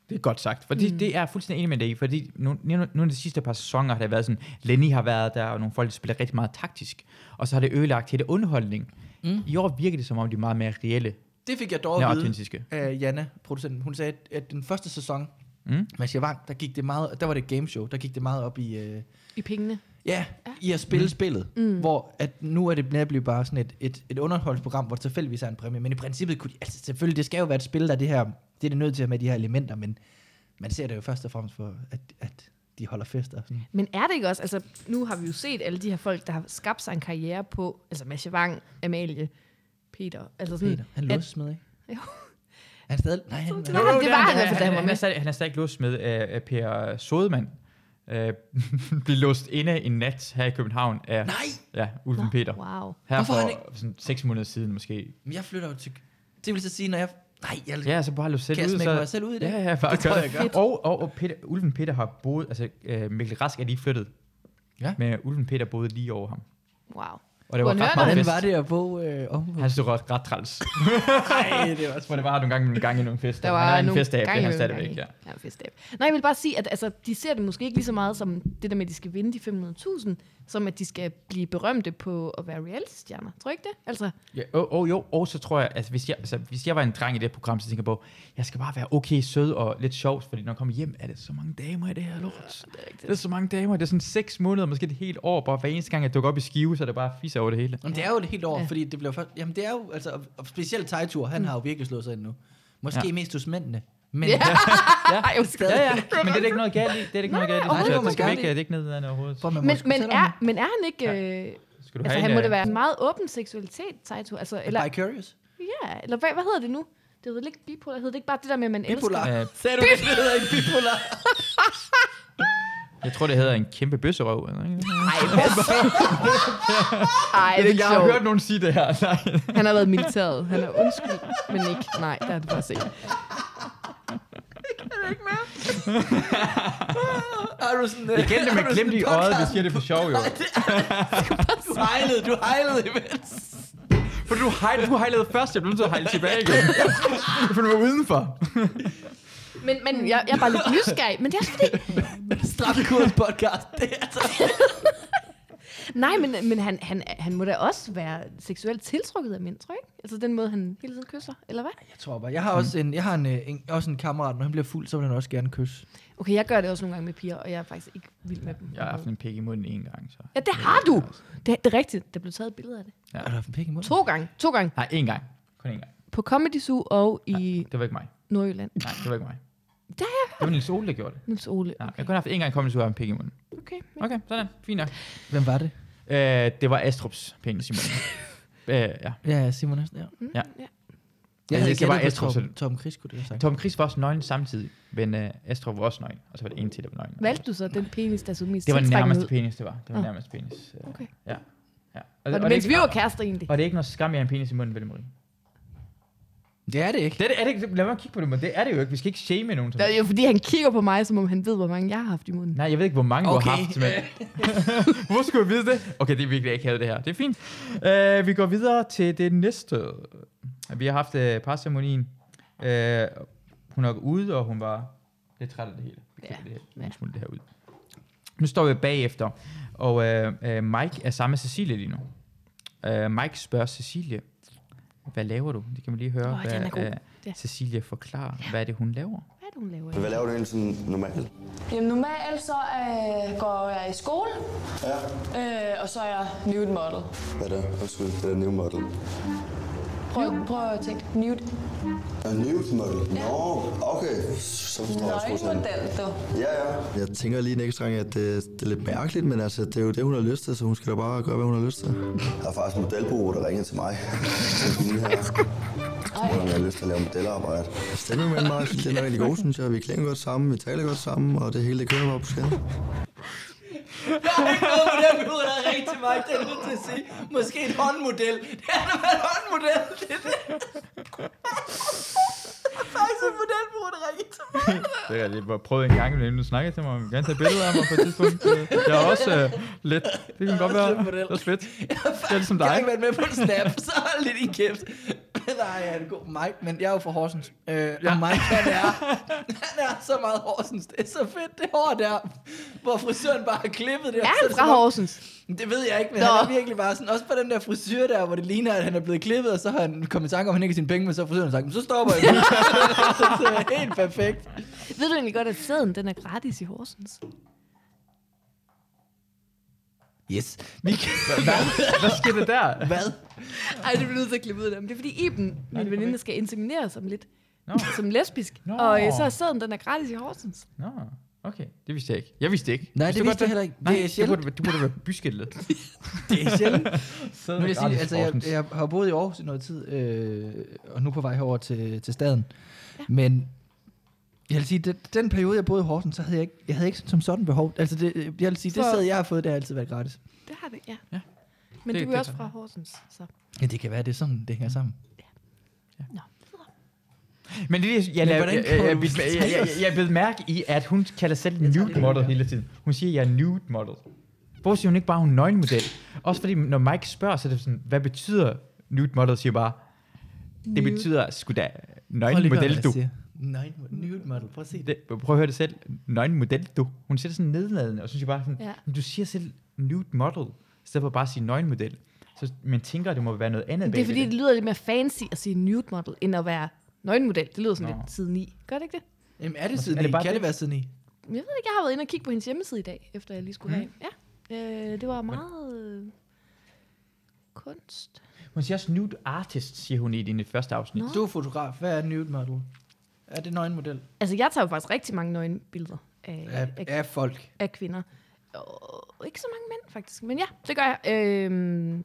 Speaker 1: Det er godt sagt, for det,
Speaker 4: Mm.
Speaker 1: mm. det er jeg fuldstændig enig med dig i, fordi nu, nu, nu af de sidste par sæsoner har det været sådan, Lenny har været der, og nogle folk, der spiller rigtig meget taktisk, og så har det ødelagt hele underholdning.
Speaker 3: Mm.
Speaker 1: Mm. I år virker det, som om de er meget mere reelle.
Speaker 3: Det fik jeg dog
Speaker 1: Ja,
Speaker 3: at vide
Speaker 1: autentiske.
Speaker 3: af Janna, producenten. Hun sagde, at- at den første sæson,
Speaker 1: Mm.
Speaker 3: Mads Javang, der gik det meget, der var det et gameshow, der gik det meget op i... Øh,
Speaker 4: I pengene.
Speaker 3: Ja, i at spille mm. spillet, mm. hvor at nu er det mere blevet bare sådan et, et, et underholdsprogram, hvor der tilfældigvis er en præmie, men i princippet kunne de, altså selvfølgelig, det skal jo være et spil, der er det her, det er det nødt til at have med de her elementer, men man ser det jo først og fremmest for, at, at de holder fester. Sådan.
Speaker 4: Men er det ikke også, altså nu har vi jo set alle de her folk, der har skabt sig en karriere på, altså Masha Wang, Amalie, Peter, altså sådan.
Speaker 3: Peter, han
Speaker 4: at-
Speaker 3: låses med, ikke?
Speaker 4: Jo.
Speaker 3: Er han stadig? Nej, han,
Speaker 4: var han, det var han i hvert fald, da han var
Speaker 1: han, er
Speaker 4: med.
Speaker 1: stadig, han er stadig låst med uh, Per Sodemann. Uh, blev låst inde en nat her i København af
Speaker 3: Nej!
Speaker 1: ja, Ulven
Speaker 4: Nå,
Speaker 1: Peter.
Speaker 4: wow.
Speaker 1: Her
Speaker 3: Hvorfor
Speaker 1: for
Speaker 3: han
Speaker 1: sådan seks måneder siden måske.
Speaker 3: Men jeg flytter jo til... Det vil så sige, når jeg... Nej, jeg...
Speaker 1: Ja, så bare lå selv
Speaker 3: Kan jeg
Speaker 1: ud.
Speaker 3: smække
Speaker 1: så-
Speaker 3: mig selv ud i det?
Speaker 1: Ja, ja, bare
Speaker 3: Det tror
Speaker 1: gør
Speaker 3: jeg, jeg gør.
Speaker 1: Og, og, og Peter, Ulven Peter har øh, boet, altså uh, Mikkel Rask er lige flyttet.
Speaker 3: Ja.
Speaker 1: Men Ulven Peter boede lige over ham.
Speaker 4: Wow.
Speaker 1: Og det var ret meget
Speaker 3: Hvordan
Speaker 1: fest.
Speaker 3: var det at bo øh, ovenpå?
Speaker 1: Han stod ret, ret træls. Nej, det var også... For det var nogle gange nogle gange i nogle fester.
Speaker 4: Der var
Speaker 1: han er en
Speaker 4: nogle
Speaker 1: festab, det
Speaker 4: gange
Speaker 1: er han
Speaker 4: imellem
Speaker 1: stadigvæk,
Speaker 4: gange.
Speaker 1: ja.
Speaker 4: Ja, festab. Nej, jeg vil bare sige, at altså, de ser det måske ikke lige så meget som det der med, at de skal vinde de 500.000, som at de skal blive berømte på at være reality-stjerner. Tror du ikke det? Altså,
Speaker 1: Ja, og, og jo, og så tror jeg, altså hvis jeg, altså hvis jeg var en dreng i det program, så tænker jeg på, jeg skal bare være okay sød og lidt sjov, fordi når jeg kommer hjem, er det så mange damer i det her lort. Ja, det, er det er så mange damer, det er sådan seks måneder, måske et helt år, bare hver eneste gang jeg dukker op i skive, så er det bare fisser over det hele.
Speaker 3: Jamen, det er jo et helt år, ja. fordi det bliver først... Jamen, det er jo... Altså, og- og specielt Tejtur, han har jo virkelig slået sig ind nu. Måske
Speaker 1: Ja.
Speaker 3: ja. mest hos mændene. Men,
Speaker 1: Ja.
Speaker 3: ja,
Speaker 1: ja, ja, men det er da ikke noget galt i. Det er da ikke noget galt i.
Speaker 3: Nej,
Speaker 1: Nej,
Speaker 3: det må
Speaker 1: det,
Speaker 3: man
Speaker 1: skal
Speaker 3: gerne
Speaker 1: vi ikke,
Speaker 3: lide.
Speaker 1: det er ikke nedadende overhovedet.
Speaker 4: men, men, er, men er han ikke... Ja. Øh,
Speaker 1: Skal du
Speaker 4: altså,
Speaker 1: have
Speaker 4: han
Speaker 1: en,
Speaker 4: må
Speaker 1: øh,
Speaker 4: da være en meget åben seksualitet, Taito. Altså, eller,
Speaker 3: By curious?
Speaker 4: Ja, eller hvad, hvad hedder det nu? Det hedder ikke bipolar, hedder det ikke bare det der med, at man elsker?
Speaker 1: Øh,
Speaker 3: Sagde du, det hedder ikke bipolar?
Speaker 1: Jeg tror, det hedder en kæmpe bøsserøv. Eller, ikke?
Speaker 4: Nej, hvad så? Ej, det er
Speaker 1: jeg har
Speaker 4: sjovt.
Speaker 1: hørt nogen sige det her. Nej.
Speaker 4: Han har været i militæret. Han er undskyld, men ikke. Nej, der er det bare set.
Speaker 3: Er du sådan...
Speaker 1: Igen det med glemt i øjet, du siger det på sjov, jo.
Speaker 3: Du hejlede, du hejlede imens.
Speaker 1: For du hejlede, du hejlede først, jeg blev nødt til at hejle tilbage igen. For du var udenfor.
Speaker 4: Men, men jeg, jeg er bare lidt nysgerrig. Men det er også fordi...
Speaker 3: Stramkurs podcast.
Speaker 4: Nej, men, men han, han, han må da også være seksuelt tiltrukket af mænd, tror jeg ikke? Altså den måde, han hele tiden kysser, eller hvad?
Speaker 3: Jeg tror bare, jeg har også en, jeg har en, øh, en, også en kammerat, når han bliver fuld, så vil han også gerne kysse.
Speaker 4: Okay, jeg gør det også nogle gange med piger, og jeg er faktisk ikke vild med dem.
Speaker 1: Jeg har haft en pik i munden en gang, så.
Speaker 4: Ja, det har du! Det, det er rigtigt. Der blev taget et billede af det.
Speaker 1: Ja.
Speaker 3: Har du haft en pik i munden?
Speaker 4: To gange. To gange.
Speaker 1: Nej, en gang. Kun en gang.
Speaker 4: På Comedy Zoo og i
Speaker 1: Det var ikke mig.
Speaker 4: Nordjylland.
Speaker 1: Nej, det var ikke mig.
Speaker 4: Det har jeg
Speaker 1: Det var Nils Ole, der gjorde det.
Speaker 4: Niels Ole.
Speaker 1: Nej, jeg har kun haft en gang kommet til at have en pik i munden.
Speaker 4: Okay.
Speaker 1: Okay, sådan. Fint nok.
Speaker 3: Hvem var det?
Speaker 1: Øh, det var Astrups penis i munden. øh, ja.
Speaker 3: Ja, Simon Astrup, ja.
Speaker 1: Ja.
Speaker 4: Mm, ja.
Speaker 3: Jeg havde
Speaker 1: synes, det var
Speaker 3: gættet på
Speaker 1: Astrup,
Speaker 3: Tom,
Speaker 1: så-
Speaker 3: Tom Chris, kunne det have sagt.
Speaker 1: Tom Chris var også nøgen samtidig, men øh, Astrup var også nøgen. Og så var det en til, der var nøgen.
Speaker 4: Valgte du så den penis, der så mest
Speaker 1: Det var den
Speaker 4: tiltrækkende
Speaker 1: nærmeste
Speaker 4: ud?
Speaker 1: penis, det var. Det var den
Speaker 4: Ah.
Speaker 1: nærmeste penis. øh,
Speaker 4: Okay.
Speaker 1: Ja. ja.
Speaker 4: Var det
Speaker 1: er
Speaker 4: mens
Speaker 1: ikke-
Speaker 4: vi var kærester egentlig?
Speaker 1: Og det er ikke noget skam, jeg har en penis i munden, Pelle Marie.
Speaker 3: Det er det ikke.
Speaker 1: Det er det, er det ikke. Lad mig kigge på det, men det er det jo ikke. Vi skal ikke shame nogen. som
Speaker 4: Det er jo
Speaker 1: helst.
Speaker 4: fordi, han kigger på mig, som om han ved, hvor mange jeg har haft i munden.
Speaker 1: Nej, jeg ved ikke, hvor mange okay. du har
Speaker 4: Okay.
Speaker 1: haft. Men... Hvor skulle jeg vide det? Okay, det er virkelig ikke det her. Det er fint. Uh, vi går videre til det næste. Vi har haft uh, parceremonien. Uh, hun er ude, og hun var lidt træt af det hele. Vi ja. det her, ja. smule det her ud. Nu står vi bagefter, og uh, uh, Mike er sammen med Cecilie lige nu. Uh, Mike spørger Cecilie, hvad laver du? Det kan man lige høre,
Speaker 4: Åh, den er god.
Speaker 1: hvad øh,
Speaker 4: Ja.
Speaker 1: Cecilie forklarer, hvad er det, hun laver.
Speaker 4: Hvad er det, hun laver?
Speaker 13: Hvad laver du egentlig sådan normalt?
Speaker 10: Jamen normalt så øh, går jeg i skole, ja. øh, og så er jeg nude model.
Speaker 13: Hvad er det? Undskyld, det er new model.
Speaker 10: Prøv, prøv at tænke nude.
Speaker 13: A new model? Nå, okay. Så forstår jeg sgu sådan.
Speaker 10: Nøgenmodel, du.
Speaker 13: Ja, ja.
Speaker 2: Jeg tænker lige en ekstra gang, at det, det er lidt mærkeligt, men altså, det er jo det, hun har lyst til, så hun skal da bare gøre, hvad hun har lyst til.
Speaker 13: Der er faktisk en modelbureau, der ringer til mig. Så sådan her. Så hun har lyst til at lave modelarbejde.
Speaker 2: Stemmen med mig, synes jeg, er rigtig god, synes jeg. Vi klinger godt sammen, vi taler godt sammen, og det hele det kører bare på skærmen.
Speaker 3: Jeg har ikke noget på den måde, der er rigtig til mig. Det er jeg nødt til at sige. Måske et håndmodel. Det er da en håndmodel. Det er det. Faktisk en modelbureau, der ringer til mig.
Speaker 1: Det har jeg bare prøvet en gang, men nu snakker til mig, om jeg vil gerne tage billeder af mig på et tidspunkt. Jeg er også øh, lidt. Det kan godt være. Det er også lidt. Det er ligesom
Speaker 3: Jeg har
Speaker 1: dig.
Speaker 3: ikke været med på en snap, så hold lidt i kæft. Nej, jeg er en god Mike, men jeg er jo fra Horsens. Øh, ja. Og Mike, han er, han er så meget Horsens. Det er så fedt, det hår der, hvor frisøren bare har klippet det.
Speaker 4: Er han
Speaker 3: Så det
Speaker 4: fra
Speaker 3: som om-
Speaker 4: Horsens?
Speaker 3: Det ved jeg ikke, men
Speaker 4: Nå.
Speaker 3: Nå. han er virkelig bare sådan, også på den der frisyr der, hvor det ligner, at han er blevet klippet, og så har han kommet i tanke om, at han ikke har sine penge, men så har frisøren sagt, "Men så stopper jeg nu. så det er helt perfekt.
Speaker 4: Ved du egentlig godt, at sæden den er gratis i Horsens?
Speaker 3: Yes. Vi kan...
Speaker 1: Hvad? Hvad sker det der?
Speaker 3: Hvad?
Speaker 4: Ej, det bliver nødt til at klippe ud af det. Men det er fordi Iben, min veninde, skal inseminere som lidt.
Speaker 1: Nå.
Speaker 4: Som lesbisk.
Speaker 1: Nå.
Speaker 4: Og øh, så er sæden, den er gratis i Horsens.
Speaker 1: Nå, okay. Det vidste jeg ikke. Jeg vidste det ikke.
Speaker 3: Nej,
Speaker 1: Vidste
Speaker 3: det
Speaker 1: du
Speaker 3: vidste
Speaker 1: godt
Speaker 3: jeg heller ikke.
Speaker 1: Nej,
Speaker 3: Det er
Speaker 1: du
Speaker 3: sjældent.
Speaker 1: burde, du burde være byskiltet.
Speaker 3: Det er sjældent.
Speaker 1: Sæden
Speaker 3: nu vil jeg
Speaker 1: er
Speaker 3: sige,
Speaker 1: gratis
Speaker 3: altså,
Speaker 1: i
Speaker 3: jeg,
Speaker 1: Horsens.
Speaker 3: jeg har boet i Aarhus i noget tid, øh, og nu på vej herover til, til staden. Ja. Men jeg vil sige, den, den periode, jeg boede i Horsens, så havde jeg ikke, jeg havde ikke som sådan behov. Altså, det, jeg vil sige, det
Speaker 4: For-
Speaker 3: sæd, jeg har fået, det har altid været gratis.
Speaker 4: Det har det, ja. ja. Men
Speaker 3: Det-
Speaker 4: det, du er
Speaker 3: det
Speaker 4: også
Speaker 3: kan
Speaker 4: fra Horsens, så...
Speaker 3: Ja, det kan være, det er sådan, det hænger sammen.
Speaker 1: Men det er det, jeg,
Speaker 3: Men
Speaker 1: lader,
Speaker 3: hvordan
Speaker 1: jeg,
Speaker 3: kommer
Speaker 1: jeg,
Speaker 3: du
Speaker 1: jeg, bid- jeg, jeg, jeg, jeg, jeg bed mærke i, at hun kalder selv nude model hele tiden. Hun siger, jeg er nude model. Hvorfor siger hun ikke bare, hun er nøgenmodel? Også fordi, når Mike spørger, så er det sådan, hvad betyder nude model, siger bare, det
Speaker 3: Nude.
Speaker 1: betyder sgu da
Speaker 3: Prøv lige at høre,
Speaker 1: nøgenmodel,
Speaker 3: hvad
Speaker 1: du.
Speaker 3: jeg siger. Nøgen nude model. Prøv at se
Speaker 1: Det, prøv at høre det selv. Nøgenmodel, du. Hun siger det sådan nedladende, og så synes jeg bare sådan,
Speaker 3: Ja.
Speaker 1: ja. du siger selv nude model, i stedet for bare at sige nøgenmodel. Så man tænker, at det må være noget andet.
Speaker 4: Det er
Speaker 1: bagved
Speaker 4: fordi, det lyder lidt mere fancy at sige nude model, end at være nøgenmodel. Det lyder sådan
Speaker 1: Nå.
Speaker 4: lidt siden i. Gør det ikke det?
Speaker 3: Jamen, er det
Speaker 1: Er
Speaker 3: siden
Speaker 1: det
Speaker 3: i?
Speaker 1: bare
Speaker 3: Kan
Speaker 1: det?
Speaker 3: det være siden i?
Speaker 4: Jeg ved ikke, jeg har været inde og kigge på hendes hjemmeside i dag, efter jeg lige skulle
Speaker 1: Mm.
Speaker 4: mm. Ja, øh, det var meget øh, kunst.
Speaker 1: Hun siger også nude artist, siger hun i din første afsnit.
Speaker 4: Nå.
Speaker 3: Du er fotograf. Hvad er nude model? Er det nøgenmodel?
Speaker 4: Altså, jeg tager jo faktisk rigtig mange nøgenbilleder af,
Speaker 3: Af- af folk.
Speaker 4: Af kvinder. Og ikke så mange mænd, faktisk. Men ja, det gør jeg. Øhm,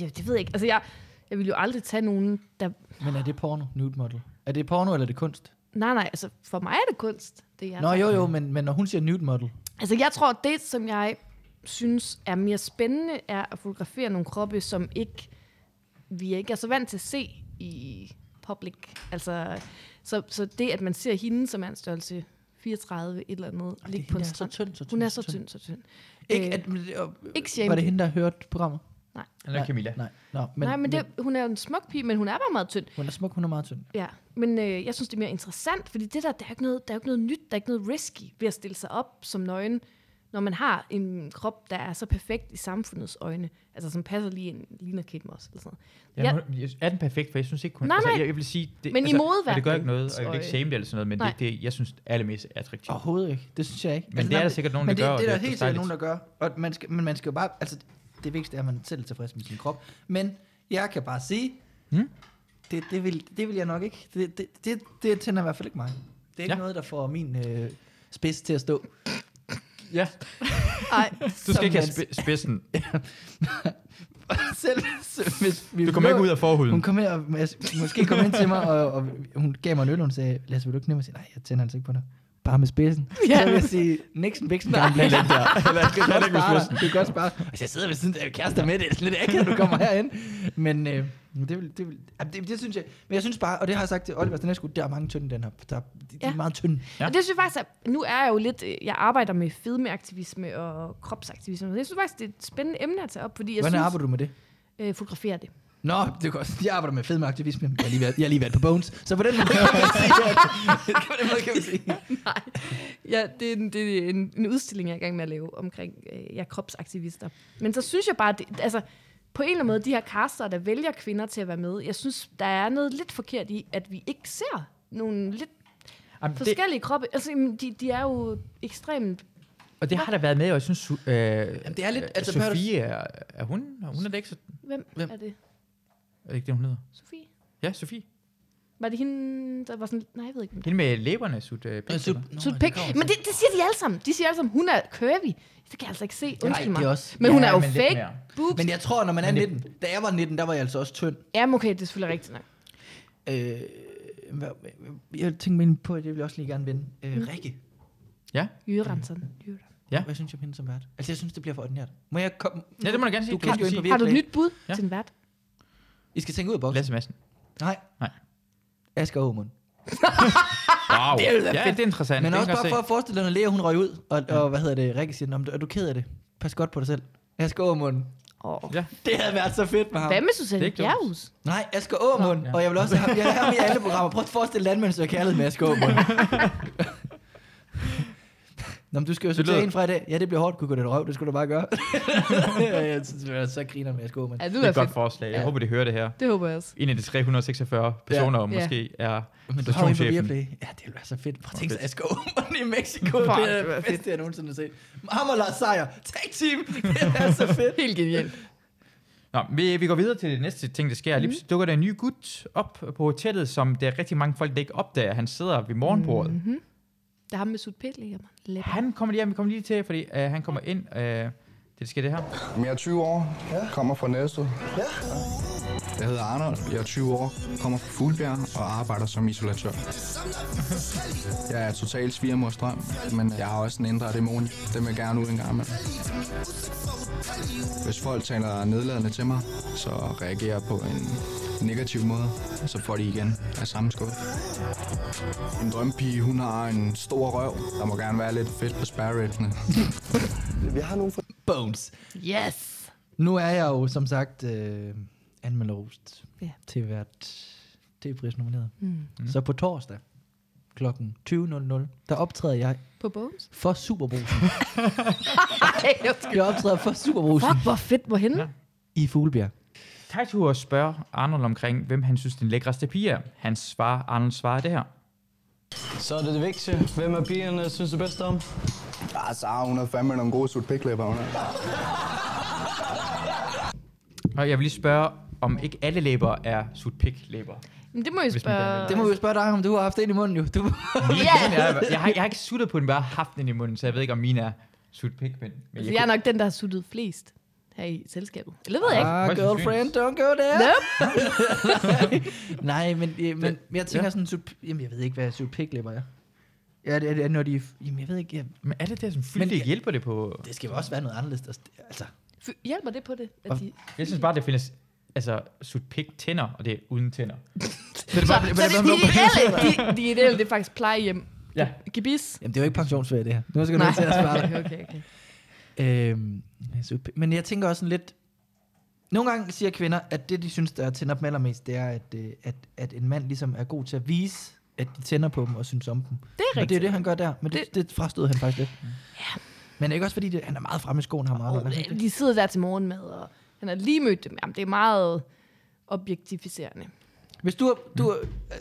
Speaker 4: ja, det ved jeg ikke. Altså, jeg, jeg vil jo aldrig tage nogen, der...
Speaker 3: Men er det porno, nude model? Er det porno, eller er det kunst?
Speaker 4: Nej, nej, altså, for mig er det kunst, det jeg
Speaker 3: Nå
Speaker 4: tager.
Speaker 3: jo jo, men, men når hun siger nude model,
Speaker 4: Altså, jeg tror, det, som jeg synes er mere spændende, er at fotografere nogle kroppe, som ikke vi ikke er så vant til at se i public. Altså, så, så det, at man ser hende, som er en størrelse 34, et eller andet, ligge på en
Speaker 3: hende er så
Speaker 4: strand.
Speaker 3: tynd, så tynd,
Speaker 4: Hun er
Speaker 3: så
Speaker 4: så
Speaker 3: tynd.
Speaker 4: tynd, så tynd.
Speaker 3: Ikke
Speaker 4: Øh,
Speaker 3: at- men det- og-
Speaker 4: ikke
Speaker 3: var
Speaker 4: shame
Speaker 3: det hende, der hørte programmet?
Speaker 4: Nej.
Speaker 1: Eller Camilla.
Speaker 3: Nej, Nå,
Speaker 4: Men, Nej, men, det, hun er jo en smuk pige, men hun er bare meget tynd.
Speaker 3: Hun er smuk, hun er meget tynd.
Speaker 4: Ja, men øh, jeg synes, det er mere interessant, fordi det der, der er, ikke noget, der er ikke noget nyt, der er ikke noget risky ved at stille sig op som nøgen, når man har en krop, der er så perfekt i samfundets øjne, altså som passer lige en ligner Kate Moss eller sådan noget.
Speaker 1: Ja,
Speaker 4: Ja,
Speaker 1: hun, jeg er den perfekt, for jeg synes ikke, hun...
Speaker 4: Nej, nej.
Speaker 1: Altså, jeg, jeg vil sige, det,
Speaker 4: Men i
Speaker 1: altså, og det gør
Speaker 4: modeverdenen,
Speaker 1: ikke noget, og jeg vil ikke
Speaker 4: så-
Speaker 1: shame det eller sådan noget, men det er
Speaker 4: Nej.
Speaker 1: ikke det, jeg synes, det er allermest attraktivt.
Speaker 3: Overhovedet ikke. Det synes jeg ikke. Altså,
Speaker 1: Men det er der sikkert nogen,
Speaker 3: men
Speaker 1: der gør,
Speaker 3: det,
Speaker 1: og
Speaker 3: det er der
Speaker 1: det er
Speaker 3: helt sikkert nogen,
Speaker 1: dejligt.
Speaker 3: der gør. Og man skal, men man skal jo bare... Altså, det vigtigste er, at man selv er tilfreds med sin krop. Men jeg kan bare sige,
Speaker 1: Hmm?
Speaker 3: det, det, vil, det vil jeg nok ikke. Det, det, det, det tænder i hvert fald ikke mig. Det er ikke ja.
Speaker 1: Ja.
Speaker 3: noget, der får min øh, spids til at stå.
Speaker 1: Ja.
Speaker 3: Ej,
Speaker 1: Du skal ikke have spi- spidsen.
Speaker 3: selv, selv, hvis vi
Speaker 1: Du kommer ikke
Speaker 3: lå-
Speaker 1: ud af forhuden.
Speaker 3: Hun kom her, og mås- måske kom ind til mig, og, og, hun gav mig en øl, og hun sagde, Lasse, vil du ikke nemme? Jeg sagde, nej, jeg tænder altså ikke på dig. Bare med spidsen. Ja.
Speaker 18: Ja.
Speaker 3: Så vil jeg sige, Nixon, Bixen,
Speaker 18: Nej.
Speaker 3: kan blive lidt der.
Speaker 18: Eller ikke-
Speaker 3: Du kan
Speaker 18: heller
Speaker 3: godt
Speaker 18: ikke med
Speaker 3: spare dig.
Speaker 18: spidsen.
Speaker 3: Du kan godt spare dig. Hvis jeg sidder ved siden af kærester med det, er sådan lidt akavet, du kommer herind. Men øh, det, vil, det, vil, ah, det, det, synes jeg, men jeg synes bare, og det har jeg sagt til Oliver Stanescu, der er mange tynde i den her. Der, er- de, de er
Speaker 4: Ja.
Speaker 3: meget tynde.
Speaker 4: Ja. Og det synes jeg faktisk, at nu er jeg jo lidt, øh, jeg arbejder med fedmeaktivisme og kropsaktivisme, og jeg synes faktisk, det er et spændende emne at tage op, fordi jeg
Speaker 3: Hvordan
Speaker 4: synes,
Speaker 3: arbejder du med det?
Speaker 4: du? Øh, fotograferer det.
Speaker 3: Nå, det er godt. Jeg arbejder med fedmeaktivisme. Jeg har lige været, jeg har lige været på Bones. Så på den måde kan man sige, at, på den måde kan man sige,
Speaker 4: Ja, det er, en, det er en, en udstilling, jeg er i gang med at lave omkring øh, jeg kropsaktivister. Men så synes jeg bare, det, altså på en eller anden måde, de her kaster, der vælger kvinder til at være med, jeg synes, der er noget lidt forkert i, at vi ikke ser nogle lidt
Speaker 1: Jamen,
Speaker 4: Jamen,
Speaker 1: det-
Speaker 4: forskellige det... kroppe. Altså, jamen, de, de er jo ekstremt...
Speaker 1: Og det har der været med, og jeg synes, Su- øh, Jamen,
Speaker 3: det er lidt- altså, hvad har du-
Speaker 1: Sofie er, er hun, hun er da ikke så...
Speaker 4: Hvem, Hvem
Speaker 1: Hvem?
Speaker 4: er det?
Speaker 1: Er det ikke det, hun hedder?
Speaker 4: Sofie?
Speaker 1: Ja, Sofie.
Speaker 4: Var det hende, der var sådan... Nej, jeg ved ikke.
Speaker 1: Hende med læberne, sut øh, pik.
Speaker 3: sut-
Speaker 1: eller?
Speaker 4: Sut pik. Men det, det, siger de alle sammen. De siger alle sammen, hun er curvy. Det kan jeg altså ikke se. Undskyld mig. Men hun er jo fake. boobs.
Speaker 3: Men jeg tror, når man er
Speaker 4: Men det-
Speaker 3: 19, da jeg var 19, der var jeg altså også tynd.
Speaker 4: Jamen okay, det er selvfølgelig rigtigt nok.
Speaker 3: Øh, hvad- jeg tænkte mig ind på, at jeg vil også lige gerne vinde. Øh,
Speaker 4: Mm.
Speaker 3: Rikke.
Speaker 1: Ja?
Speaker 4: Jyderenseren.
Speaker 1: Ja.
Speaker 3: Hvad synes jeg om hende som vært? Altså, jeg synes, det bliver for ordinært. Må jeg komme?
Speaker 1: Ja, det må du gerne sige.
Speaker 3: Du
Speaker 1: Du
Speaker 3: kan
Speaker 1: må
Speaker 3: jo ind på
Speaker 1: sige.
Speaker 4: Har du et
Speaker 3: Viaplay.
Speaker 4: nyt bud ja. til en vært?
Speaker 3: I skal tænke ud af boksen.
Speaker 1: Lasse Madsen.
Speaker 3: Nej.
Speaker 1: Nej.
Speaker 3: Asger Aumund.
Speaker 1: Wow.
Speaker 3: Det ville være
Speaker 1: ja,
Speaker 3: fedt.
Speaker 1: det er interessant.
Speaker 3: Men
Speaker 1: Det
Speaker 3: også
Speaker 1: kan jeg
Speaker 3: bare for at
Speaker 1: godt
Speaker 3: forestille dig, når Lea hun røg ud, og, og hvad hedder det, Rikke siger, "Nå, men er du ked af det? Pas godt på dig selv. Asger Aumund.
Speaker 4: Oh.
Speaker 1: Ja.
Speaker 3: Det havde været så fedt med ham.
Speaker 4: Hvad med Susanne Bjerghus?
Speaker 3: Nej, Asger Aumund. Og jeg vil også have, jeg vil have ham i alle programmer. Prøv at forestille landmænd, så jeg kærlighed med Asger Aumund. Nå, men du skal jo så
Speaker 1: Det
Speaker 3: tage
Speaker 1: lyder-
Speaker 3: en fra i dag. Ja, det bliver hårdt, kunne gå den røv. Det skulle du bare gøre. jeg synes, det er så griner med Asger Aumund.
Speaker 4: Ja,
Speaker 1: se. Det er et godt forslag. Jeg
Speaker 3: Ja.
Speaker 1: håber, de hører det her.
Speaker 4: Det håber jeg også.
Speaker 1: En af de 346 personer
Speaker 3: Ja.
Speaker 1: måske er
Speaker 3: Men du har jo en på
Speaker 1: stationschefen.
Speaker 3: Viaplay. Ja, det ville være så fedt. Prøv at tænke sig,
Speaker 1: fedt.
Speaker 3: Asger Aumund i Mexico.
Speaker 1: Fuck,
Speaker 3: Det er
Speaker 1: det var
Speaker 3: det bedste, jeg nogensinde har set. Ham og Lars Seier. Tag team. Det er så fedt.
Speaker 4: Helt genialt.
Speaker 1: Nå, vi, vi går videre til det næste ting, der
Speaker 4: Mhm.
Speaker 1: sker. Mm. Lige pludselig dukker der en ny gut op på hotellet, som der er rigtig mange folk, der ikke opdager. Han sidder ved morgenbordet. Mm.
Speaker 4: Mm-hmm. Der er ham med sut pik, ligger mig. Lækker.
Speaker 1: Han kommer lige, vi kommer lige til, fordi øh, han kommer ind. Øh, det der sker det her.
Speaker 2: Jeg er 20 år, kommer fra Næstved. Ja. Jeg hedder Arnold, jeg er 20 år, kommer fra Fuglbjerg og arbejder som isolatør. Jeg er totalt svigermors drøm, men jeg har også en indre dæmon. Den vil gerne ud en gang imellem. Hvis folk taler nedladende til mig, så reagerer jeg på en negativ måde, og så får de igen af samme skuffe. En drømpige, hun har en stor røv, der må gerne være lidt fedt på spærrerættene.
Speaker 21: Vi har nogle fra
Speaker 3: Bones.
Speaker 4: Yes!
Speaker 3: Nu er jeg jo som sagt øh, anmeldt
Speaker 4: Ja.
Speaker 3: til hvert TV-pris nomineret.
Speaker 4: Mm.
Speaker 3: Mm. Så på torsdag kl. 20.00, der optræder jeg
Speaker 4: På Bones?
Speaker 3: for Superbrugsen.
Speaker 4: Ej,
Speaker 3: jeg optræder for Superbrugsen.
Speaker 4: Fuck, hvor fedt, hvorhenne? Ja.
Speaker 3: I Fuglebjerg.
Speaker 1: Tejtur spørger Arnold omkring, hvem han synes den lækreste pige er. Han svarer, Arnold svarer det her.
Speaker 6: Så er det det vigtigste. Hvem er pigerne synes det bedste om?
Speaker 2: Ah, Sara, hun har fandme nogle gode sut piklæber, hun har.
Speaker 1: Og jeg vil lige spørge, om ikke alle læber er sutpik læber.
Speaker 4: Men det må jeg spørge...
Speaker 3: Det må vi jo spørge dig, om du har haft en i munden jo. Du...
Speaker 1: Jeg, jeg, har, jeg har ikke suttet på den, bare haft den i munden, så jeg ved ikke, om min er sutpik, men... men
Speaker 4: Altså, jeg er nok den, der har suttet flest her i selskabet. Eller ved jeg ikke.
Speaker 3: Ah, girlfriend, don't go there. Nej, men, øh, men
Speaker 4: Det-
Speaker 3: jeg tænker
Speaker 4: ja.
Speaker 3: ja. sådan, sup, jamen jeg ved ikke, hvad sutpiklæber er. Ja, det er, det er, når de... Jamen jeg ved ikke... Jeg,
Speaker 1: men er det der, som fyldig hjælper det på...
Speaker 3: Det skal jo også være noget anderledes. der- Altså,
Speaker 4: F- Hjælper det på det? At
Speaker 1: Og
Speaker 4: de...
Speaker 1: Jeg synes bare, det findes altså, sutpik tænder, og det er uden tænder. så
Speaker 4: Så, så det, de, ideelle, de, de ideelle, det er faktisk plejehjem.
Speaker 1: Ja.
Speaker 4: Gibis.
Speaker 3: Jamen, det er jo ikke pensionsferie, det her. Nu skal du
Speaker 4: Nej.
Speaker 3: nødt til at svare dig.
Speaker 4: Okay, okay, okay.
Speaker 3: Øhm, sutpik- men jeg tænker også sådan lidt... Nogle gange siger kvinder, at det, de synes, der tænder dem allermest, det er, at, øh, at, at en mand ligesom er god til at vise, at de tænder på dem og synes om dem.
Speaker 4: Det er
Speaker 3: Og det er
Speaker 4: rigtigt.
Speaker 3: det, han gør der. Men det, det, det frastod han faktisk lidt. Ja. Men er det ikke også fordi, det, han er meget fremme i skoen, ham Arnold? er han ikke det?
Speaker 4: De sidder der til morgenmad, og han har lige mødt dem. Jamen, det er meget objektificerende.
Speaker 3: Hvis du, er- du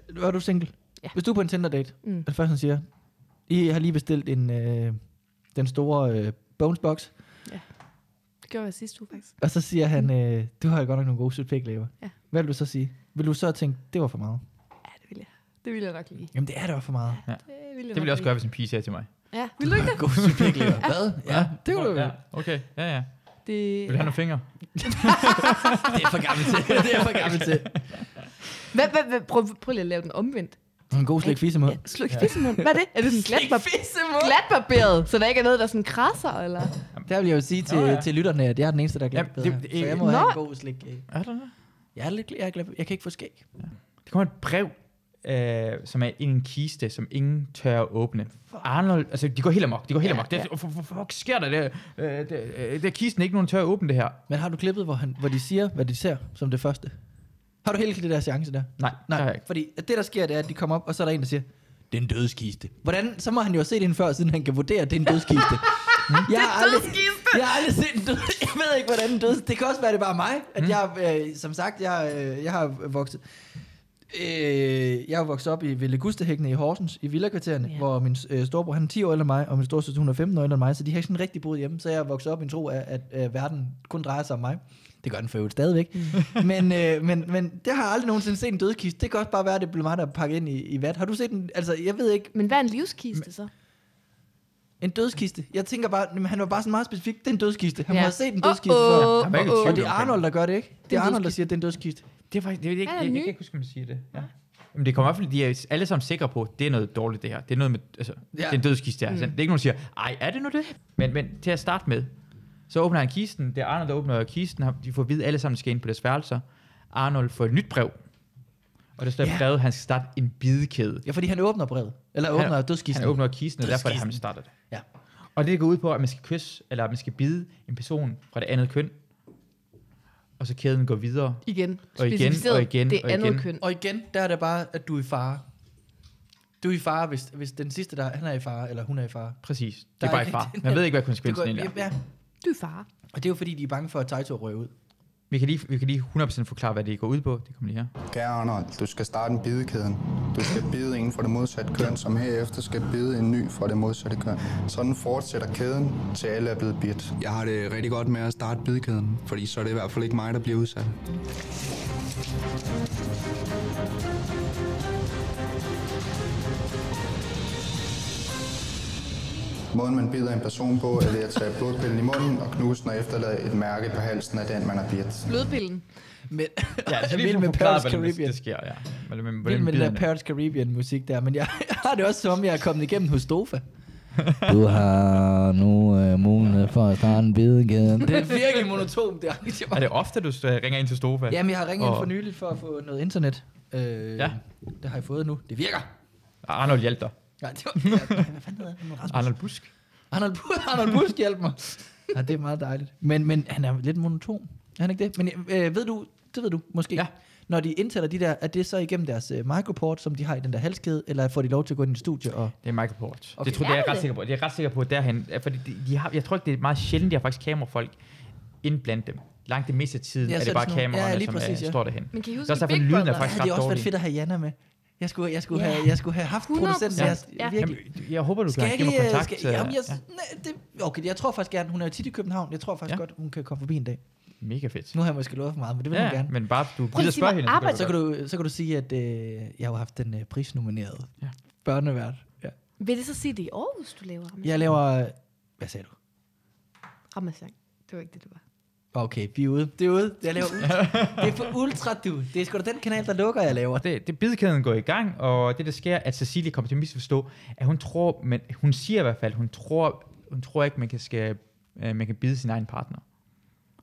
Speaker 3: mm. var du single?
Speaker 4: Ja.
Speaker 3: Hvis du er på en Tinder-date,
Speaker 4: Mm.
Speaker 3: mm. og det første, han siger, I har lige bestilt en, øh, den store øh, bonesbox,
Speaker 4: Ja. Det gjorde jeg sidste uge, faktisk.
Speaker 3: og så siger han, øh, du har jo godt nok nogle gode sylpæklæber.
Speaker 4: Ja.
Speaker 3: Hvad vil du så sige? Vil du så tænke, det var for meget?
Speaker 4: Det ville jeg nok lige.
Speaker 3: Jamen, det er det var for meget.
Speaker 1: Ja.
Speaker 4: Det
Speaker 1: Det ville jeg også gøre, hvis en pige sagde til mig.
Speaker 4: Ja, vil du ikke det?
Speaker 3: God sylpæklæber.
Speaker 4: Ja.
Speaker 3: Hvad? Ja, det vil du
Speaker 1: Ja, okay. Ja, ja.
Speaker 4: Det...
Speaker 1: Vil du have nogle fingre?
Speaker 3: det er for gammelt til. Det er for gammelt til.
Speaker 4: Hvad, hvad, hvad, prøv, prøv lige at lave den omvendt.
Speaker 3: En god slik fissemund. Ja,
Speaker 4: Sluk ja. fissemund. Hvad er det? Er det sådan glat,
Speaker 17: Fissemund.
Speaker 4: glatbarberet, så der ikke er noget, der sådan krasser, eller?
Speaker 3: Der vil jeg jo sige til,
Speaker 4: Nå,
Speaker 3: ja,
Speaker 4: ja.
Speaker 3: ja. til lytterne, at jeg er den eneste, der er glad.
Speaker 1: Jamen, det-
Speaker 3: det,
Speaker 1: det-
Speaker 3: så jeg må
Speaker 1: Nå.
Speaker 3: have en god slik. øh.
Speaker 1: Er der det?
Speaker 3: Jeg er lidt jeg er glad. Jeg kan ikke få skæg.
Speaker 1: Der kommer et brev, øh, som er i en kiste, som ingen tør at åbne. Arnold, altså de går helt amok, de går helt
Speaker 3: Ja,
Speaker 1: amok. Det,
Speaker 3: ja.
Speaker 1: for, for, for, fuck sker der det? Øh, det, øh, det er kisten ikke nogen tør at åbne det her.
Speaker 3: Men har du klippet, hvor, han, hvor de siger, hvad de ser som det første? Har du helt det der chance der?
Speaker 1: Nej,
Speaker 3: Nej, ikke. fordi at det der sker, det er, at de kommer op, og så er der en, der siger, det er en dødskiste. Hvordan? Så må han jo have set den før, siden han kan vurdere, at det er en dødskiste. Mm. jeg, har aldrig, jeg har aldrig set en død. Jeg ved ikke, hvordan en død... Det kan også være, det er bare mig. At jeg, øh, som sagt, jeg, øh, jeg har vokset... Øh, jeg er vokset op i Ville Gustehækkene i Horsens, i villakvartererne, yeah. hvor min øh, storebror, han er 10 år ældre end mig, og min storsøster, hun er 15 år ældre end mig, så de har ikke sådan rigtig boet hjemme, så jeg er vokset op i en tro af, at øh, verden kun drejer sig om mig. Det gør den for øvrigt stadigvæk.
Speaker 4: Mm.
Speaker 3: men, øh, men, men det har jeg aldrig nogensinde set en dødskiste. Det kan også bare være, at det blev mig, der pakket ind i, i vat. Har du set en... Altså, jeg ved ikke...
Speaker 4: Men hvad er en livskiste så?
Speaker 3: En dødskiste. Jeg tænker bare, jamen, han var bare sådan meget specifik. Det er en dødskiste. Han
Speaker 4: Ja.
Speaker 3: må have set en dødskiste
Speaker 4: Uh-oh,
Speaker 3: før.
Speaker 1: Der var ikke uh-oh. tvivl
Speaker 3: Og det er
Speaker 1: omkring.
Speaker 3: Arnold, der gør det, ikke? Det
Speaker 1: Det er
Speaker 3: er
Speaker 1: en
Speaker 3: Arnold, der siger, at det er en dødskiste.
Speaker 1: Det er faktisk, det er ikke,
Speaker 4: Han
Speaker 1: jeg,
Speaker 4: er
Speaker 1: jeg,
Speaker 4: ny.
Speaker 1: kan ikke huske, om man siger det. Ja. Jamen, det kommer i hvert fald, de er alle sammen sikre på, at det er noget dårligt det her. Det er noget med, altså, ja. det er en dødskiste her.
Speaker 4: Mm.
Speaker 1: Mm. Det er ikke nogen, der siger, ej, er det nu det? Men, men til at starte med, så åbner han kisten. Det er Arnold, der åbner kisten. Han- De får at vide, at alle sammen skal ind på deres værelser. Arnold får et nyt brev. Og der står
Speaker 3: Ja.
Speaker 1: yeah. brevet, at han skal starte en bidekæde.
Speaker 3: Ja, fordi han åbner brevet. Eller åbner dødskisten.
Speaker 1: Han åbner kisten, og derfor er det ham, der starter det.
Speaker 3: Ja.
Speaker 1: Og det går ud på, at man skal kysse, eller at man skal bide en person fra det andet køn. Og så kæden går videre.
Speaker 4: Igen.
Speaker 1: Og igen,
Speaker 4: Specificeret,
Speaker 1: og igen,
Speaker 4: det er
Speaker 1: og igen.
Speaker 4: andet køn.
Speaker 3: Og igen, der er det bare, at du er i fare. Du er i fare, hvis, hvis den sidste, der han er i fare, eller hun er i fare.
Speaker 1: Præcis. Det
Speaker 3: Der
Speaker 1: er bare
Speaker 3: ikke
Speaker 1: i fare.
Speaker 3: rigtig-
Speaker 1: Man ved ikke, hvad konsekvensen
Speaker 3: Du går-
Speaker 1: egentlig er.
Speaker 3: Ja,
Speaker 4: Du er far.
Speaker 3: og det er jo fordi, de er bange for, at Taito røver ud.
Speaker 1: Vi kan, lige, vi kan lige 100% forklare, hvad det går ud på. Det kommer lige her.
Speaker 2: Kære Arnold, du skal starte en bidekæden. Du skal bide en fra det modsatte køn, som herefter skal bide en ny fra det modsatte køn. Sådan fortsætter kæden, til alle er blevet bidt. Jeg har det rigtig godt med at starte bidekæden, fordi så er det i hvert fald ikke mig, der bliver udsat. Måden man bider en person på, er ved at tage blodpillen i munden og knuse den og efterlade et mærke på halsen af den, man har bidt.
Speaker 4: Blodpillen.
Speaker 3: Men,
Speaker 1: Ja,
Speaker 3: altså,
Speaker 1: så
Speaker 3: vild
Speaker 1: lige med
Speaker 3: med
Speaker 1: forklare,
Speaker 3: Paris
Speaker 1: ligesom hvordan det,
Speaker 3: Caribbean.
Speaker 1: det sker. Ja. Hvordan, hvordan,
Speaker 3: Vild
Speaker 1: hvordan
Speaker 3: med det der
Speaker 1: biderne-
Speaker 3: Paris Caribbean musik der, men jeg, jeg har det også som om, jeg er kommet igennem hos Dofa.
Speaker 9: Du har nu øh, mulighed for at starte en bidekæde.
Speaker 3: Det er virkelig monotont, det arrangement.
Speaker 1: er det ofte, du øh, ringer ind til Stofa?
Speaker 3: Jamen, jeg har ringet ind
Speaker 1: Og
Speaker 3: for nyligt for at få noget internet. Øh, ja. Det har jeg fået nu. Det virker.
Speaker 1: Arnold hjalp dig.
Speaker 3: Nej, det var, ja, hvad fanden hedder han? Rasmus.
Speaker 1: Arnold Busk.
Speaker 3: Arnold, Bu- Arnold Busk hjalp mig. Ja, det er meget dejligt. Men, men han er lidt monoton. Er han ikke det? Men øh, ved du, det ved du måske. Ja. Når de indtaler de der, er det så igennem deres øh, microport, som de har i den der halskæde, eller får de lov til at gå ind i et studie? Og...
Speaker 1: Det er microport. Okay. Det tror jeg, jeg er ret sikker på. Det er jeg ret sikker på derhen. Fordi de, de har, jeg tror ikke, det er meget sjældent, de har faktisk kamerafolk ind blandt dem. Langt det meste af tiden
Speaker 3: Ja,
Speaker 1: ja, er
Speaker 3: så
Speaker 1: det
Speaker 3: er
Speaker 1: bare
Speaker 3: det sådan nogle-
Speaker 1: kameraerne,
Speaker 3: ja,
Speaker 1: ja,
Speaker 3: lige præcis,
Speaker 1: som
Speaker 3: ja.
Speaker 1: er, står derhen.
Speaker 4: Men kan I huske
Speaker 1: Det er også
Speaker 4: i
Speaker 1: derfor,
Speaker 4: Big
Speaker 1: lyden er
Speaker 4: Brother?
Speaker 1: faktisk
Speaker 3: Havde det
Speaker 1: ret
Speaker 3: også været
Speaker 1: dårlig.
Speaker 3: fedt at have Jana med? Jeg skulle, jeg skulle,
Speaker 1: Ja.
Speaker 3: have, jeg skulle have haft
Speaker 4: 100%.
Speaker 3: producenten.
Speaker 1: Ja.
Speaker 3: Jeg,
Speaker 1: Ja.
Speaker 3: virkelig.
Speaker 1: Jamen, jeg håber, du
Speaker 3: Skal
Speaker 1: kan
Speaker 3: jeg
Speaker 1: give mig
Speaker 3: ikke, øh,
Speaker 1: kontakt,
Speaker 3: Skal,
Speaker 1: øh,
Speaker 3: jamen, jeg, nej, det, okay, jeg tror faktisk gerne, hun er jo tit i København. Jeg tror faktisk ja. godt, hun kan komme forbi en dag.
Speaker 1: Mega fedt.
Speaker 3: Nu har jeg måske lovet for meget, men det vil
Speaker 1: Ja,
Speaker 3: hun gerne.
Speaker 1: men bare du Prøv gider at sige spørge mig, hende, så kan arbejde-
Speaker 3: Så
Speaker 1: du
Speaker 3: kan, du, så kan du sige, at øh, jeg har haft den øh, prisnominerede ja. børnevært. Ja.
Speaker 4: Vil det så sige, at det er i Aarhus, du laver rammesang?
Speaker 3: Jeg laver... øh, Hvad sagde du?
Speaker 4: Rammesang. Det var ikke det, det var.
Speaker 3: Okay, vi er ude. Det er ude. Jeg laver ultra. det er for ultra, du. Det er sgu da den kanal, der lukker, jeg laver.
Speaker 1: Det, det bidkæden går i gang, og det der sker, at Cecilie kommer til at misforstå, at hun tror, men hun siger i hvert fald, hun tror, hun tror ikke, man kan, skal, øh, man kan bide sin egen partner.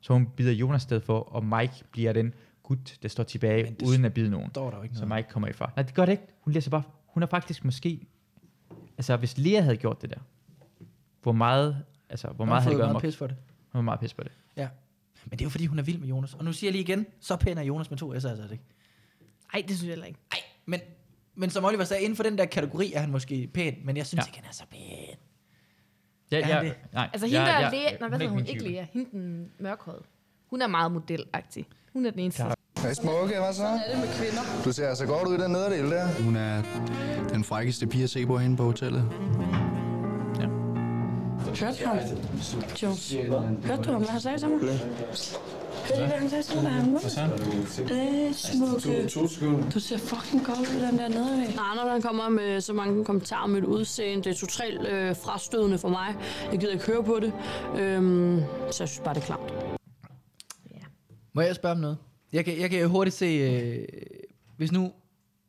Speaker 1: Så hun bider Jonas sted for, og Mike bliver den gut, der står tilbage, uden at bide nogen.
Speaker 3: Står der jo ikke
Speaker 1: så Mike kommer i far. Nej, det gør det ikke. Hun læser bare, hun er faktisk måske, altså hvis Lea havde gjort det der, hvor meget, altså hvor
Speaker 3: Hun
Speaker 1: meget havde
Speaker 3: fået
Speaker 1: det gået
Speaker 3: meget
Speaker 1: mig?
Speaker 3: pis for det.
Speaker 1: Hun var meget pis for det.
Speaker 3: Ja. Men det er jo fordi, hun er vild med Jonas. Og nu siger jeg lige igen, så pæn er Jonas med to S'er altså ikke.
Speaker 4: Nej, det synes jeg heller ikke.
Speaker 3: Nej, men, men som Oliver sagde, inden for den der kategori er han måske pæn, men jeg synes ja. ikke, han er så pæn.
Speaker 1: Ja,
Speaker 3: Er han
Speaker 1: ja,
Speaker 3: det?
Speaker 1: nej,
Speaker 4: Altså hende, der
Speaker 1: ja,
Speaker 4: er
Speaker 1: ja,
Speaker 4: læge... Nej,
Speaker 1: hun
Speaker 4: hvad
Speaker 1: er
Speaker 4: hedder hun?
Speaker 1: min
Speaker 4: Ikke
Speaker 1: type.
Speaker 4: læge. Hende den mørkhårede. Hun er meget modelagtig. Hun er den eneste.
Speaker 2: Klar. Hvad smukke, hvad så? Sådan
Speaker 4: er det med kvinder.
Speaker 2: Du ser altså godt ud i den nederdel der. Hun er den frækkeste pige at se på hende på hotellet.
Speaker 14: Hørte du ham? Jo. Hørte du ham? Hvad han sagde til mig? Hørte du, hvad han sagde til mig, da han var? Øh, smukke.
Speaker 10: Du ser fucking godt ud, den der nederlag. Nej, når han kommer med så mange kommentarer om mit udseende, det er totalt øh, frastødende for mig. Jeg gider ikke høre på det. Øhm, så jeg synes bare, det er klamt.
Speaker 3: Må jeg spørge om noget? Jeg kan, jeg kan hurtigt se, øh, hvis nu...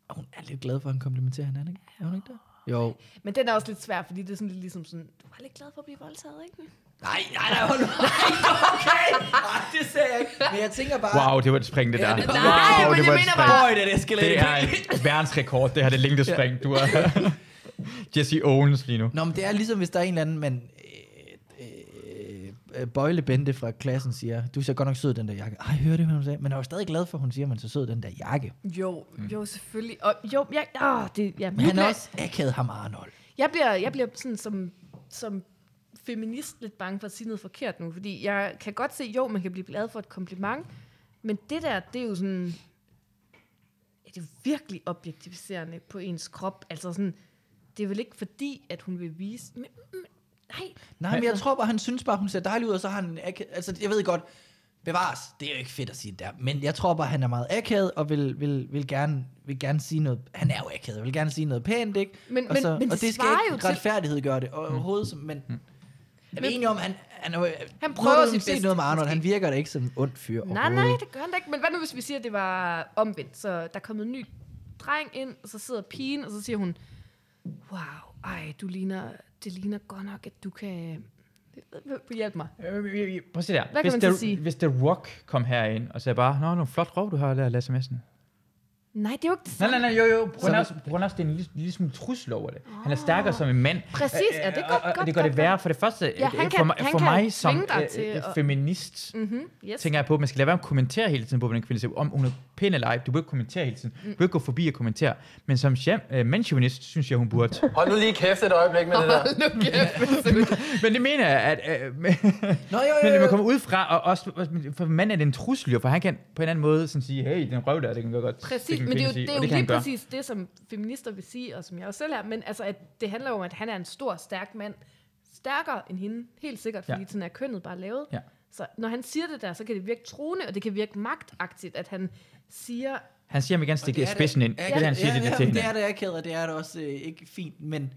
Speaker 3: Og hun er lidt glad for, at han komplimenterer hinanden, ikke? Er hun ikke det? Jo.
Speaker 4: Men den er også lidt svær, fordi det er sådan lidt ligesom sådan... Du var lidt glad for at blive voldtaget, ikke?
Speaker 3: Nej, nej, nej, hold nu. Nej, okay. Ej, det sagde jeg ikke. Men jeg tænker bare...
Speaker 1: Wow, det var et spring, det der.
Speaker 3: det-
Speaker 1: Wow,
Speaker 3: Nej,
Speaker 1: det
Speaker 3: men
Speaker 1: var
Speaker 3: jeg
Speaker 1: et
Speaker 3: mener
Speaker 1: spring.
Speaker 3: bare- Øj, det er det eskaleret.
Speaker 1: Det er et verdensrekord, det her, det længde spring. Du er Jesse Owens lige nu.
Speaker 3: Nå, men det er ligesom, hvis der er en eller anden mand... øh, øh, øh, Bøjlebente fra klassen siger, du ser godt nok sød i den der jakke. Ej, jeg hørte det, hvad hun sagde. Men jeg var stadig glad for, at hun siger, at man ser sød i den der jakke.
Speaker 4: Jo,
Speaker 3: Mm.
Speaker 4: jo, selvfølgelig. Og jo, jeg... Åh, det, ja,
Speaker 3: Men han er også akavet ham Arnold.
Speaker 4: Jeg bliver, jeg bliver sådan som, som feminist lidt bange for at sige noget forkert nu, fordi jeg kan godt se, jo, man kan blive glad for et kompliment, men det der, det er jo sådan, ja, det er jo virkelig objektiviserende på ens krop. Altså sådan, det er vel ikke fordi, at hun vil vise... Men, men, nej, Altså-
Speaker 3: Nej, men jeg tror bare, han synes bare, hun ser dejlig ud, og så har han... ak- Altså, jeg ved godt, bevares, det er jo ikke fedt at sige det der, men jeg tror bare, han er meget akavet, og vil, vil, vil, gerne, vil gerne sige noget... Han er jo akavet, vil gerne sige noget pænt, ikke?
Speaker 4: Men-
Speaker 3: og
Speaker 4: men-
Speaker 3: så,
Speaker 4: men det
Speaker 3: og det skal
Speaker 4: svarer jo
Speaker 3: ikke
Speaker 4: til-
Speaker 3: retfærdighed gøre det, og overhovedet som... Men, er vi
Speaker 4: Men-
Speaker 3: enige om, han, han, er, jo-
Speaker 4: Han
Speaker 3: nu
Speaker 4: prøver
Speaker 3: har du
Speaker 4: sit
Speaker 3: set
Speaker 4: bedste,
Speaker 3: noget med Arnold, han virker da ikke som en ond fyr
Speaker 4: Nej, nej,
Speaker 3: overhovedet.
Speaker 4: det gør han da ikke. Men hvad nu, hvis vi siger, at det var omvendt? Så der er kommet en ny dreng ind, og så sidder pigen, og så siger hun, wow, ej, du ligner, det ligner godt nok, at du kan... Hjælp mig.
Speaker 1: Øh, Prøv at se der.
Speaker 4: Hvad kan
Speaker 1: hvis,
Speaker 4: man så
Speaker 1: the,
Speaker 4: sige?
Speaker 1: hvis The Rock kom herind og sagde bare, Nå, nogle flot rov, du har der, Lasse Madsen.
Speaker 4: Nej, det er jo ikke det
Speaker 1: Nej, nej, nej, jo, jo.
Speaker 4: Så-
Speaker 1: Brun er også, Brun er også det er en lille, lille smule trussel over det. Han er stærkere som en mand.
Speaker 4: Ah. Præcis, ja, det er godt,
Speaker 1: og- og,
Speaker 4: godt,
Speaker 1: og Øh, det gør
Speaker 4: godt,
Speaker 1: det værre for det første.
Speaker 4: Ja, han
Speaker 1: øh, for,
Speaker 4: kan-
Speaker 1: mig-
Speaker 4: han
Speaker 1: for
Speaker 4: kan
Speaker 1: mig som
Speaker 4: tvinge dig
Speaker 1: øh,
Speaker 4: til
Speaker 1: øh,
Speaker 4: at-
Speaker 1: feminist,
Speaker 4: Mhm, yes.
Speaker 1: tænker jeg på, at man skal lade være med at kommentere hele tiden på, hvordan kvinden ser ud. Om hun er pæn eller ej, du burde ikke kommentere hele tiden. Du
Speaker 4: Mm.
Speaker 1: burde ikke gå forbi og kommentere. Men som jam- øh, mandchauvinist, synes jeg, hun burde.
Speaker 7: Hold nu lige kæft et øjeblik med det der.
Speaker 4: Hold nu kæft.
Speaker 1: Men det mener jeg, at... Øh, men,
Speaker 3: Nå, jo,
Speaker 1: men man kommer ud fra, og også, også- for manden er det en trussel jo, for han kan på en anden måde sådan sige, hey, den røv der, det kan jeg godt.
Speaker 4: Præcis,
Speaker 1: kan
Speaker 4: men det er jo,
Speaker 1: kvinden sige,
Speaker 4: det er
Speaker 1: og
Speaker 4: jo
Speaker 1: kan han
Speaker 4: lige
Speaker 1: gøre.
Speaker 4: præcis det, som feminister vil sige, og som jeg også selv er, men altså, at det handler jo om, at han er en stor, stærk mand. Stærkere end hende, helt sikkert, fordi
Speaker 1: Ja.
Speaker 4: sådan er kønnet bare lavet.
Speaker 1: Ja.
Speaker 4: Så når han siger det der, så kan det virke truende, og det kan virke magtagtigt, at han siger...
Speaker 1: Han siger, at han vil gerne stikke spidsen ind. Det er det, han siger, det der til
Speaker 3: Det er
Speaker 1: hende.
Speaker 3: det akavet, og det er det også øh, ikke fint, men...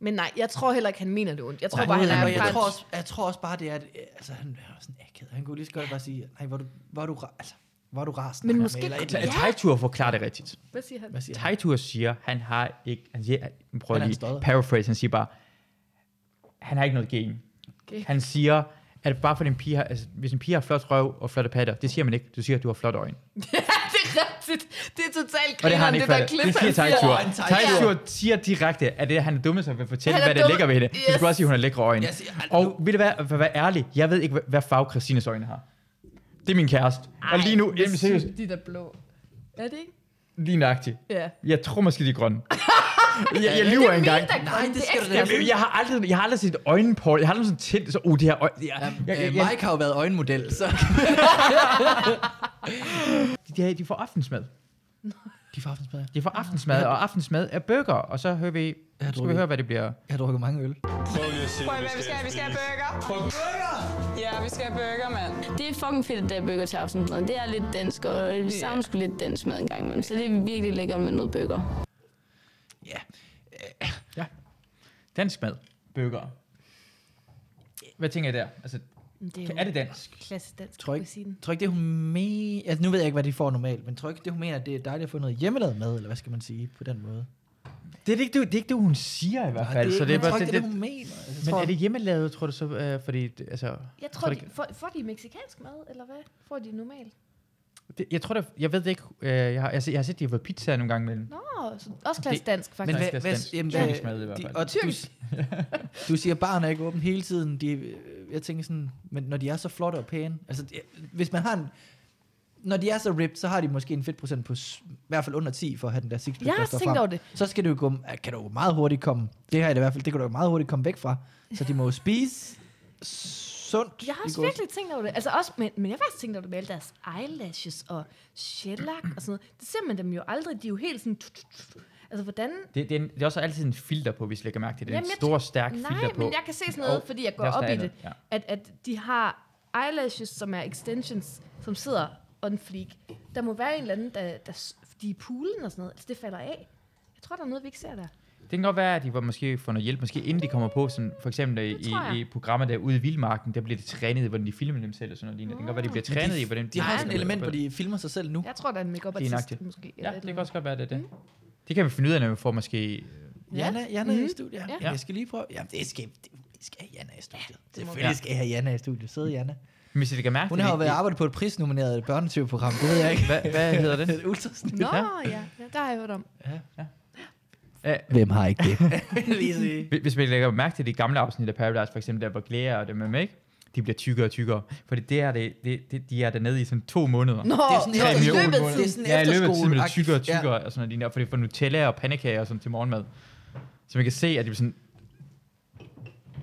Speaker 4: Men nej, jeg tror heller ikke, han mener det ondt. Jeg tror
Speaker 3: Nej,
Speaker 4: bare, han
Speaker 3: det
Speaker 4: er
Speaker 3: og jeg
Speaker 4: bare-
Speaker 3: tror, også, jeg tror også bare, det er, at øh, altså, han er også sådan akavet. Han kunne lige så godt bare sige, nej, var du, var du, ra- altså, var du rasende?
Speaker 4: Men
Speaker 3: her
Speaker 4: måske-
Speaker 3: med?" Eller et eller andet.
Speaker 1: Tejtur Altså, forklarer det rigtigt.
Speaker 4: Hvad siger han?
Speaker 1: Tejtur siger, han har ikke... Han siger, nu prøver
Speaker 3: Han er
Speaker 1: jeg
Speaker 3: en
Speaker 1: lige
Speaker 3: stodder.
Speaker 1: paraphrase, han siger bare, han har ikke noget gen.
Speaker 4: Okay.
Speaker 1: Han siger, at bare for en pige har, altså, hvis en pige har flot røv og flotte patter, det siger man ikke. Du siger, at du har flot øjne.
Speaker 4: Ja, det er Sit, det er totalt
Speaker 1: Og det har han
Speaker 4: grineren,
Speaker 1: ikke
Speaker 4: det der
Speaker 1: fattet.
Speaker 4: klip,
Speaker 1: Det siger
Speaker 4: han
Speaker 1: Thijs Sjur.
Speaker 4: Ja.
Speaker 1: Thijs Sjur siger direkte, at det, han er dumme, så vil fortælle,
Speaker 4: Han er
Speaker 1: hvad der
Speaker 4: dum.
Speaker 1: ligger ved hende. Du
Speaker 4: Yes.
Speaker 1: skal også sige, at hun har lækre øjne.
Speaker 4: Jeg siger,
Speaker 1: Og ved du hvad, for at være ærlig, jeg ved ikke, hvad- hvad farve Christines øjne har. Det er min kæreste. Og lige nu, jamen seriøst,
Speaker 4: De der blå. Er det ikke?
Speaker 1: lige nøjagtigt.
Speaker 4: Ja.
Speaker 1: Jeg tror måske, de er grønne. jeg, jeg
Speaker 4: Det
Speaker 1: lyver
Speaker 4: er
Speaker 1: engang.
Speaker 4: mega grønt. Nej, det Det skal er du da
Speaker 1: jeg,
Speaker 4: ikke.
Speaker 1: jeg, har aldrig, jeg har aldrig set øjnene på. Jeg har aldrig sådan tændt, så, uh, det her øjne. Jeg, jeg,
Speaker 3: Øh,
Speaker 1: jeg, jeg,
Speaker 3: Mike har jo været øjenmodel, så...
Speaker 1: de, her- de får aftensmad.
Speaker 3: De får aftensmad.
Speaker 1: De får aftensmad, og aftensmad er burger. Og så hører vi, skal vi
Speaker 3: drukket-
Speaker 1: høre, hvad det bliver.
Speaker 3: Jeg har drukket mange øl.
Speaker 22: Prøv lige at se,
Speaker 11: Prøv at høre, vi skal have, vi skal have burger. Burger? Ja, vi skal have burger, mand.
Speaker 10: Det er fucking fedt, at der er burger til aftensmad. Det er lidt dansk, og vi savner sgu lidt dansk mad engang imellem. Så det er virkelig lækkert med noget burger.
Speaker 1: Dansk mad. Burger. Hvad tænker I der? Altså,
Speaker 4: Det
Speaker 1: er, er det dansk?
Speaker 4: Klassisk dansk
Speaker 3: Tror ikke,
Speaker 4: cuisine.
Speaker 3: tror ikke det hun mener... Altså, nu ved jeg ikke, hvad de får normalt, men tror ikke, det hun mener, at det er dejligt at få noget hjemmelavet mad, eller hvad skal man sige på den måde?
Speaker 1: Det er ikke det, det, er ikke det hun siger i hvert
Speaker 3: Nej,
Speaker 1: fald.
Speaker 3: det er
Speaker 1: så
Speaker 3: ikke-
Speaker 1: det er
Speaker 3: jeg
Speaker 1: bare
Speaker 3: tror ikke,
Speaker 1: sådan
Speaker 3: det er
Speaker 1: lidt-
Speaker 3: det, hun mener. Altså, jeg
Speaker 1: Men
Speaker 3: tror-
Speaker 1: er det hjemmelavet, tror du så? Øh, fordi, det- altså,
Speaker 4: Jeg tror,
Speaker 1: det,
Speaker 4: de, får, får de mexicansk mad, eller hvad? Får de normalt?
Speaker 1: det, jeg tror det, jeg ved det ikke. Øh, jeg, har, jeg, har set, jeg har set, de har fået pizza nogle gange imellem.
Speaker 4: Nå, så også klassisk dansk, faktisk.
Speaker 3: Men hvad,
Speaker 1: Klassisk
Speaker 3: hvad,
Speaker 1: dansk.
Speaker 3: jamen,
Speaker 1: Tyrkisk
Speaker 3: hvad-
Speaker 1: mad i hvert
Speaker 3: de-
Speaker 1: fald.
Speaker 3: Og
Speaker 1: Tyrkisk.
Speaker 3: du, du siger, at baren er ikke åben hele tiden. De, øh, jeg tænker sådan, men når de er så flotte og pæne, altså det- hvis man har en, når de er så ripped, så har de måske en fedtprocent på s- i hvert fald under 10 for at have den der six
Speaker 4: Jeg har tænkt over det.
Speaker 3: Så skal du jo gå, ah, kan du jo meget hurtigt komme, det her er det i hvert fald, det kan du jo meget hurtigt komme væk fra. Så de må jo spise sundt.
Speaker 4: Jeg har også virkelig tænkt over det. Altså også, men, men jeg har faktisk tænkt over det med alle deres eyelashes og shellac og sådan noget. Det ser man dem jo aldrig. De er jo helt sådan... tut, tut, tut. Altså, hvordan...
Speaker 1: Det, det, er en, det er også altid en filter på, hvis jeg lægger mærke til det. Jamen, en
Speaker 4: Jamen, jeg
Speaker 1: stor,
Speaker 4: tæ-
Speaker 1: stærk
Speaker 4: Nej,
Speaker 1: filter på.
Speaker 4: men jeg kan se sådan noget,
Speaker 1: Og
Speaker 4: fordi jeg går
Speaker 1: lad os
Speaker 4: op
Speaker 1: tage
Speaker 4: i det.
Speaker 1: andet. Ja.
Speaker 4: At, at de har eyelashes, som er extensions, som sidder on fleek. Der må være en eller anden, der, der s- de er i poolen og sådan noget. Altså, det falder af. Jeg tror, der er noget, vi ikke ser der.
Speaker 1: Det kan godt være, at de var måske får noget hjælp, måske inden de kommer på, sådan, for eksempel øh, i,
Speaker 4: tror jeg.
Speaker 1: i, i, programmer der ude i Vildmarken, der bliver det trænet i, hvordan de filmer dem selv og sådan noget lignende. Det kan godt være, de bliver
Speaker 4: Ah.
Speaker 3: Men de-
Speaker 1: trænet i, hvordan
Speaker 3: de har sådan et element, hvor
Speaker 1: de
Speaker 3: filmer sig selv nu.
Speaker 4: Jeg tror, der er en make-up
Speaker 1: Lige
Speaker 4: artist,
Speaker 1: nøjagtigt.
Speaker 4: måske.
Speaker 1: Ja, det kan også godt være, det er det. Det kan vi finde ud af, når vi får måske...
Speaker 3: Jana, Jana mm. i studiet.
Speaker 4: Ja.
Speaker 3: Ja. Jeg skal lige prøve. Jamen, det skal, det, vi skal have Jana i studiet. Ja,
Speaker 1: må
Speaker 3: Selvfølgelig
Speaker 1: vi.
Speaker 3: skal jeg have Jana i studiet. Sidde Jana.
Speaker 1: Men hvis I kan mærke
Speaker 3: Hun
Speaker 1: det,
Speaker 3: har jo
Speaker 1: det-
Speaker 3: været
Speaker 1: det-
Speaker 3: arbejdet på et prisnomineret børnetv-program. Det ved jeg ikke.
Speaker 1: Hvad- hvad hedder det?
Speaker 3: Et ultrasnit.
Speaker 4: Nå, ja. ja. Der har jeg hørt om.
Speaker 3: Hvem har ikke det?
Speaker 1: Hvis- Hvis man lægger mærke til de gamle afsnit af Paradise, for eksempel der, hvor Glea og dem er med, ikke? de bliver tykkere og tykkere. Fordi det er det, det, det, de er dernede i sådan to måneder.
Speaker 3: Nå, Det er sådan
Speaker 1: Tre
Speaker 3: i
Speaker 1: millioner
Speaker 3: løbet af
Speaker 1: måneder.
Speaker 3: tiden. Det er
Speaker 1: Ja, i
Speaker 3: sådan
Speaker 1: løbet af tiden bliver de
Speaker 3: efterskoleagtigt.
Speaker 1: tykkere og
Speaker 3: Ja.
Speaker 1: tykkere. Og sådan noget, lignende. og for det får Nutella og pandekager og sådan til morgenmad. Så man kan se, at de bliver sådan...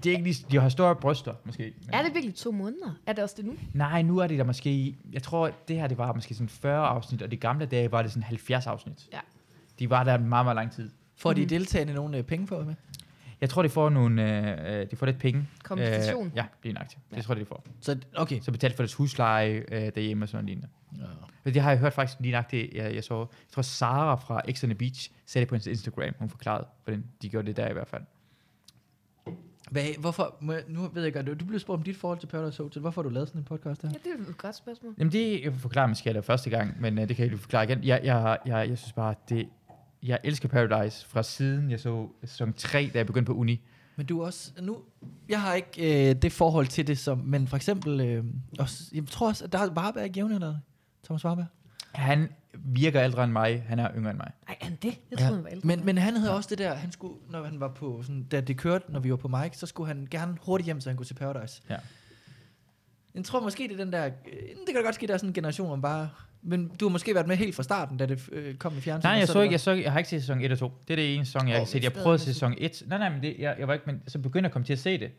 Speaker 1: Det er ikke lige, de har større bryster, måske.
Speaker 4: Er det virkelig to måneder? Er det også det nu?
Speaker 1: Nej, nu er det der måske... Jeg tror, det her det var måske sådan 40 afsnit, og de gamle dage var det sådan 70 afsnit.
Speaker 4: Ja.
Speaker 1: De var der en meget, meget lang tid.
Speaker 3: Får de deltagende nogle øh, penge for med?
Speaker 1: Jeg tror, de får, nogle, øh, øh, de får lidt penge.
Speaker 3: Kompensation.
Speaker 1: Øh, ja, lige nøjagtigt. Det tror jeg, de får.
Speaker 3: Så, okay.
Speaker 1: så betalt for deres husleje øh, derhjemme og sådan lignende. Ja. Det har jeg hørt faktisk lige nøjagtigt. Jeg, jeg, så, jeg tror, Sara fra X on the Beach sagde det på hendes Instagram. Hun forklarede, hvordan de gjorde det der i hvert fald.
Speaker 3: Hvad, hvorfor, må jeg, nu ved jeg godt, du- du blev spurgt om dit forhold til Paradise Hotel. Hvorfor har du lavet sådan en podcast der?
Speaker 4: Ja, det er et godt spørgsmål.
Speaker 1: Jamen det, jeg forklarer måske allerede første gang, men øh, det kan jeg lige forklare igen. Jeg, jeg, jeg, jeg synes bare, at det, jeg elsker Paradise fra siden jeg så sæson 3, da jeg begyndte på uni.
Speaker 3: Men du er også, nu, jeg har ikke øh, det forhold til det, som, men for eksempel, øh, også, jeg tror også, at der er Varberg ikke jævnaldrende. Thomas Warberg.
Speaker 1: Han virker ældre end mig, han er yngre end mig.
Speaker 4: Nej, er han det? Jeg troede, han var ældre.
Speaker 3: Men, men han havde også det der, han skulle, når han var på, sådan, da det kørte, når vi var på Mike, så skulle han gerne hurtigt hjem, så han kunne til Paradise.
Speaker 1: Ja.
Speaker 3: Jeg tror måske, det er den der, øh, det kan da godt ske, der er sådan en generation, om bare, men du har måske været med helt fra starten, da det øh, kom i fjernsynet.
Speaker 1: Nej, jeg,
Speaker 3: er
Speaker 1: så
Speaker 3: det
Speaker 1: ikke, jeg,
Speaker 3: godt.
Speaker 1: så, ikke- jeg har ikke set sæson 1 og 2. Det er det ene sæson, jeg har
Speaker 3: Åh,
Speaker 1: ikke set. Jeg
Speaker 3: men
Speaker 1: prøvede
Speaker 3: stadig
Speaker 1: sæson 1. Nej, nej, men det, jeg, jeg var ikke, men så begyndte jeg at komme til at se det.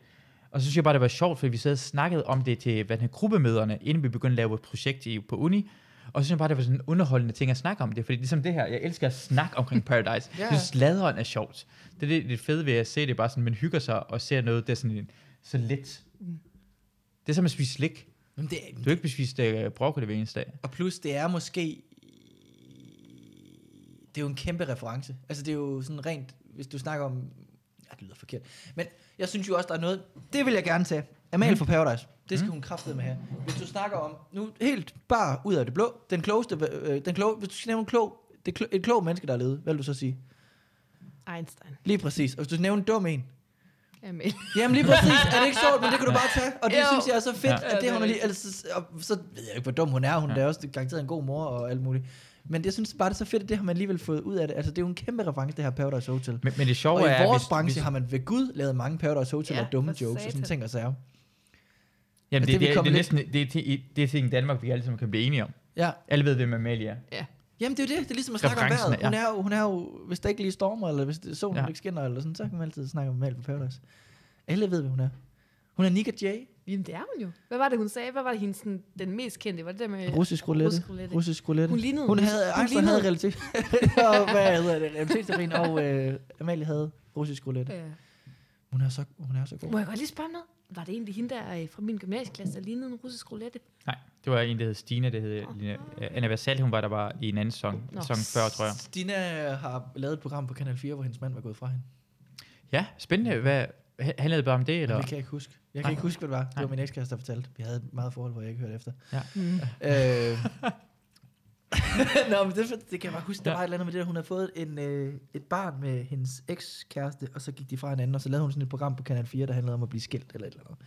Speaker 1: Og så synes jeg bare, det var sjovt, fordi vi sad og snakkede om det til hvad den her, gruppemøderne, inden vi begyndte at lave et projekt i, på uni. Og så synes jeg bare, det var sådan en underholdende ting at snakke om det. Fordi ligesom det her, jeg elsker at snakke omkring Paradise.
Speaker 3: Ja.
Speaker 1: ja. Jeg synes, laderen er sjovt. Det er det, det fede ved at se det, bare sådan, man hygger sig og ser noget, der er sådan, en- så let.
Speaker 3: Mm.
Speaker 1: Det er som at spise slik.
Speaker 3: Jamen, det,
Speaker 1: Du har ikke bespist uh, broccoli hver eneste dag.
Speaker 3: Og plus, det er måske... Det er jo en kæmpe reference. Altså, det er jo sådan rent... Hvis du snakker om... Ja, det lyder forkert. Men jeg synes jo også, der er noget... Det vil jeg gerne tage.
Speaker 1: Mhm.
Speaker 3: Amal fra Paradise. Det skal hun kraftedeme have. Hvis du snakker om... Nu helt bare ud af det blå. Den klogeste... Øh, den kloge, hvis du skal nævne en klog, det er klo, et klog menneske, der er levet, hvad vil du så sige?
Speaker 4: Einstein.
Speaker 3: Lige præcis. Og hvis du skal nævne en dum en,
Speaker 4: Jamen.
Speaker 3: Jamen lige præcis, er det ikke sjovt, men det kan du bare tage. Og det
Speaker 4: Jo.
Speaker 3: synes jeg er så fedt,
Speaker 4: Ja.
Speaker 3: ja. at det hun er lige... Altså, og så ved jeg ikke, hvor dum hun er. Hun ja. er også garanteret en god mor og alt muligt. Men jeg synes bare, det er så fedt, at det har man alligevel fået ud af det. Altså, det er jo en kæmpe reference, det her Paradise Hotel.
Speaker 1: Men- men det sjove
Speaker 3: og
Speaker 1: er,
Speaker 3: i vores
Speaker 1: hvis-
Speaker 3: branche
Speaker 1: hvis-
Speaker 3: har man ved Gud lavet mange Paradise Hotel
Speaker 1: Ja,
Speaker 3: og dumme
Speaker 1: for
Speaker 3: jokes og sådan
Speaker 1: satan.
Speaker 3: ting og sager.
Speaker 1: Jamen,
Speaker 3: Og
Speaker 1: det,
Speaker 3: Altså, det
Speaker 1: det,
Speaker 3: vi
Speaker 1: det, er,
Speaker 3: kom
Speaker 1: det, er
Speaker 3: lidt-
Speaker 1: næsten, det, er, ting- det er ting, Danmark, vi alle sammen kan blive enige om.
Speaker 3: Ja.
Speaker 1: Alle ved, hvem Amalie er.
Speaker 3: Ja. Jamen, det er jo det. Det er ligesom at snakke om
Speaker 1: Referencen
Speaker 3: vejret. Hun
Speaker 1: er-
Speaker 3: er, jo, hun er jo, hvis der ikke lige stormer, eller hvis det- solen
Speaker 1: Ja.
Speaker 3: ja. ikke skinner, eller sådan, så kan man altid snakke om alt på Paradise. Alle ved, hvem hun er. Hun er Nika J.
Speaker 4: Jamen, det er hun jo. Hvad var det, hun sagde? Hvad var det, hendes, sådan, den mest kendte? Var det der med...
Speaker 3: Russisk roulette.
Speaker 4: øh, Russisk roulette.
Speaker 3: Russisk roulette.
Speaker 4: Hun lignede...
Speaker 3: Hun havde,
Speaker 4: hun
Speaker 3: Axel havde realitet. og hvad hedder det? Realitetsteorien, og øh, Amalie havde russisk roulette.
Speaker 4: Ja.
Speaker 3: Hun er så, hun er så god.
Speaker 4: Øh, Må jeg godt lige spørge om noget? Var det egentlig hende der øh, fra min gymnasieklasse, der lignede en russisk roulette?
Speaker 1: Nej, det var en, der hed Stine, det hed Lina, Anna Versal, hun var der bare i en anden sang,
Speaker 3: Nå.
Speaker 1: sang før, tror jeg.
Speaker 3: Stina har lavet et program på Kanal 4, hvor hendes mand var gået fra hende.
Speaker 1: Ja, spændende. Hvad, h- handlede det bare om det, eller?
Speaker 3: Eller? Det kan jeg ikke huske. Jeg kan
Speaker 1: Nej.
Speaker 3: ikke huske, hvad det var. Det
Speaker 1: Nej.
Speaker 3: var min ekskæreste, der fortalte. Vi havde et meget forhold, hvor jeg ikke hørte efter.
Speaker 1: Ja.
Speaker 3: Mm.
Speaker 1: Mm.
Speaker 3: Øh, Nå, men det, det kan jeg bare huske. Der var et eller andet med det, at hun havde fået en, øh, et barn med hendes ekskæreste, og så gik de fra hinanden, og så lavede hun sådan et program på Kanal 4, der handlede om at blive skilt eller et eller andet.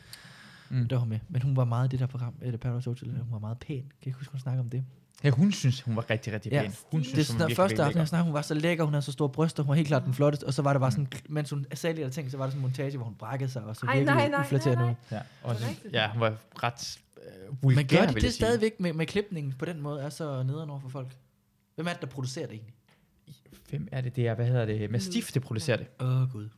Speaker 1: Mm.
Speaker 3: Der var hun med. Men hun var meget i det der program, eller Paradise Hotel, hun var meget pæn. Kan jeg ikke huske, hun snakkede om det?
Speaker 1: Ja, hun synes, hun var rigtig, rigtig pæn. Hun synes,
Speaker 3: det er
Speaker 1: hun
Speaker 3: sådan,
Speaker 1: virkelig,
Speaker 3: første
Speaker 1: virkelig
Speaker 3: aften,
Speaker 1: lækker.
Speaker 3: jeg snakkede, hun var så lækker, hun havde så store bryster, hun var helt klart den flotteste, og så var det bare sådan, mens hun sagde de der ting, så var der sådan en montage, hvor hun brækkede sig, og så
Speaker 4: Ej,
Speaker 3: virkelig
Speaker 4: nej, nej,
Speaker 3: uflatterende
Speaker 4: nej,
Speaker 3: ud.
Speaker 1: Ja, og
Speaker 3: Det er
Speaker 1: så,
Speaker 3: rigtigt.
Speaker 1: ja, hun var ret øh, vulgær,
Speaker 3: Men gør de
Speaker 1: vil jeg
Speaker 3: det
Speaker 1: sige.
Speaker 3: stadigvæk med, med klipningen på den måde, er så nederen over for folk? Hvem er det, der producerer det egentlig?
Speaker 1: Hvem er det, det er, hvad hedder det, Mastiff, det producerer det.
Speaker 3: Åh, oh, gud.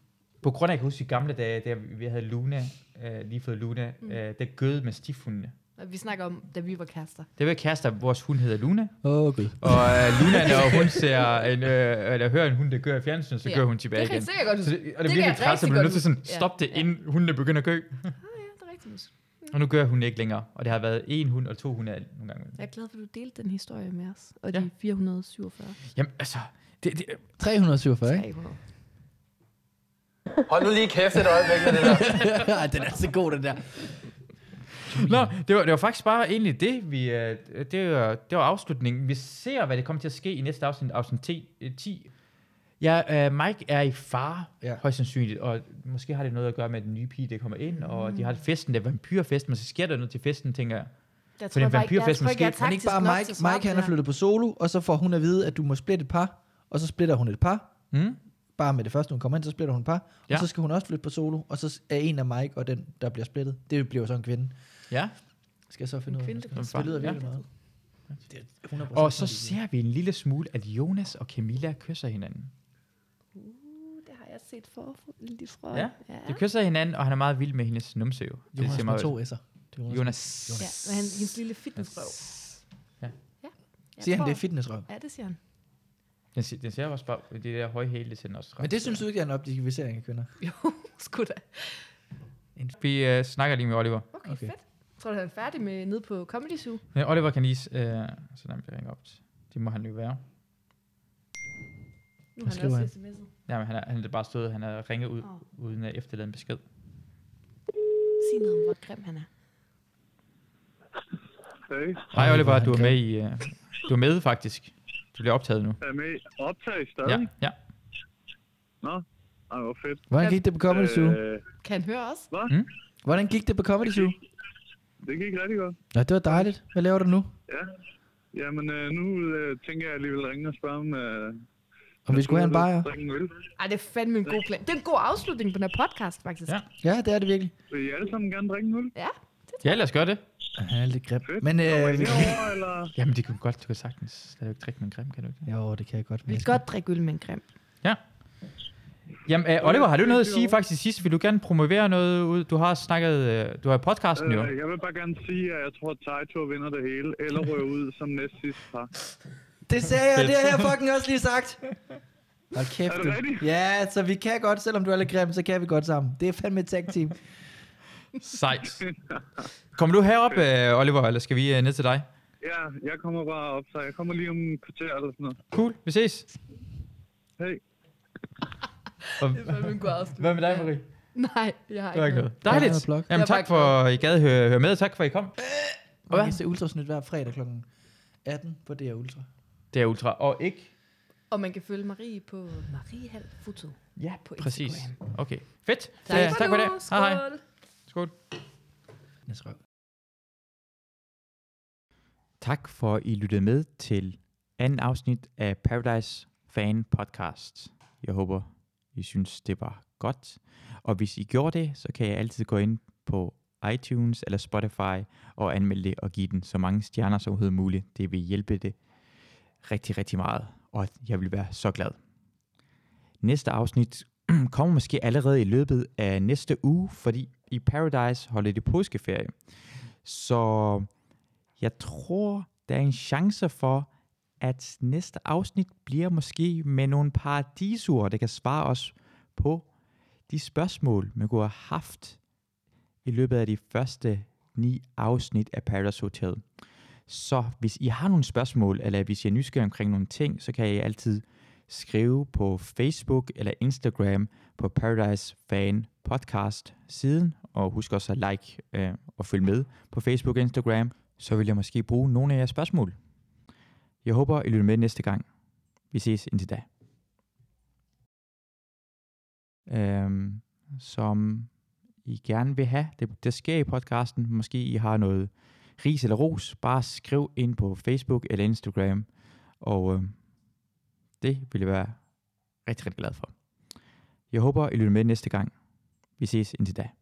Speaker 1: På grund af, jeg kan huske i gamle dage, da vi havde Luna, øh, lige fået Luna,
Speaker 4: Mm.
Speaker 1: mm. øh, der gød Mastiff-hundene.
Speaker 4: Og vi snakker om, da vi var kærester.
Speaker 1: Det var kærester, vores hund hedder Luna.
Speaker 3: Åh, oh, gud.
Speaker 1: Og øh, Luna, når hun ser en, øh, eller hører en hund, der gør i fjernsynet, så
Speaker 4: Ja.
Speaker 1: ja. gør hun tilbage
Speaker 4: Det kan-
Speaker 1: igen.
Speaker 4: det kan jeg godt
Speaker 1: Så
Speaker 4: huske.
Speaker 1: det, og
Speaker 4: Det
Speaker 1: det,
Speaker 4: kan
Speaker 1: er
Speaker 4: jeg
Speaker 1: virkelig træt, så
Speaker 4: rigtig
Speaker 1: bliver
Speaker 4: godt
Speaker 1: nødt til sådan,
Speaker 4: huske. Ja.
Speaker 1: stop det, inden hundene begynder at gø.
Speaker 4: Det er rigtigt.
Speaker 1: Og nu gør hun ikke længere. Og det har været én hund og to hunde nogle gange.
Speaker 4: Jeg er glad for, at du delte den historie med os. Og de 447.
Speaker 1: Jamen, altså... Det, det,
Speaker 3: 347, ikke?
Speaker 1: Hold nu lige kæft et øjeblik med det der.
Speaker 3: Ej, den er så god, den der.
Speaker 1: Nå, det var, det var faktisk bare egentlig det, vi, øh, det, var, det var afslutningen. Vi ser, hvad det kommer til at ske i næste afsnit, afsnit 10. øh, 10. Ja, øh, Mike er i fare,
Speaker 3: ja.
Speaker 1: højst sandsynligt, og måske har det noget at gøre med at den nye pige, der kommer ind, mm. og de har festen, der er vampyrfesten, men så sker der noget til festen, tænker jeg.
Speaker 4: Jeg
Speaker 1: Fordi en vampyrfest måske-
Speaker 3: Men ikke bare Mike, Mike han er flyttet på solo, og så får hun at vide, at du må splitte et par, og så splitter hun et par.
Speaker 1: Mm.
Speaker 3: Bare med det første, hun kommer ind, så splitter hun et par. Ja.
Speaker 1: Ja.
Speaker 3: Og så skal hun også flytte på solo, og så er en af Mike og den, der bliver splittet. Det bliver så en kvinde.
Speaker 1: Ja.
Speaker 3: Skal jeg så
Speaker 1: En
Speaker 3: finde ud af.
Speaker 1: kvinde,
Speaker 3: hvad
Speaker 1: der bliver
Speaker 3: jeg skal- Det lyder
Speaker 1: splittet.
Speaker 3: virkelig meget. Det er 100%
Speaker 1: Og så
Speaker 3: sådan, det
Speaker 1: ser vi en lille smule, at Jonas og Camilla kysser hinanden.
Speaker 4: Uh, Det har jeg set for, lidt fra.
Speaker 1: Ja, de kysser hinanden, og han er meget vild med hendes numse jo. Det
Speaker 3: Jonas
Speaker 1: ser
Speaker 3: med
Speaker 1: meget-
Speaker 3: to S'er. Det er Jonas med-
Speaker 1: Jonas.
Speaker 4: Ja, men han, hendes lille fitnessrøv.
Speaker 1: Ja.
Speaker 4: ja. Jeg
Speaker 3: Siger han,
Speaker 4: tror-
Speaker 3: det er fitnessrøv?
Speaker 4: Ja, det siger han.
Speaker 1: Den, ser- den ser også bare, det der høje hæle, det ser den også
Speaker 3: Men det synes du ikke er en optimisering af kvinder?
Speaker 4: Jo, sgu da.
Speaker 1: Vi øh, snakker lige med Oliver.
Speaker 4: Okay, okay. fedt. Tror du, han er færdig med nede på Comedy Zoo?
Speaker 1: Ja, Oliver kan lige... s- Øh, sådan, jeg ringer op. til- Det må han jo være.
Speaker 4: Nu
Speaker 1: Hvad
Speaker 4: har han
Speaker 1: skriver
Speaker 4: også
Speaker 1: han?
Speaker 4: sms'et.
Speaker 1: Ja, men han er, han er bare stået, han har ringet ud, oh. uden at efterlade en besked.
Speaker 4: Sig noget om, hvor grim han er.
Speaker 5: Hey.
Speaker 1: Hej Oliver, du er med i... Øh, du er med faktisk. Du bliver optaget nu.
Speaker 5: Er I med optag
Speaker 1: Ja,
Speaker 5: stadig?
Speaker 1: ja.
Speaker 5: Nå, Ej, hvor fedt.
Speaker 3: Hvordan gik det på Comedy Zoo?
Speaker 4: Kan han høre os?
Speaker 5: Hvad?
Speaker 1: Mm?
Speaker 3: Hvordan gik det på Øh. Comedy Zoo?
Speaker 5: Det gik rigtig godt.
Speaker 3: Nå, det var dejligt. Hvad laver du nu?
Speaker 5: Ja. Jamen, øh, nu øh, tænker jeg alligevel ringe og spørge om... Øh,
Speaker 3: Om vi skulle have en bajer?
Speaker 5: drikke en øl.
Speaker 4: Ej, det er fandme en god plan. Det er en god afslutning på den her podcast, faktisk. Ja.
Speaker 3: Ja, det er det virkelig.
Speaker 5: Vil I alle sammen gerne drikke en øl?
Speaker 4: Ja.
Speaker 1: Ja, lad os gøre det.
Speaker 3: Han er lidt grim.
Speaker 5: Fedt.
Speaker 3: Men øh,
Speaker 5: Kommer I herover, eller?
Speaker 1: Jamen, det kan du godt, du kan sagtens. Der er jo ikke drikke med en grim, kan du ikke?
Speaker 3: Jo, det kan jeg godt.
Speaker 4: Vi kan godt drikke øl med en grim.
Speaker 1: Jamen, øh, Oliver, har du noget at sige faktisk sidst? Vil du gerne promovere noget ud? Du har snakket... Øh, du har podcasten jo.
Speaker 5: Øh, jeg vil bare gerne sige, at jeg tror, at Taito vinder det hele, eller røver ud som næst sidste par.
Speaker 3: Det sagde jeg, og det har jeg fucking også lige sagt. Hold kæft,
Speaker 5: Er det
Speaker 3: du.
Speaker 5: rigtigt?
Speaker 3: Ja, så vi kan godt, selvom du er lidt grim, så kan vi godt sammen. Det er fandme et tag team.
Speaker 1: Sejt. Kommer du herop, øh, Oliver, eller skal vi øh, ned til dig?
Speaker 5: Ja, jeg kommer bare op, så jeg kommer lige om en kvarter eller sådan noget.
Speaker 1: Cool, vi ses.
Speaker 5: Hej.
Speaker 4: fandme en god afslutning.
Speaker 1: Hvad med dig, Marie?
Speaker 4: Nej, jeg har
Speaker 1: Det var ikke
Speaker 4: ikke
Speaker 1: noget. Dejligt. Jamen, tak for, I gad høre, høre med, og tak for, I kom.
Speaker 3: Og man kan se Ultrasnyt hver fredag kl. 18 på DR Ultra.
Speaker 1: Det er Ultra. Og ikke
Speaker 4: Og man kan følge Marie på Mariehal Foto.
Speaker 1: Ja,
Speaker 4: på
Speaker 1: præcis.
Speaker 4: Instagram.
Speaker 1: Okay, fedt.
Speaker 4: Tak.
Speaker 1: Ja, tak for det.
Speaker 4: Skål.
Speaker 1: Hej, hej. Skål.
Speaker 3: Næsrøv.
Speaker 23: Tak for, at I lyttede med til
Speaker 1: Anden afsnit af Paradise Fan Podcast. Jeg håber, I synes, det var godt. Og hvis I gjorde det, så kan I altid gå ind på iTunes eller Spotify og anmelde det og give den så mange stjerner som overhovedet muligt. Det vil hjælpe det rigtig, rigtig meget, og jeg vil være så glad. Næste afsnit kommer måske allerede i løbet af næste uge, fordi i Paradise holder de påskeferie. Så jeg tror, der er en chance for, at næste afsnit bliver måske med nogle paradisuer, der kan svare os på de spørgsmål, man kunne have haft i løbet af de første ni afsnit af Paradise Hotel. Så hvis I har nogle spørgsmål, eller hvis I er nysgerrige omkring nogle ting, så kan I altid skrive på Facebook eller Instagram på Paradise Fan Podcast siden, og husk også at like øh, og følge med på Facebook og Instagram, så vil jeg måske bruge nogle af jeres spørgsmål. Jeg håber, I lytter med næste gang. Vi ses indtil da. Øhm, som I gerne vil have, det, det sker i podcasten. Måske I har noget ris eller ros, bare skriv ind på Facebook eller Instagram, og øh, det vil jeg være rigtig, rigtig glad for. Jeg håber, I lytter med næste gang. Vi ses indtil da.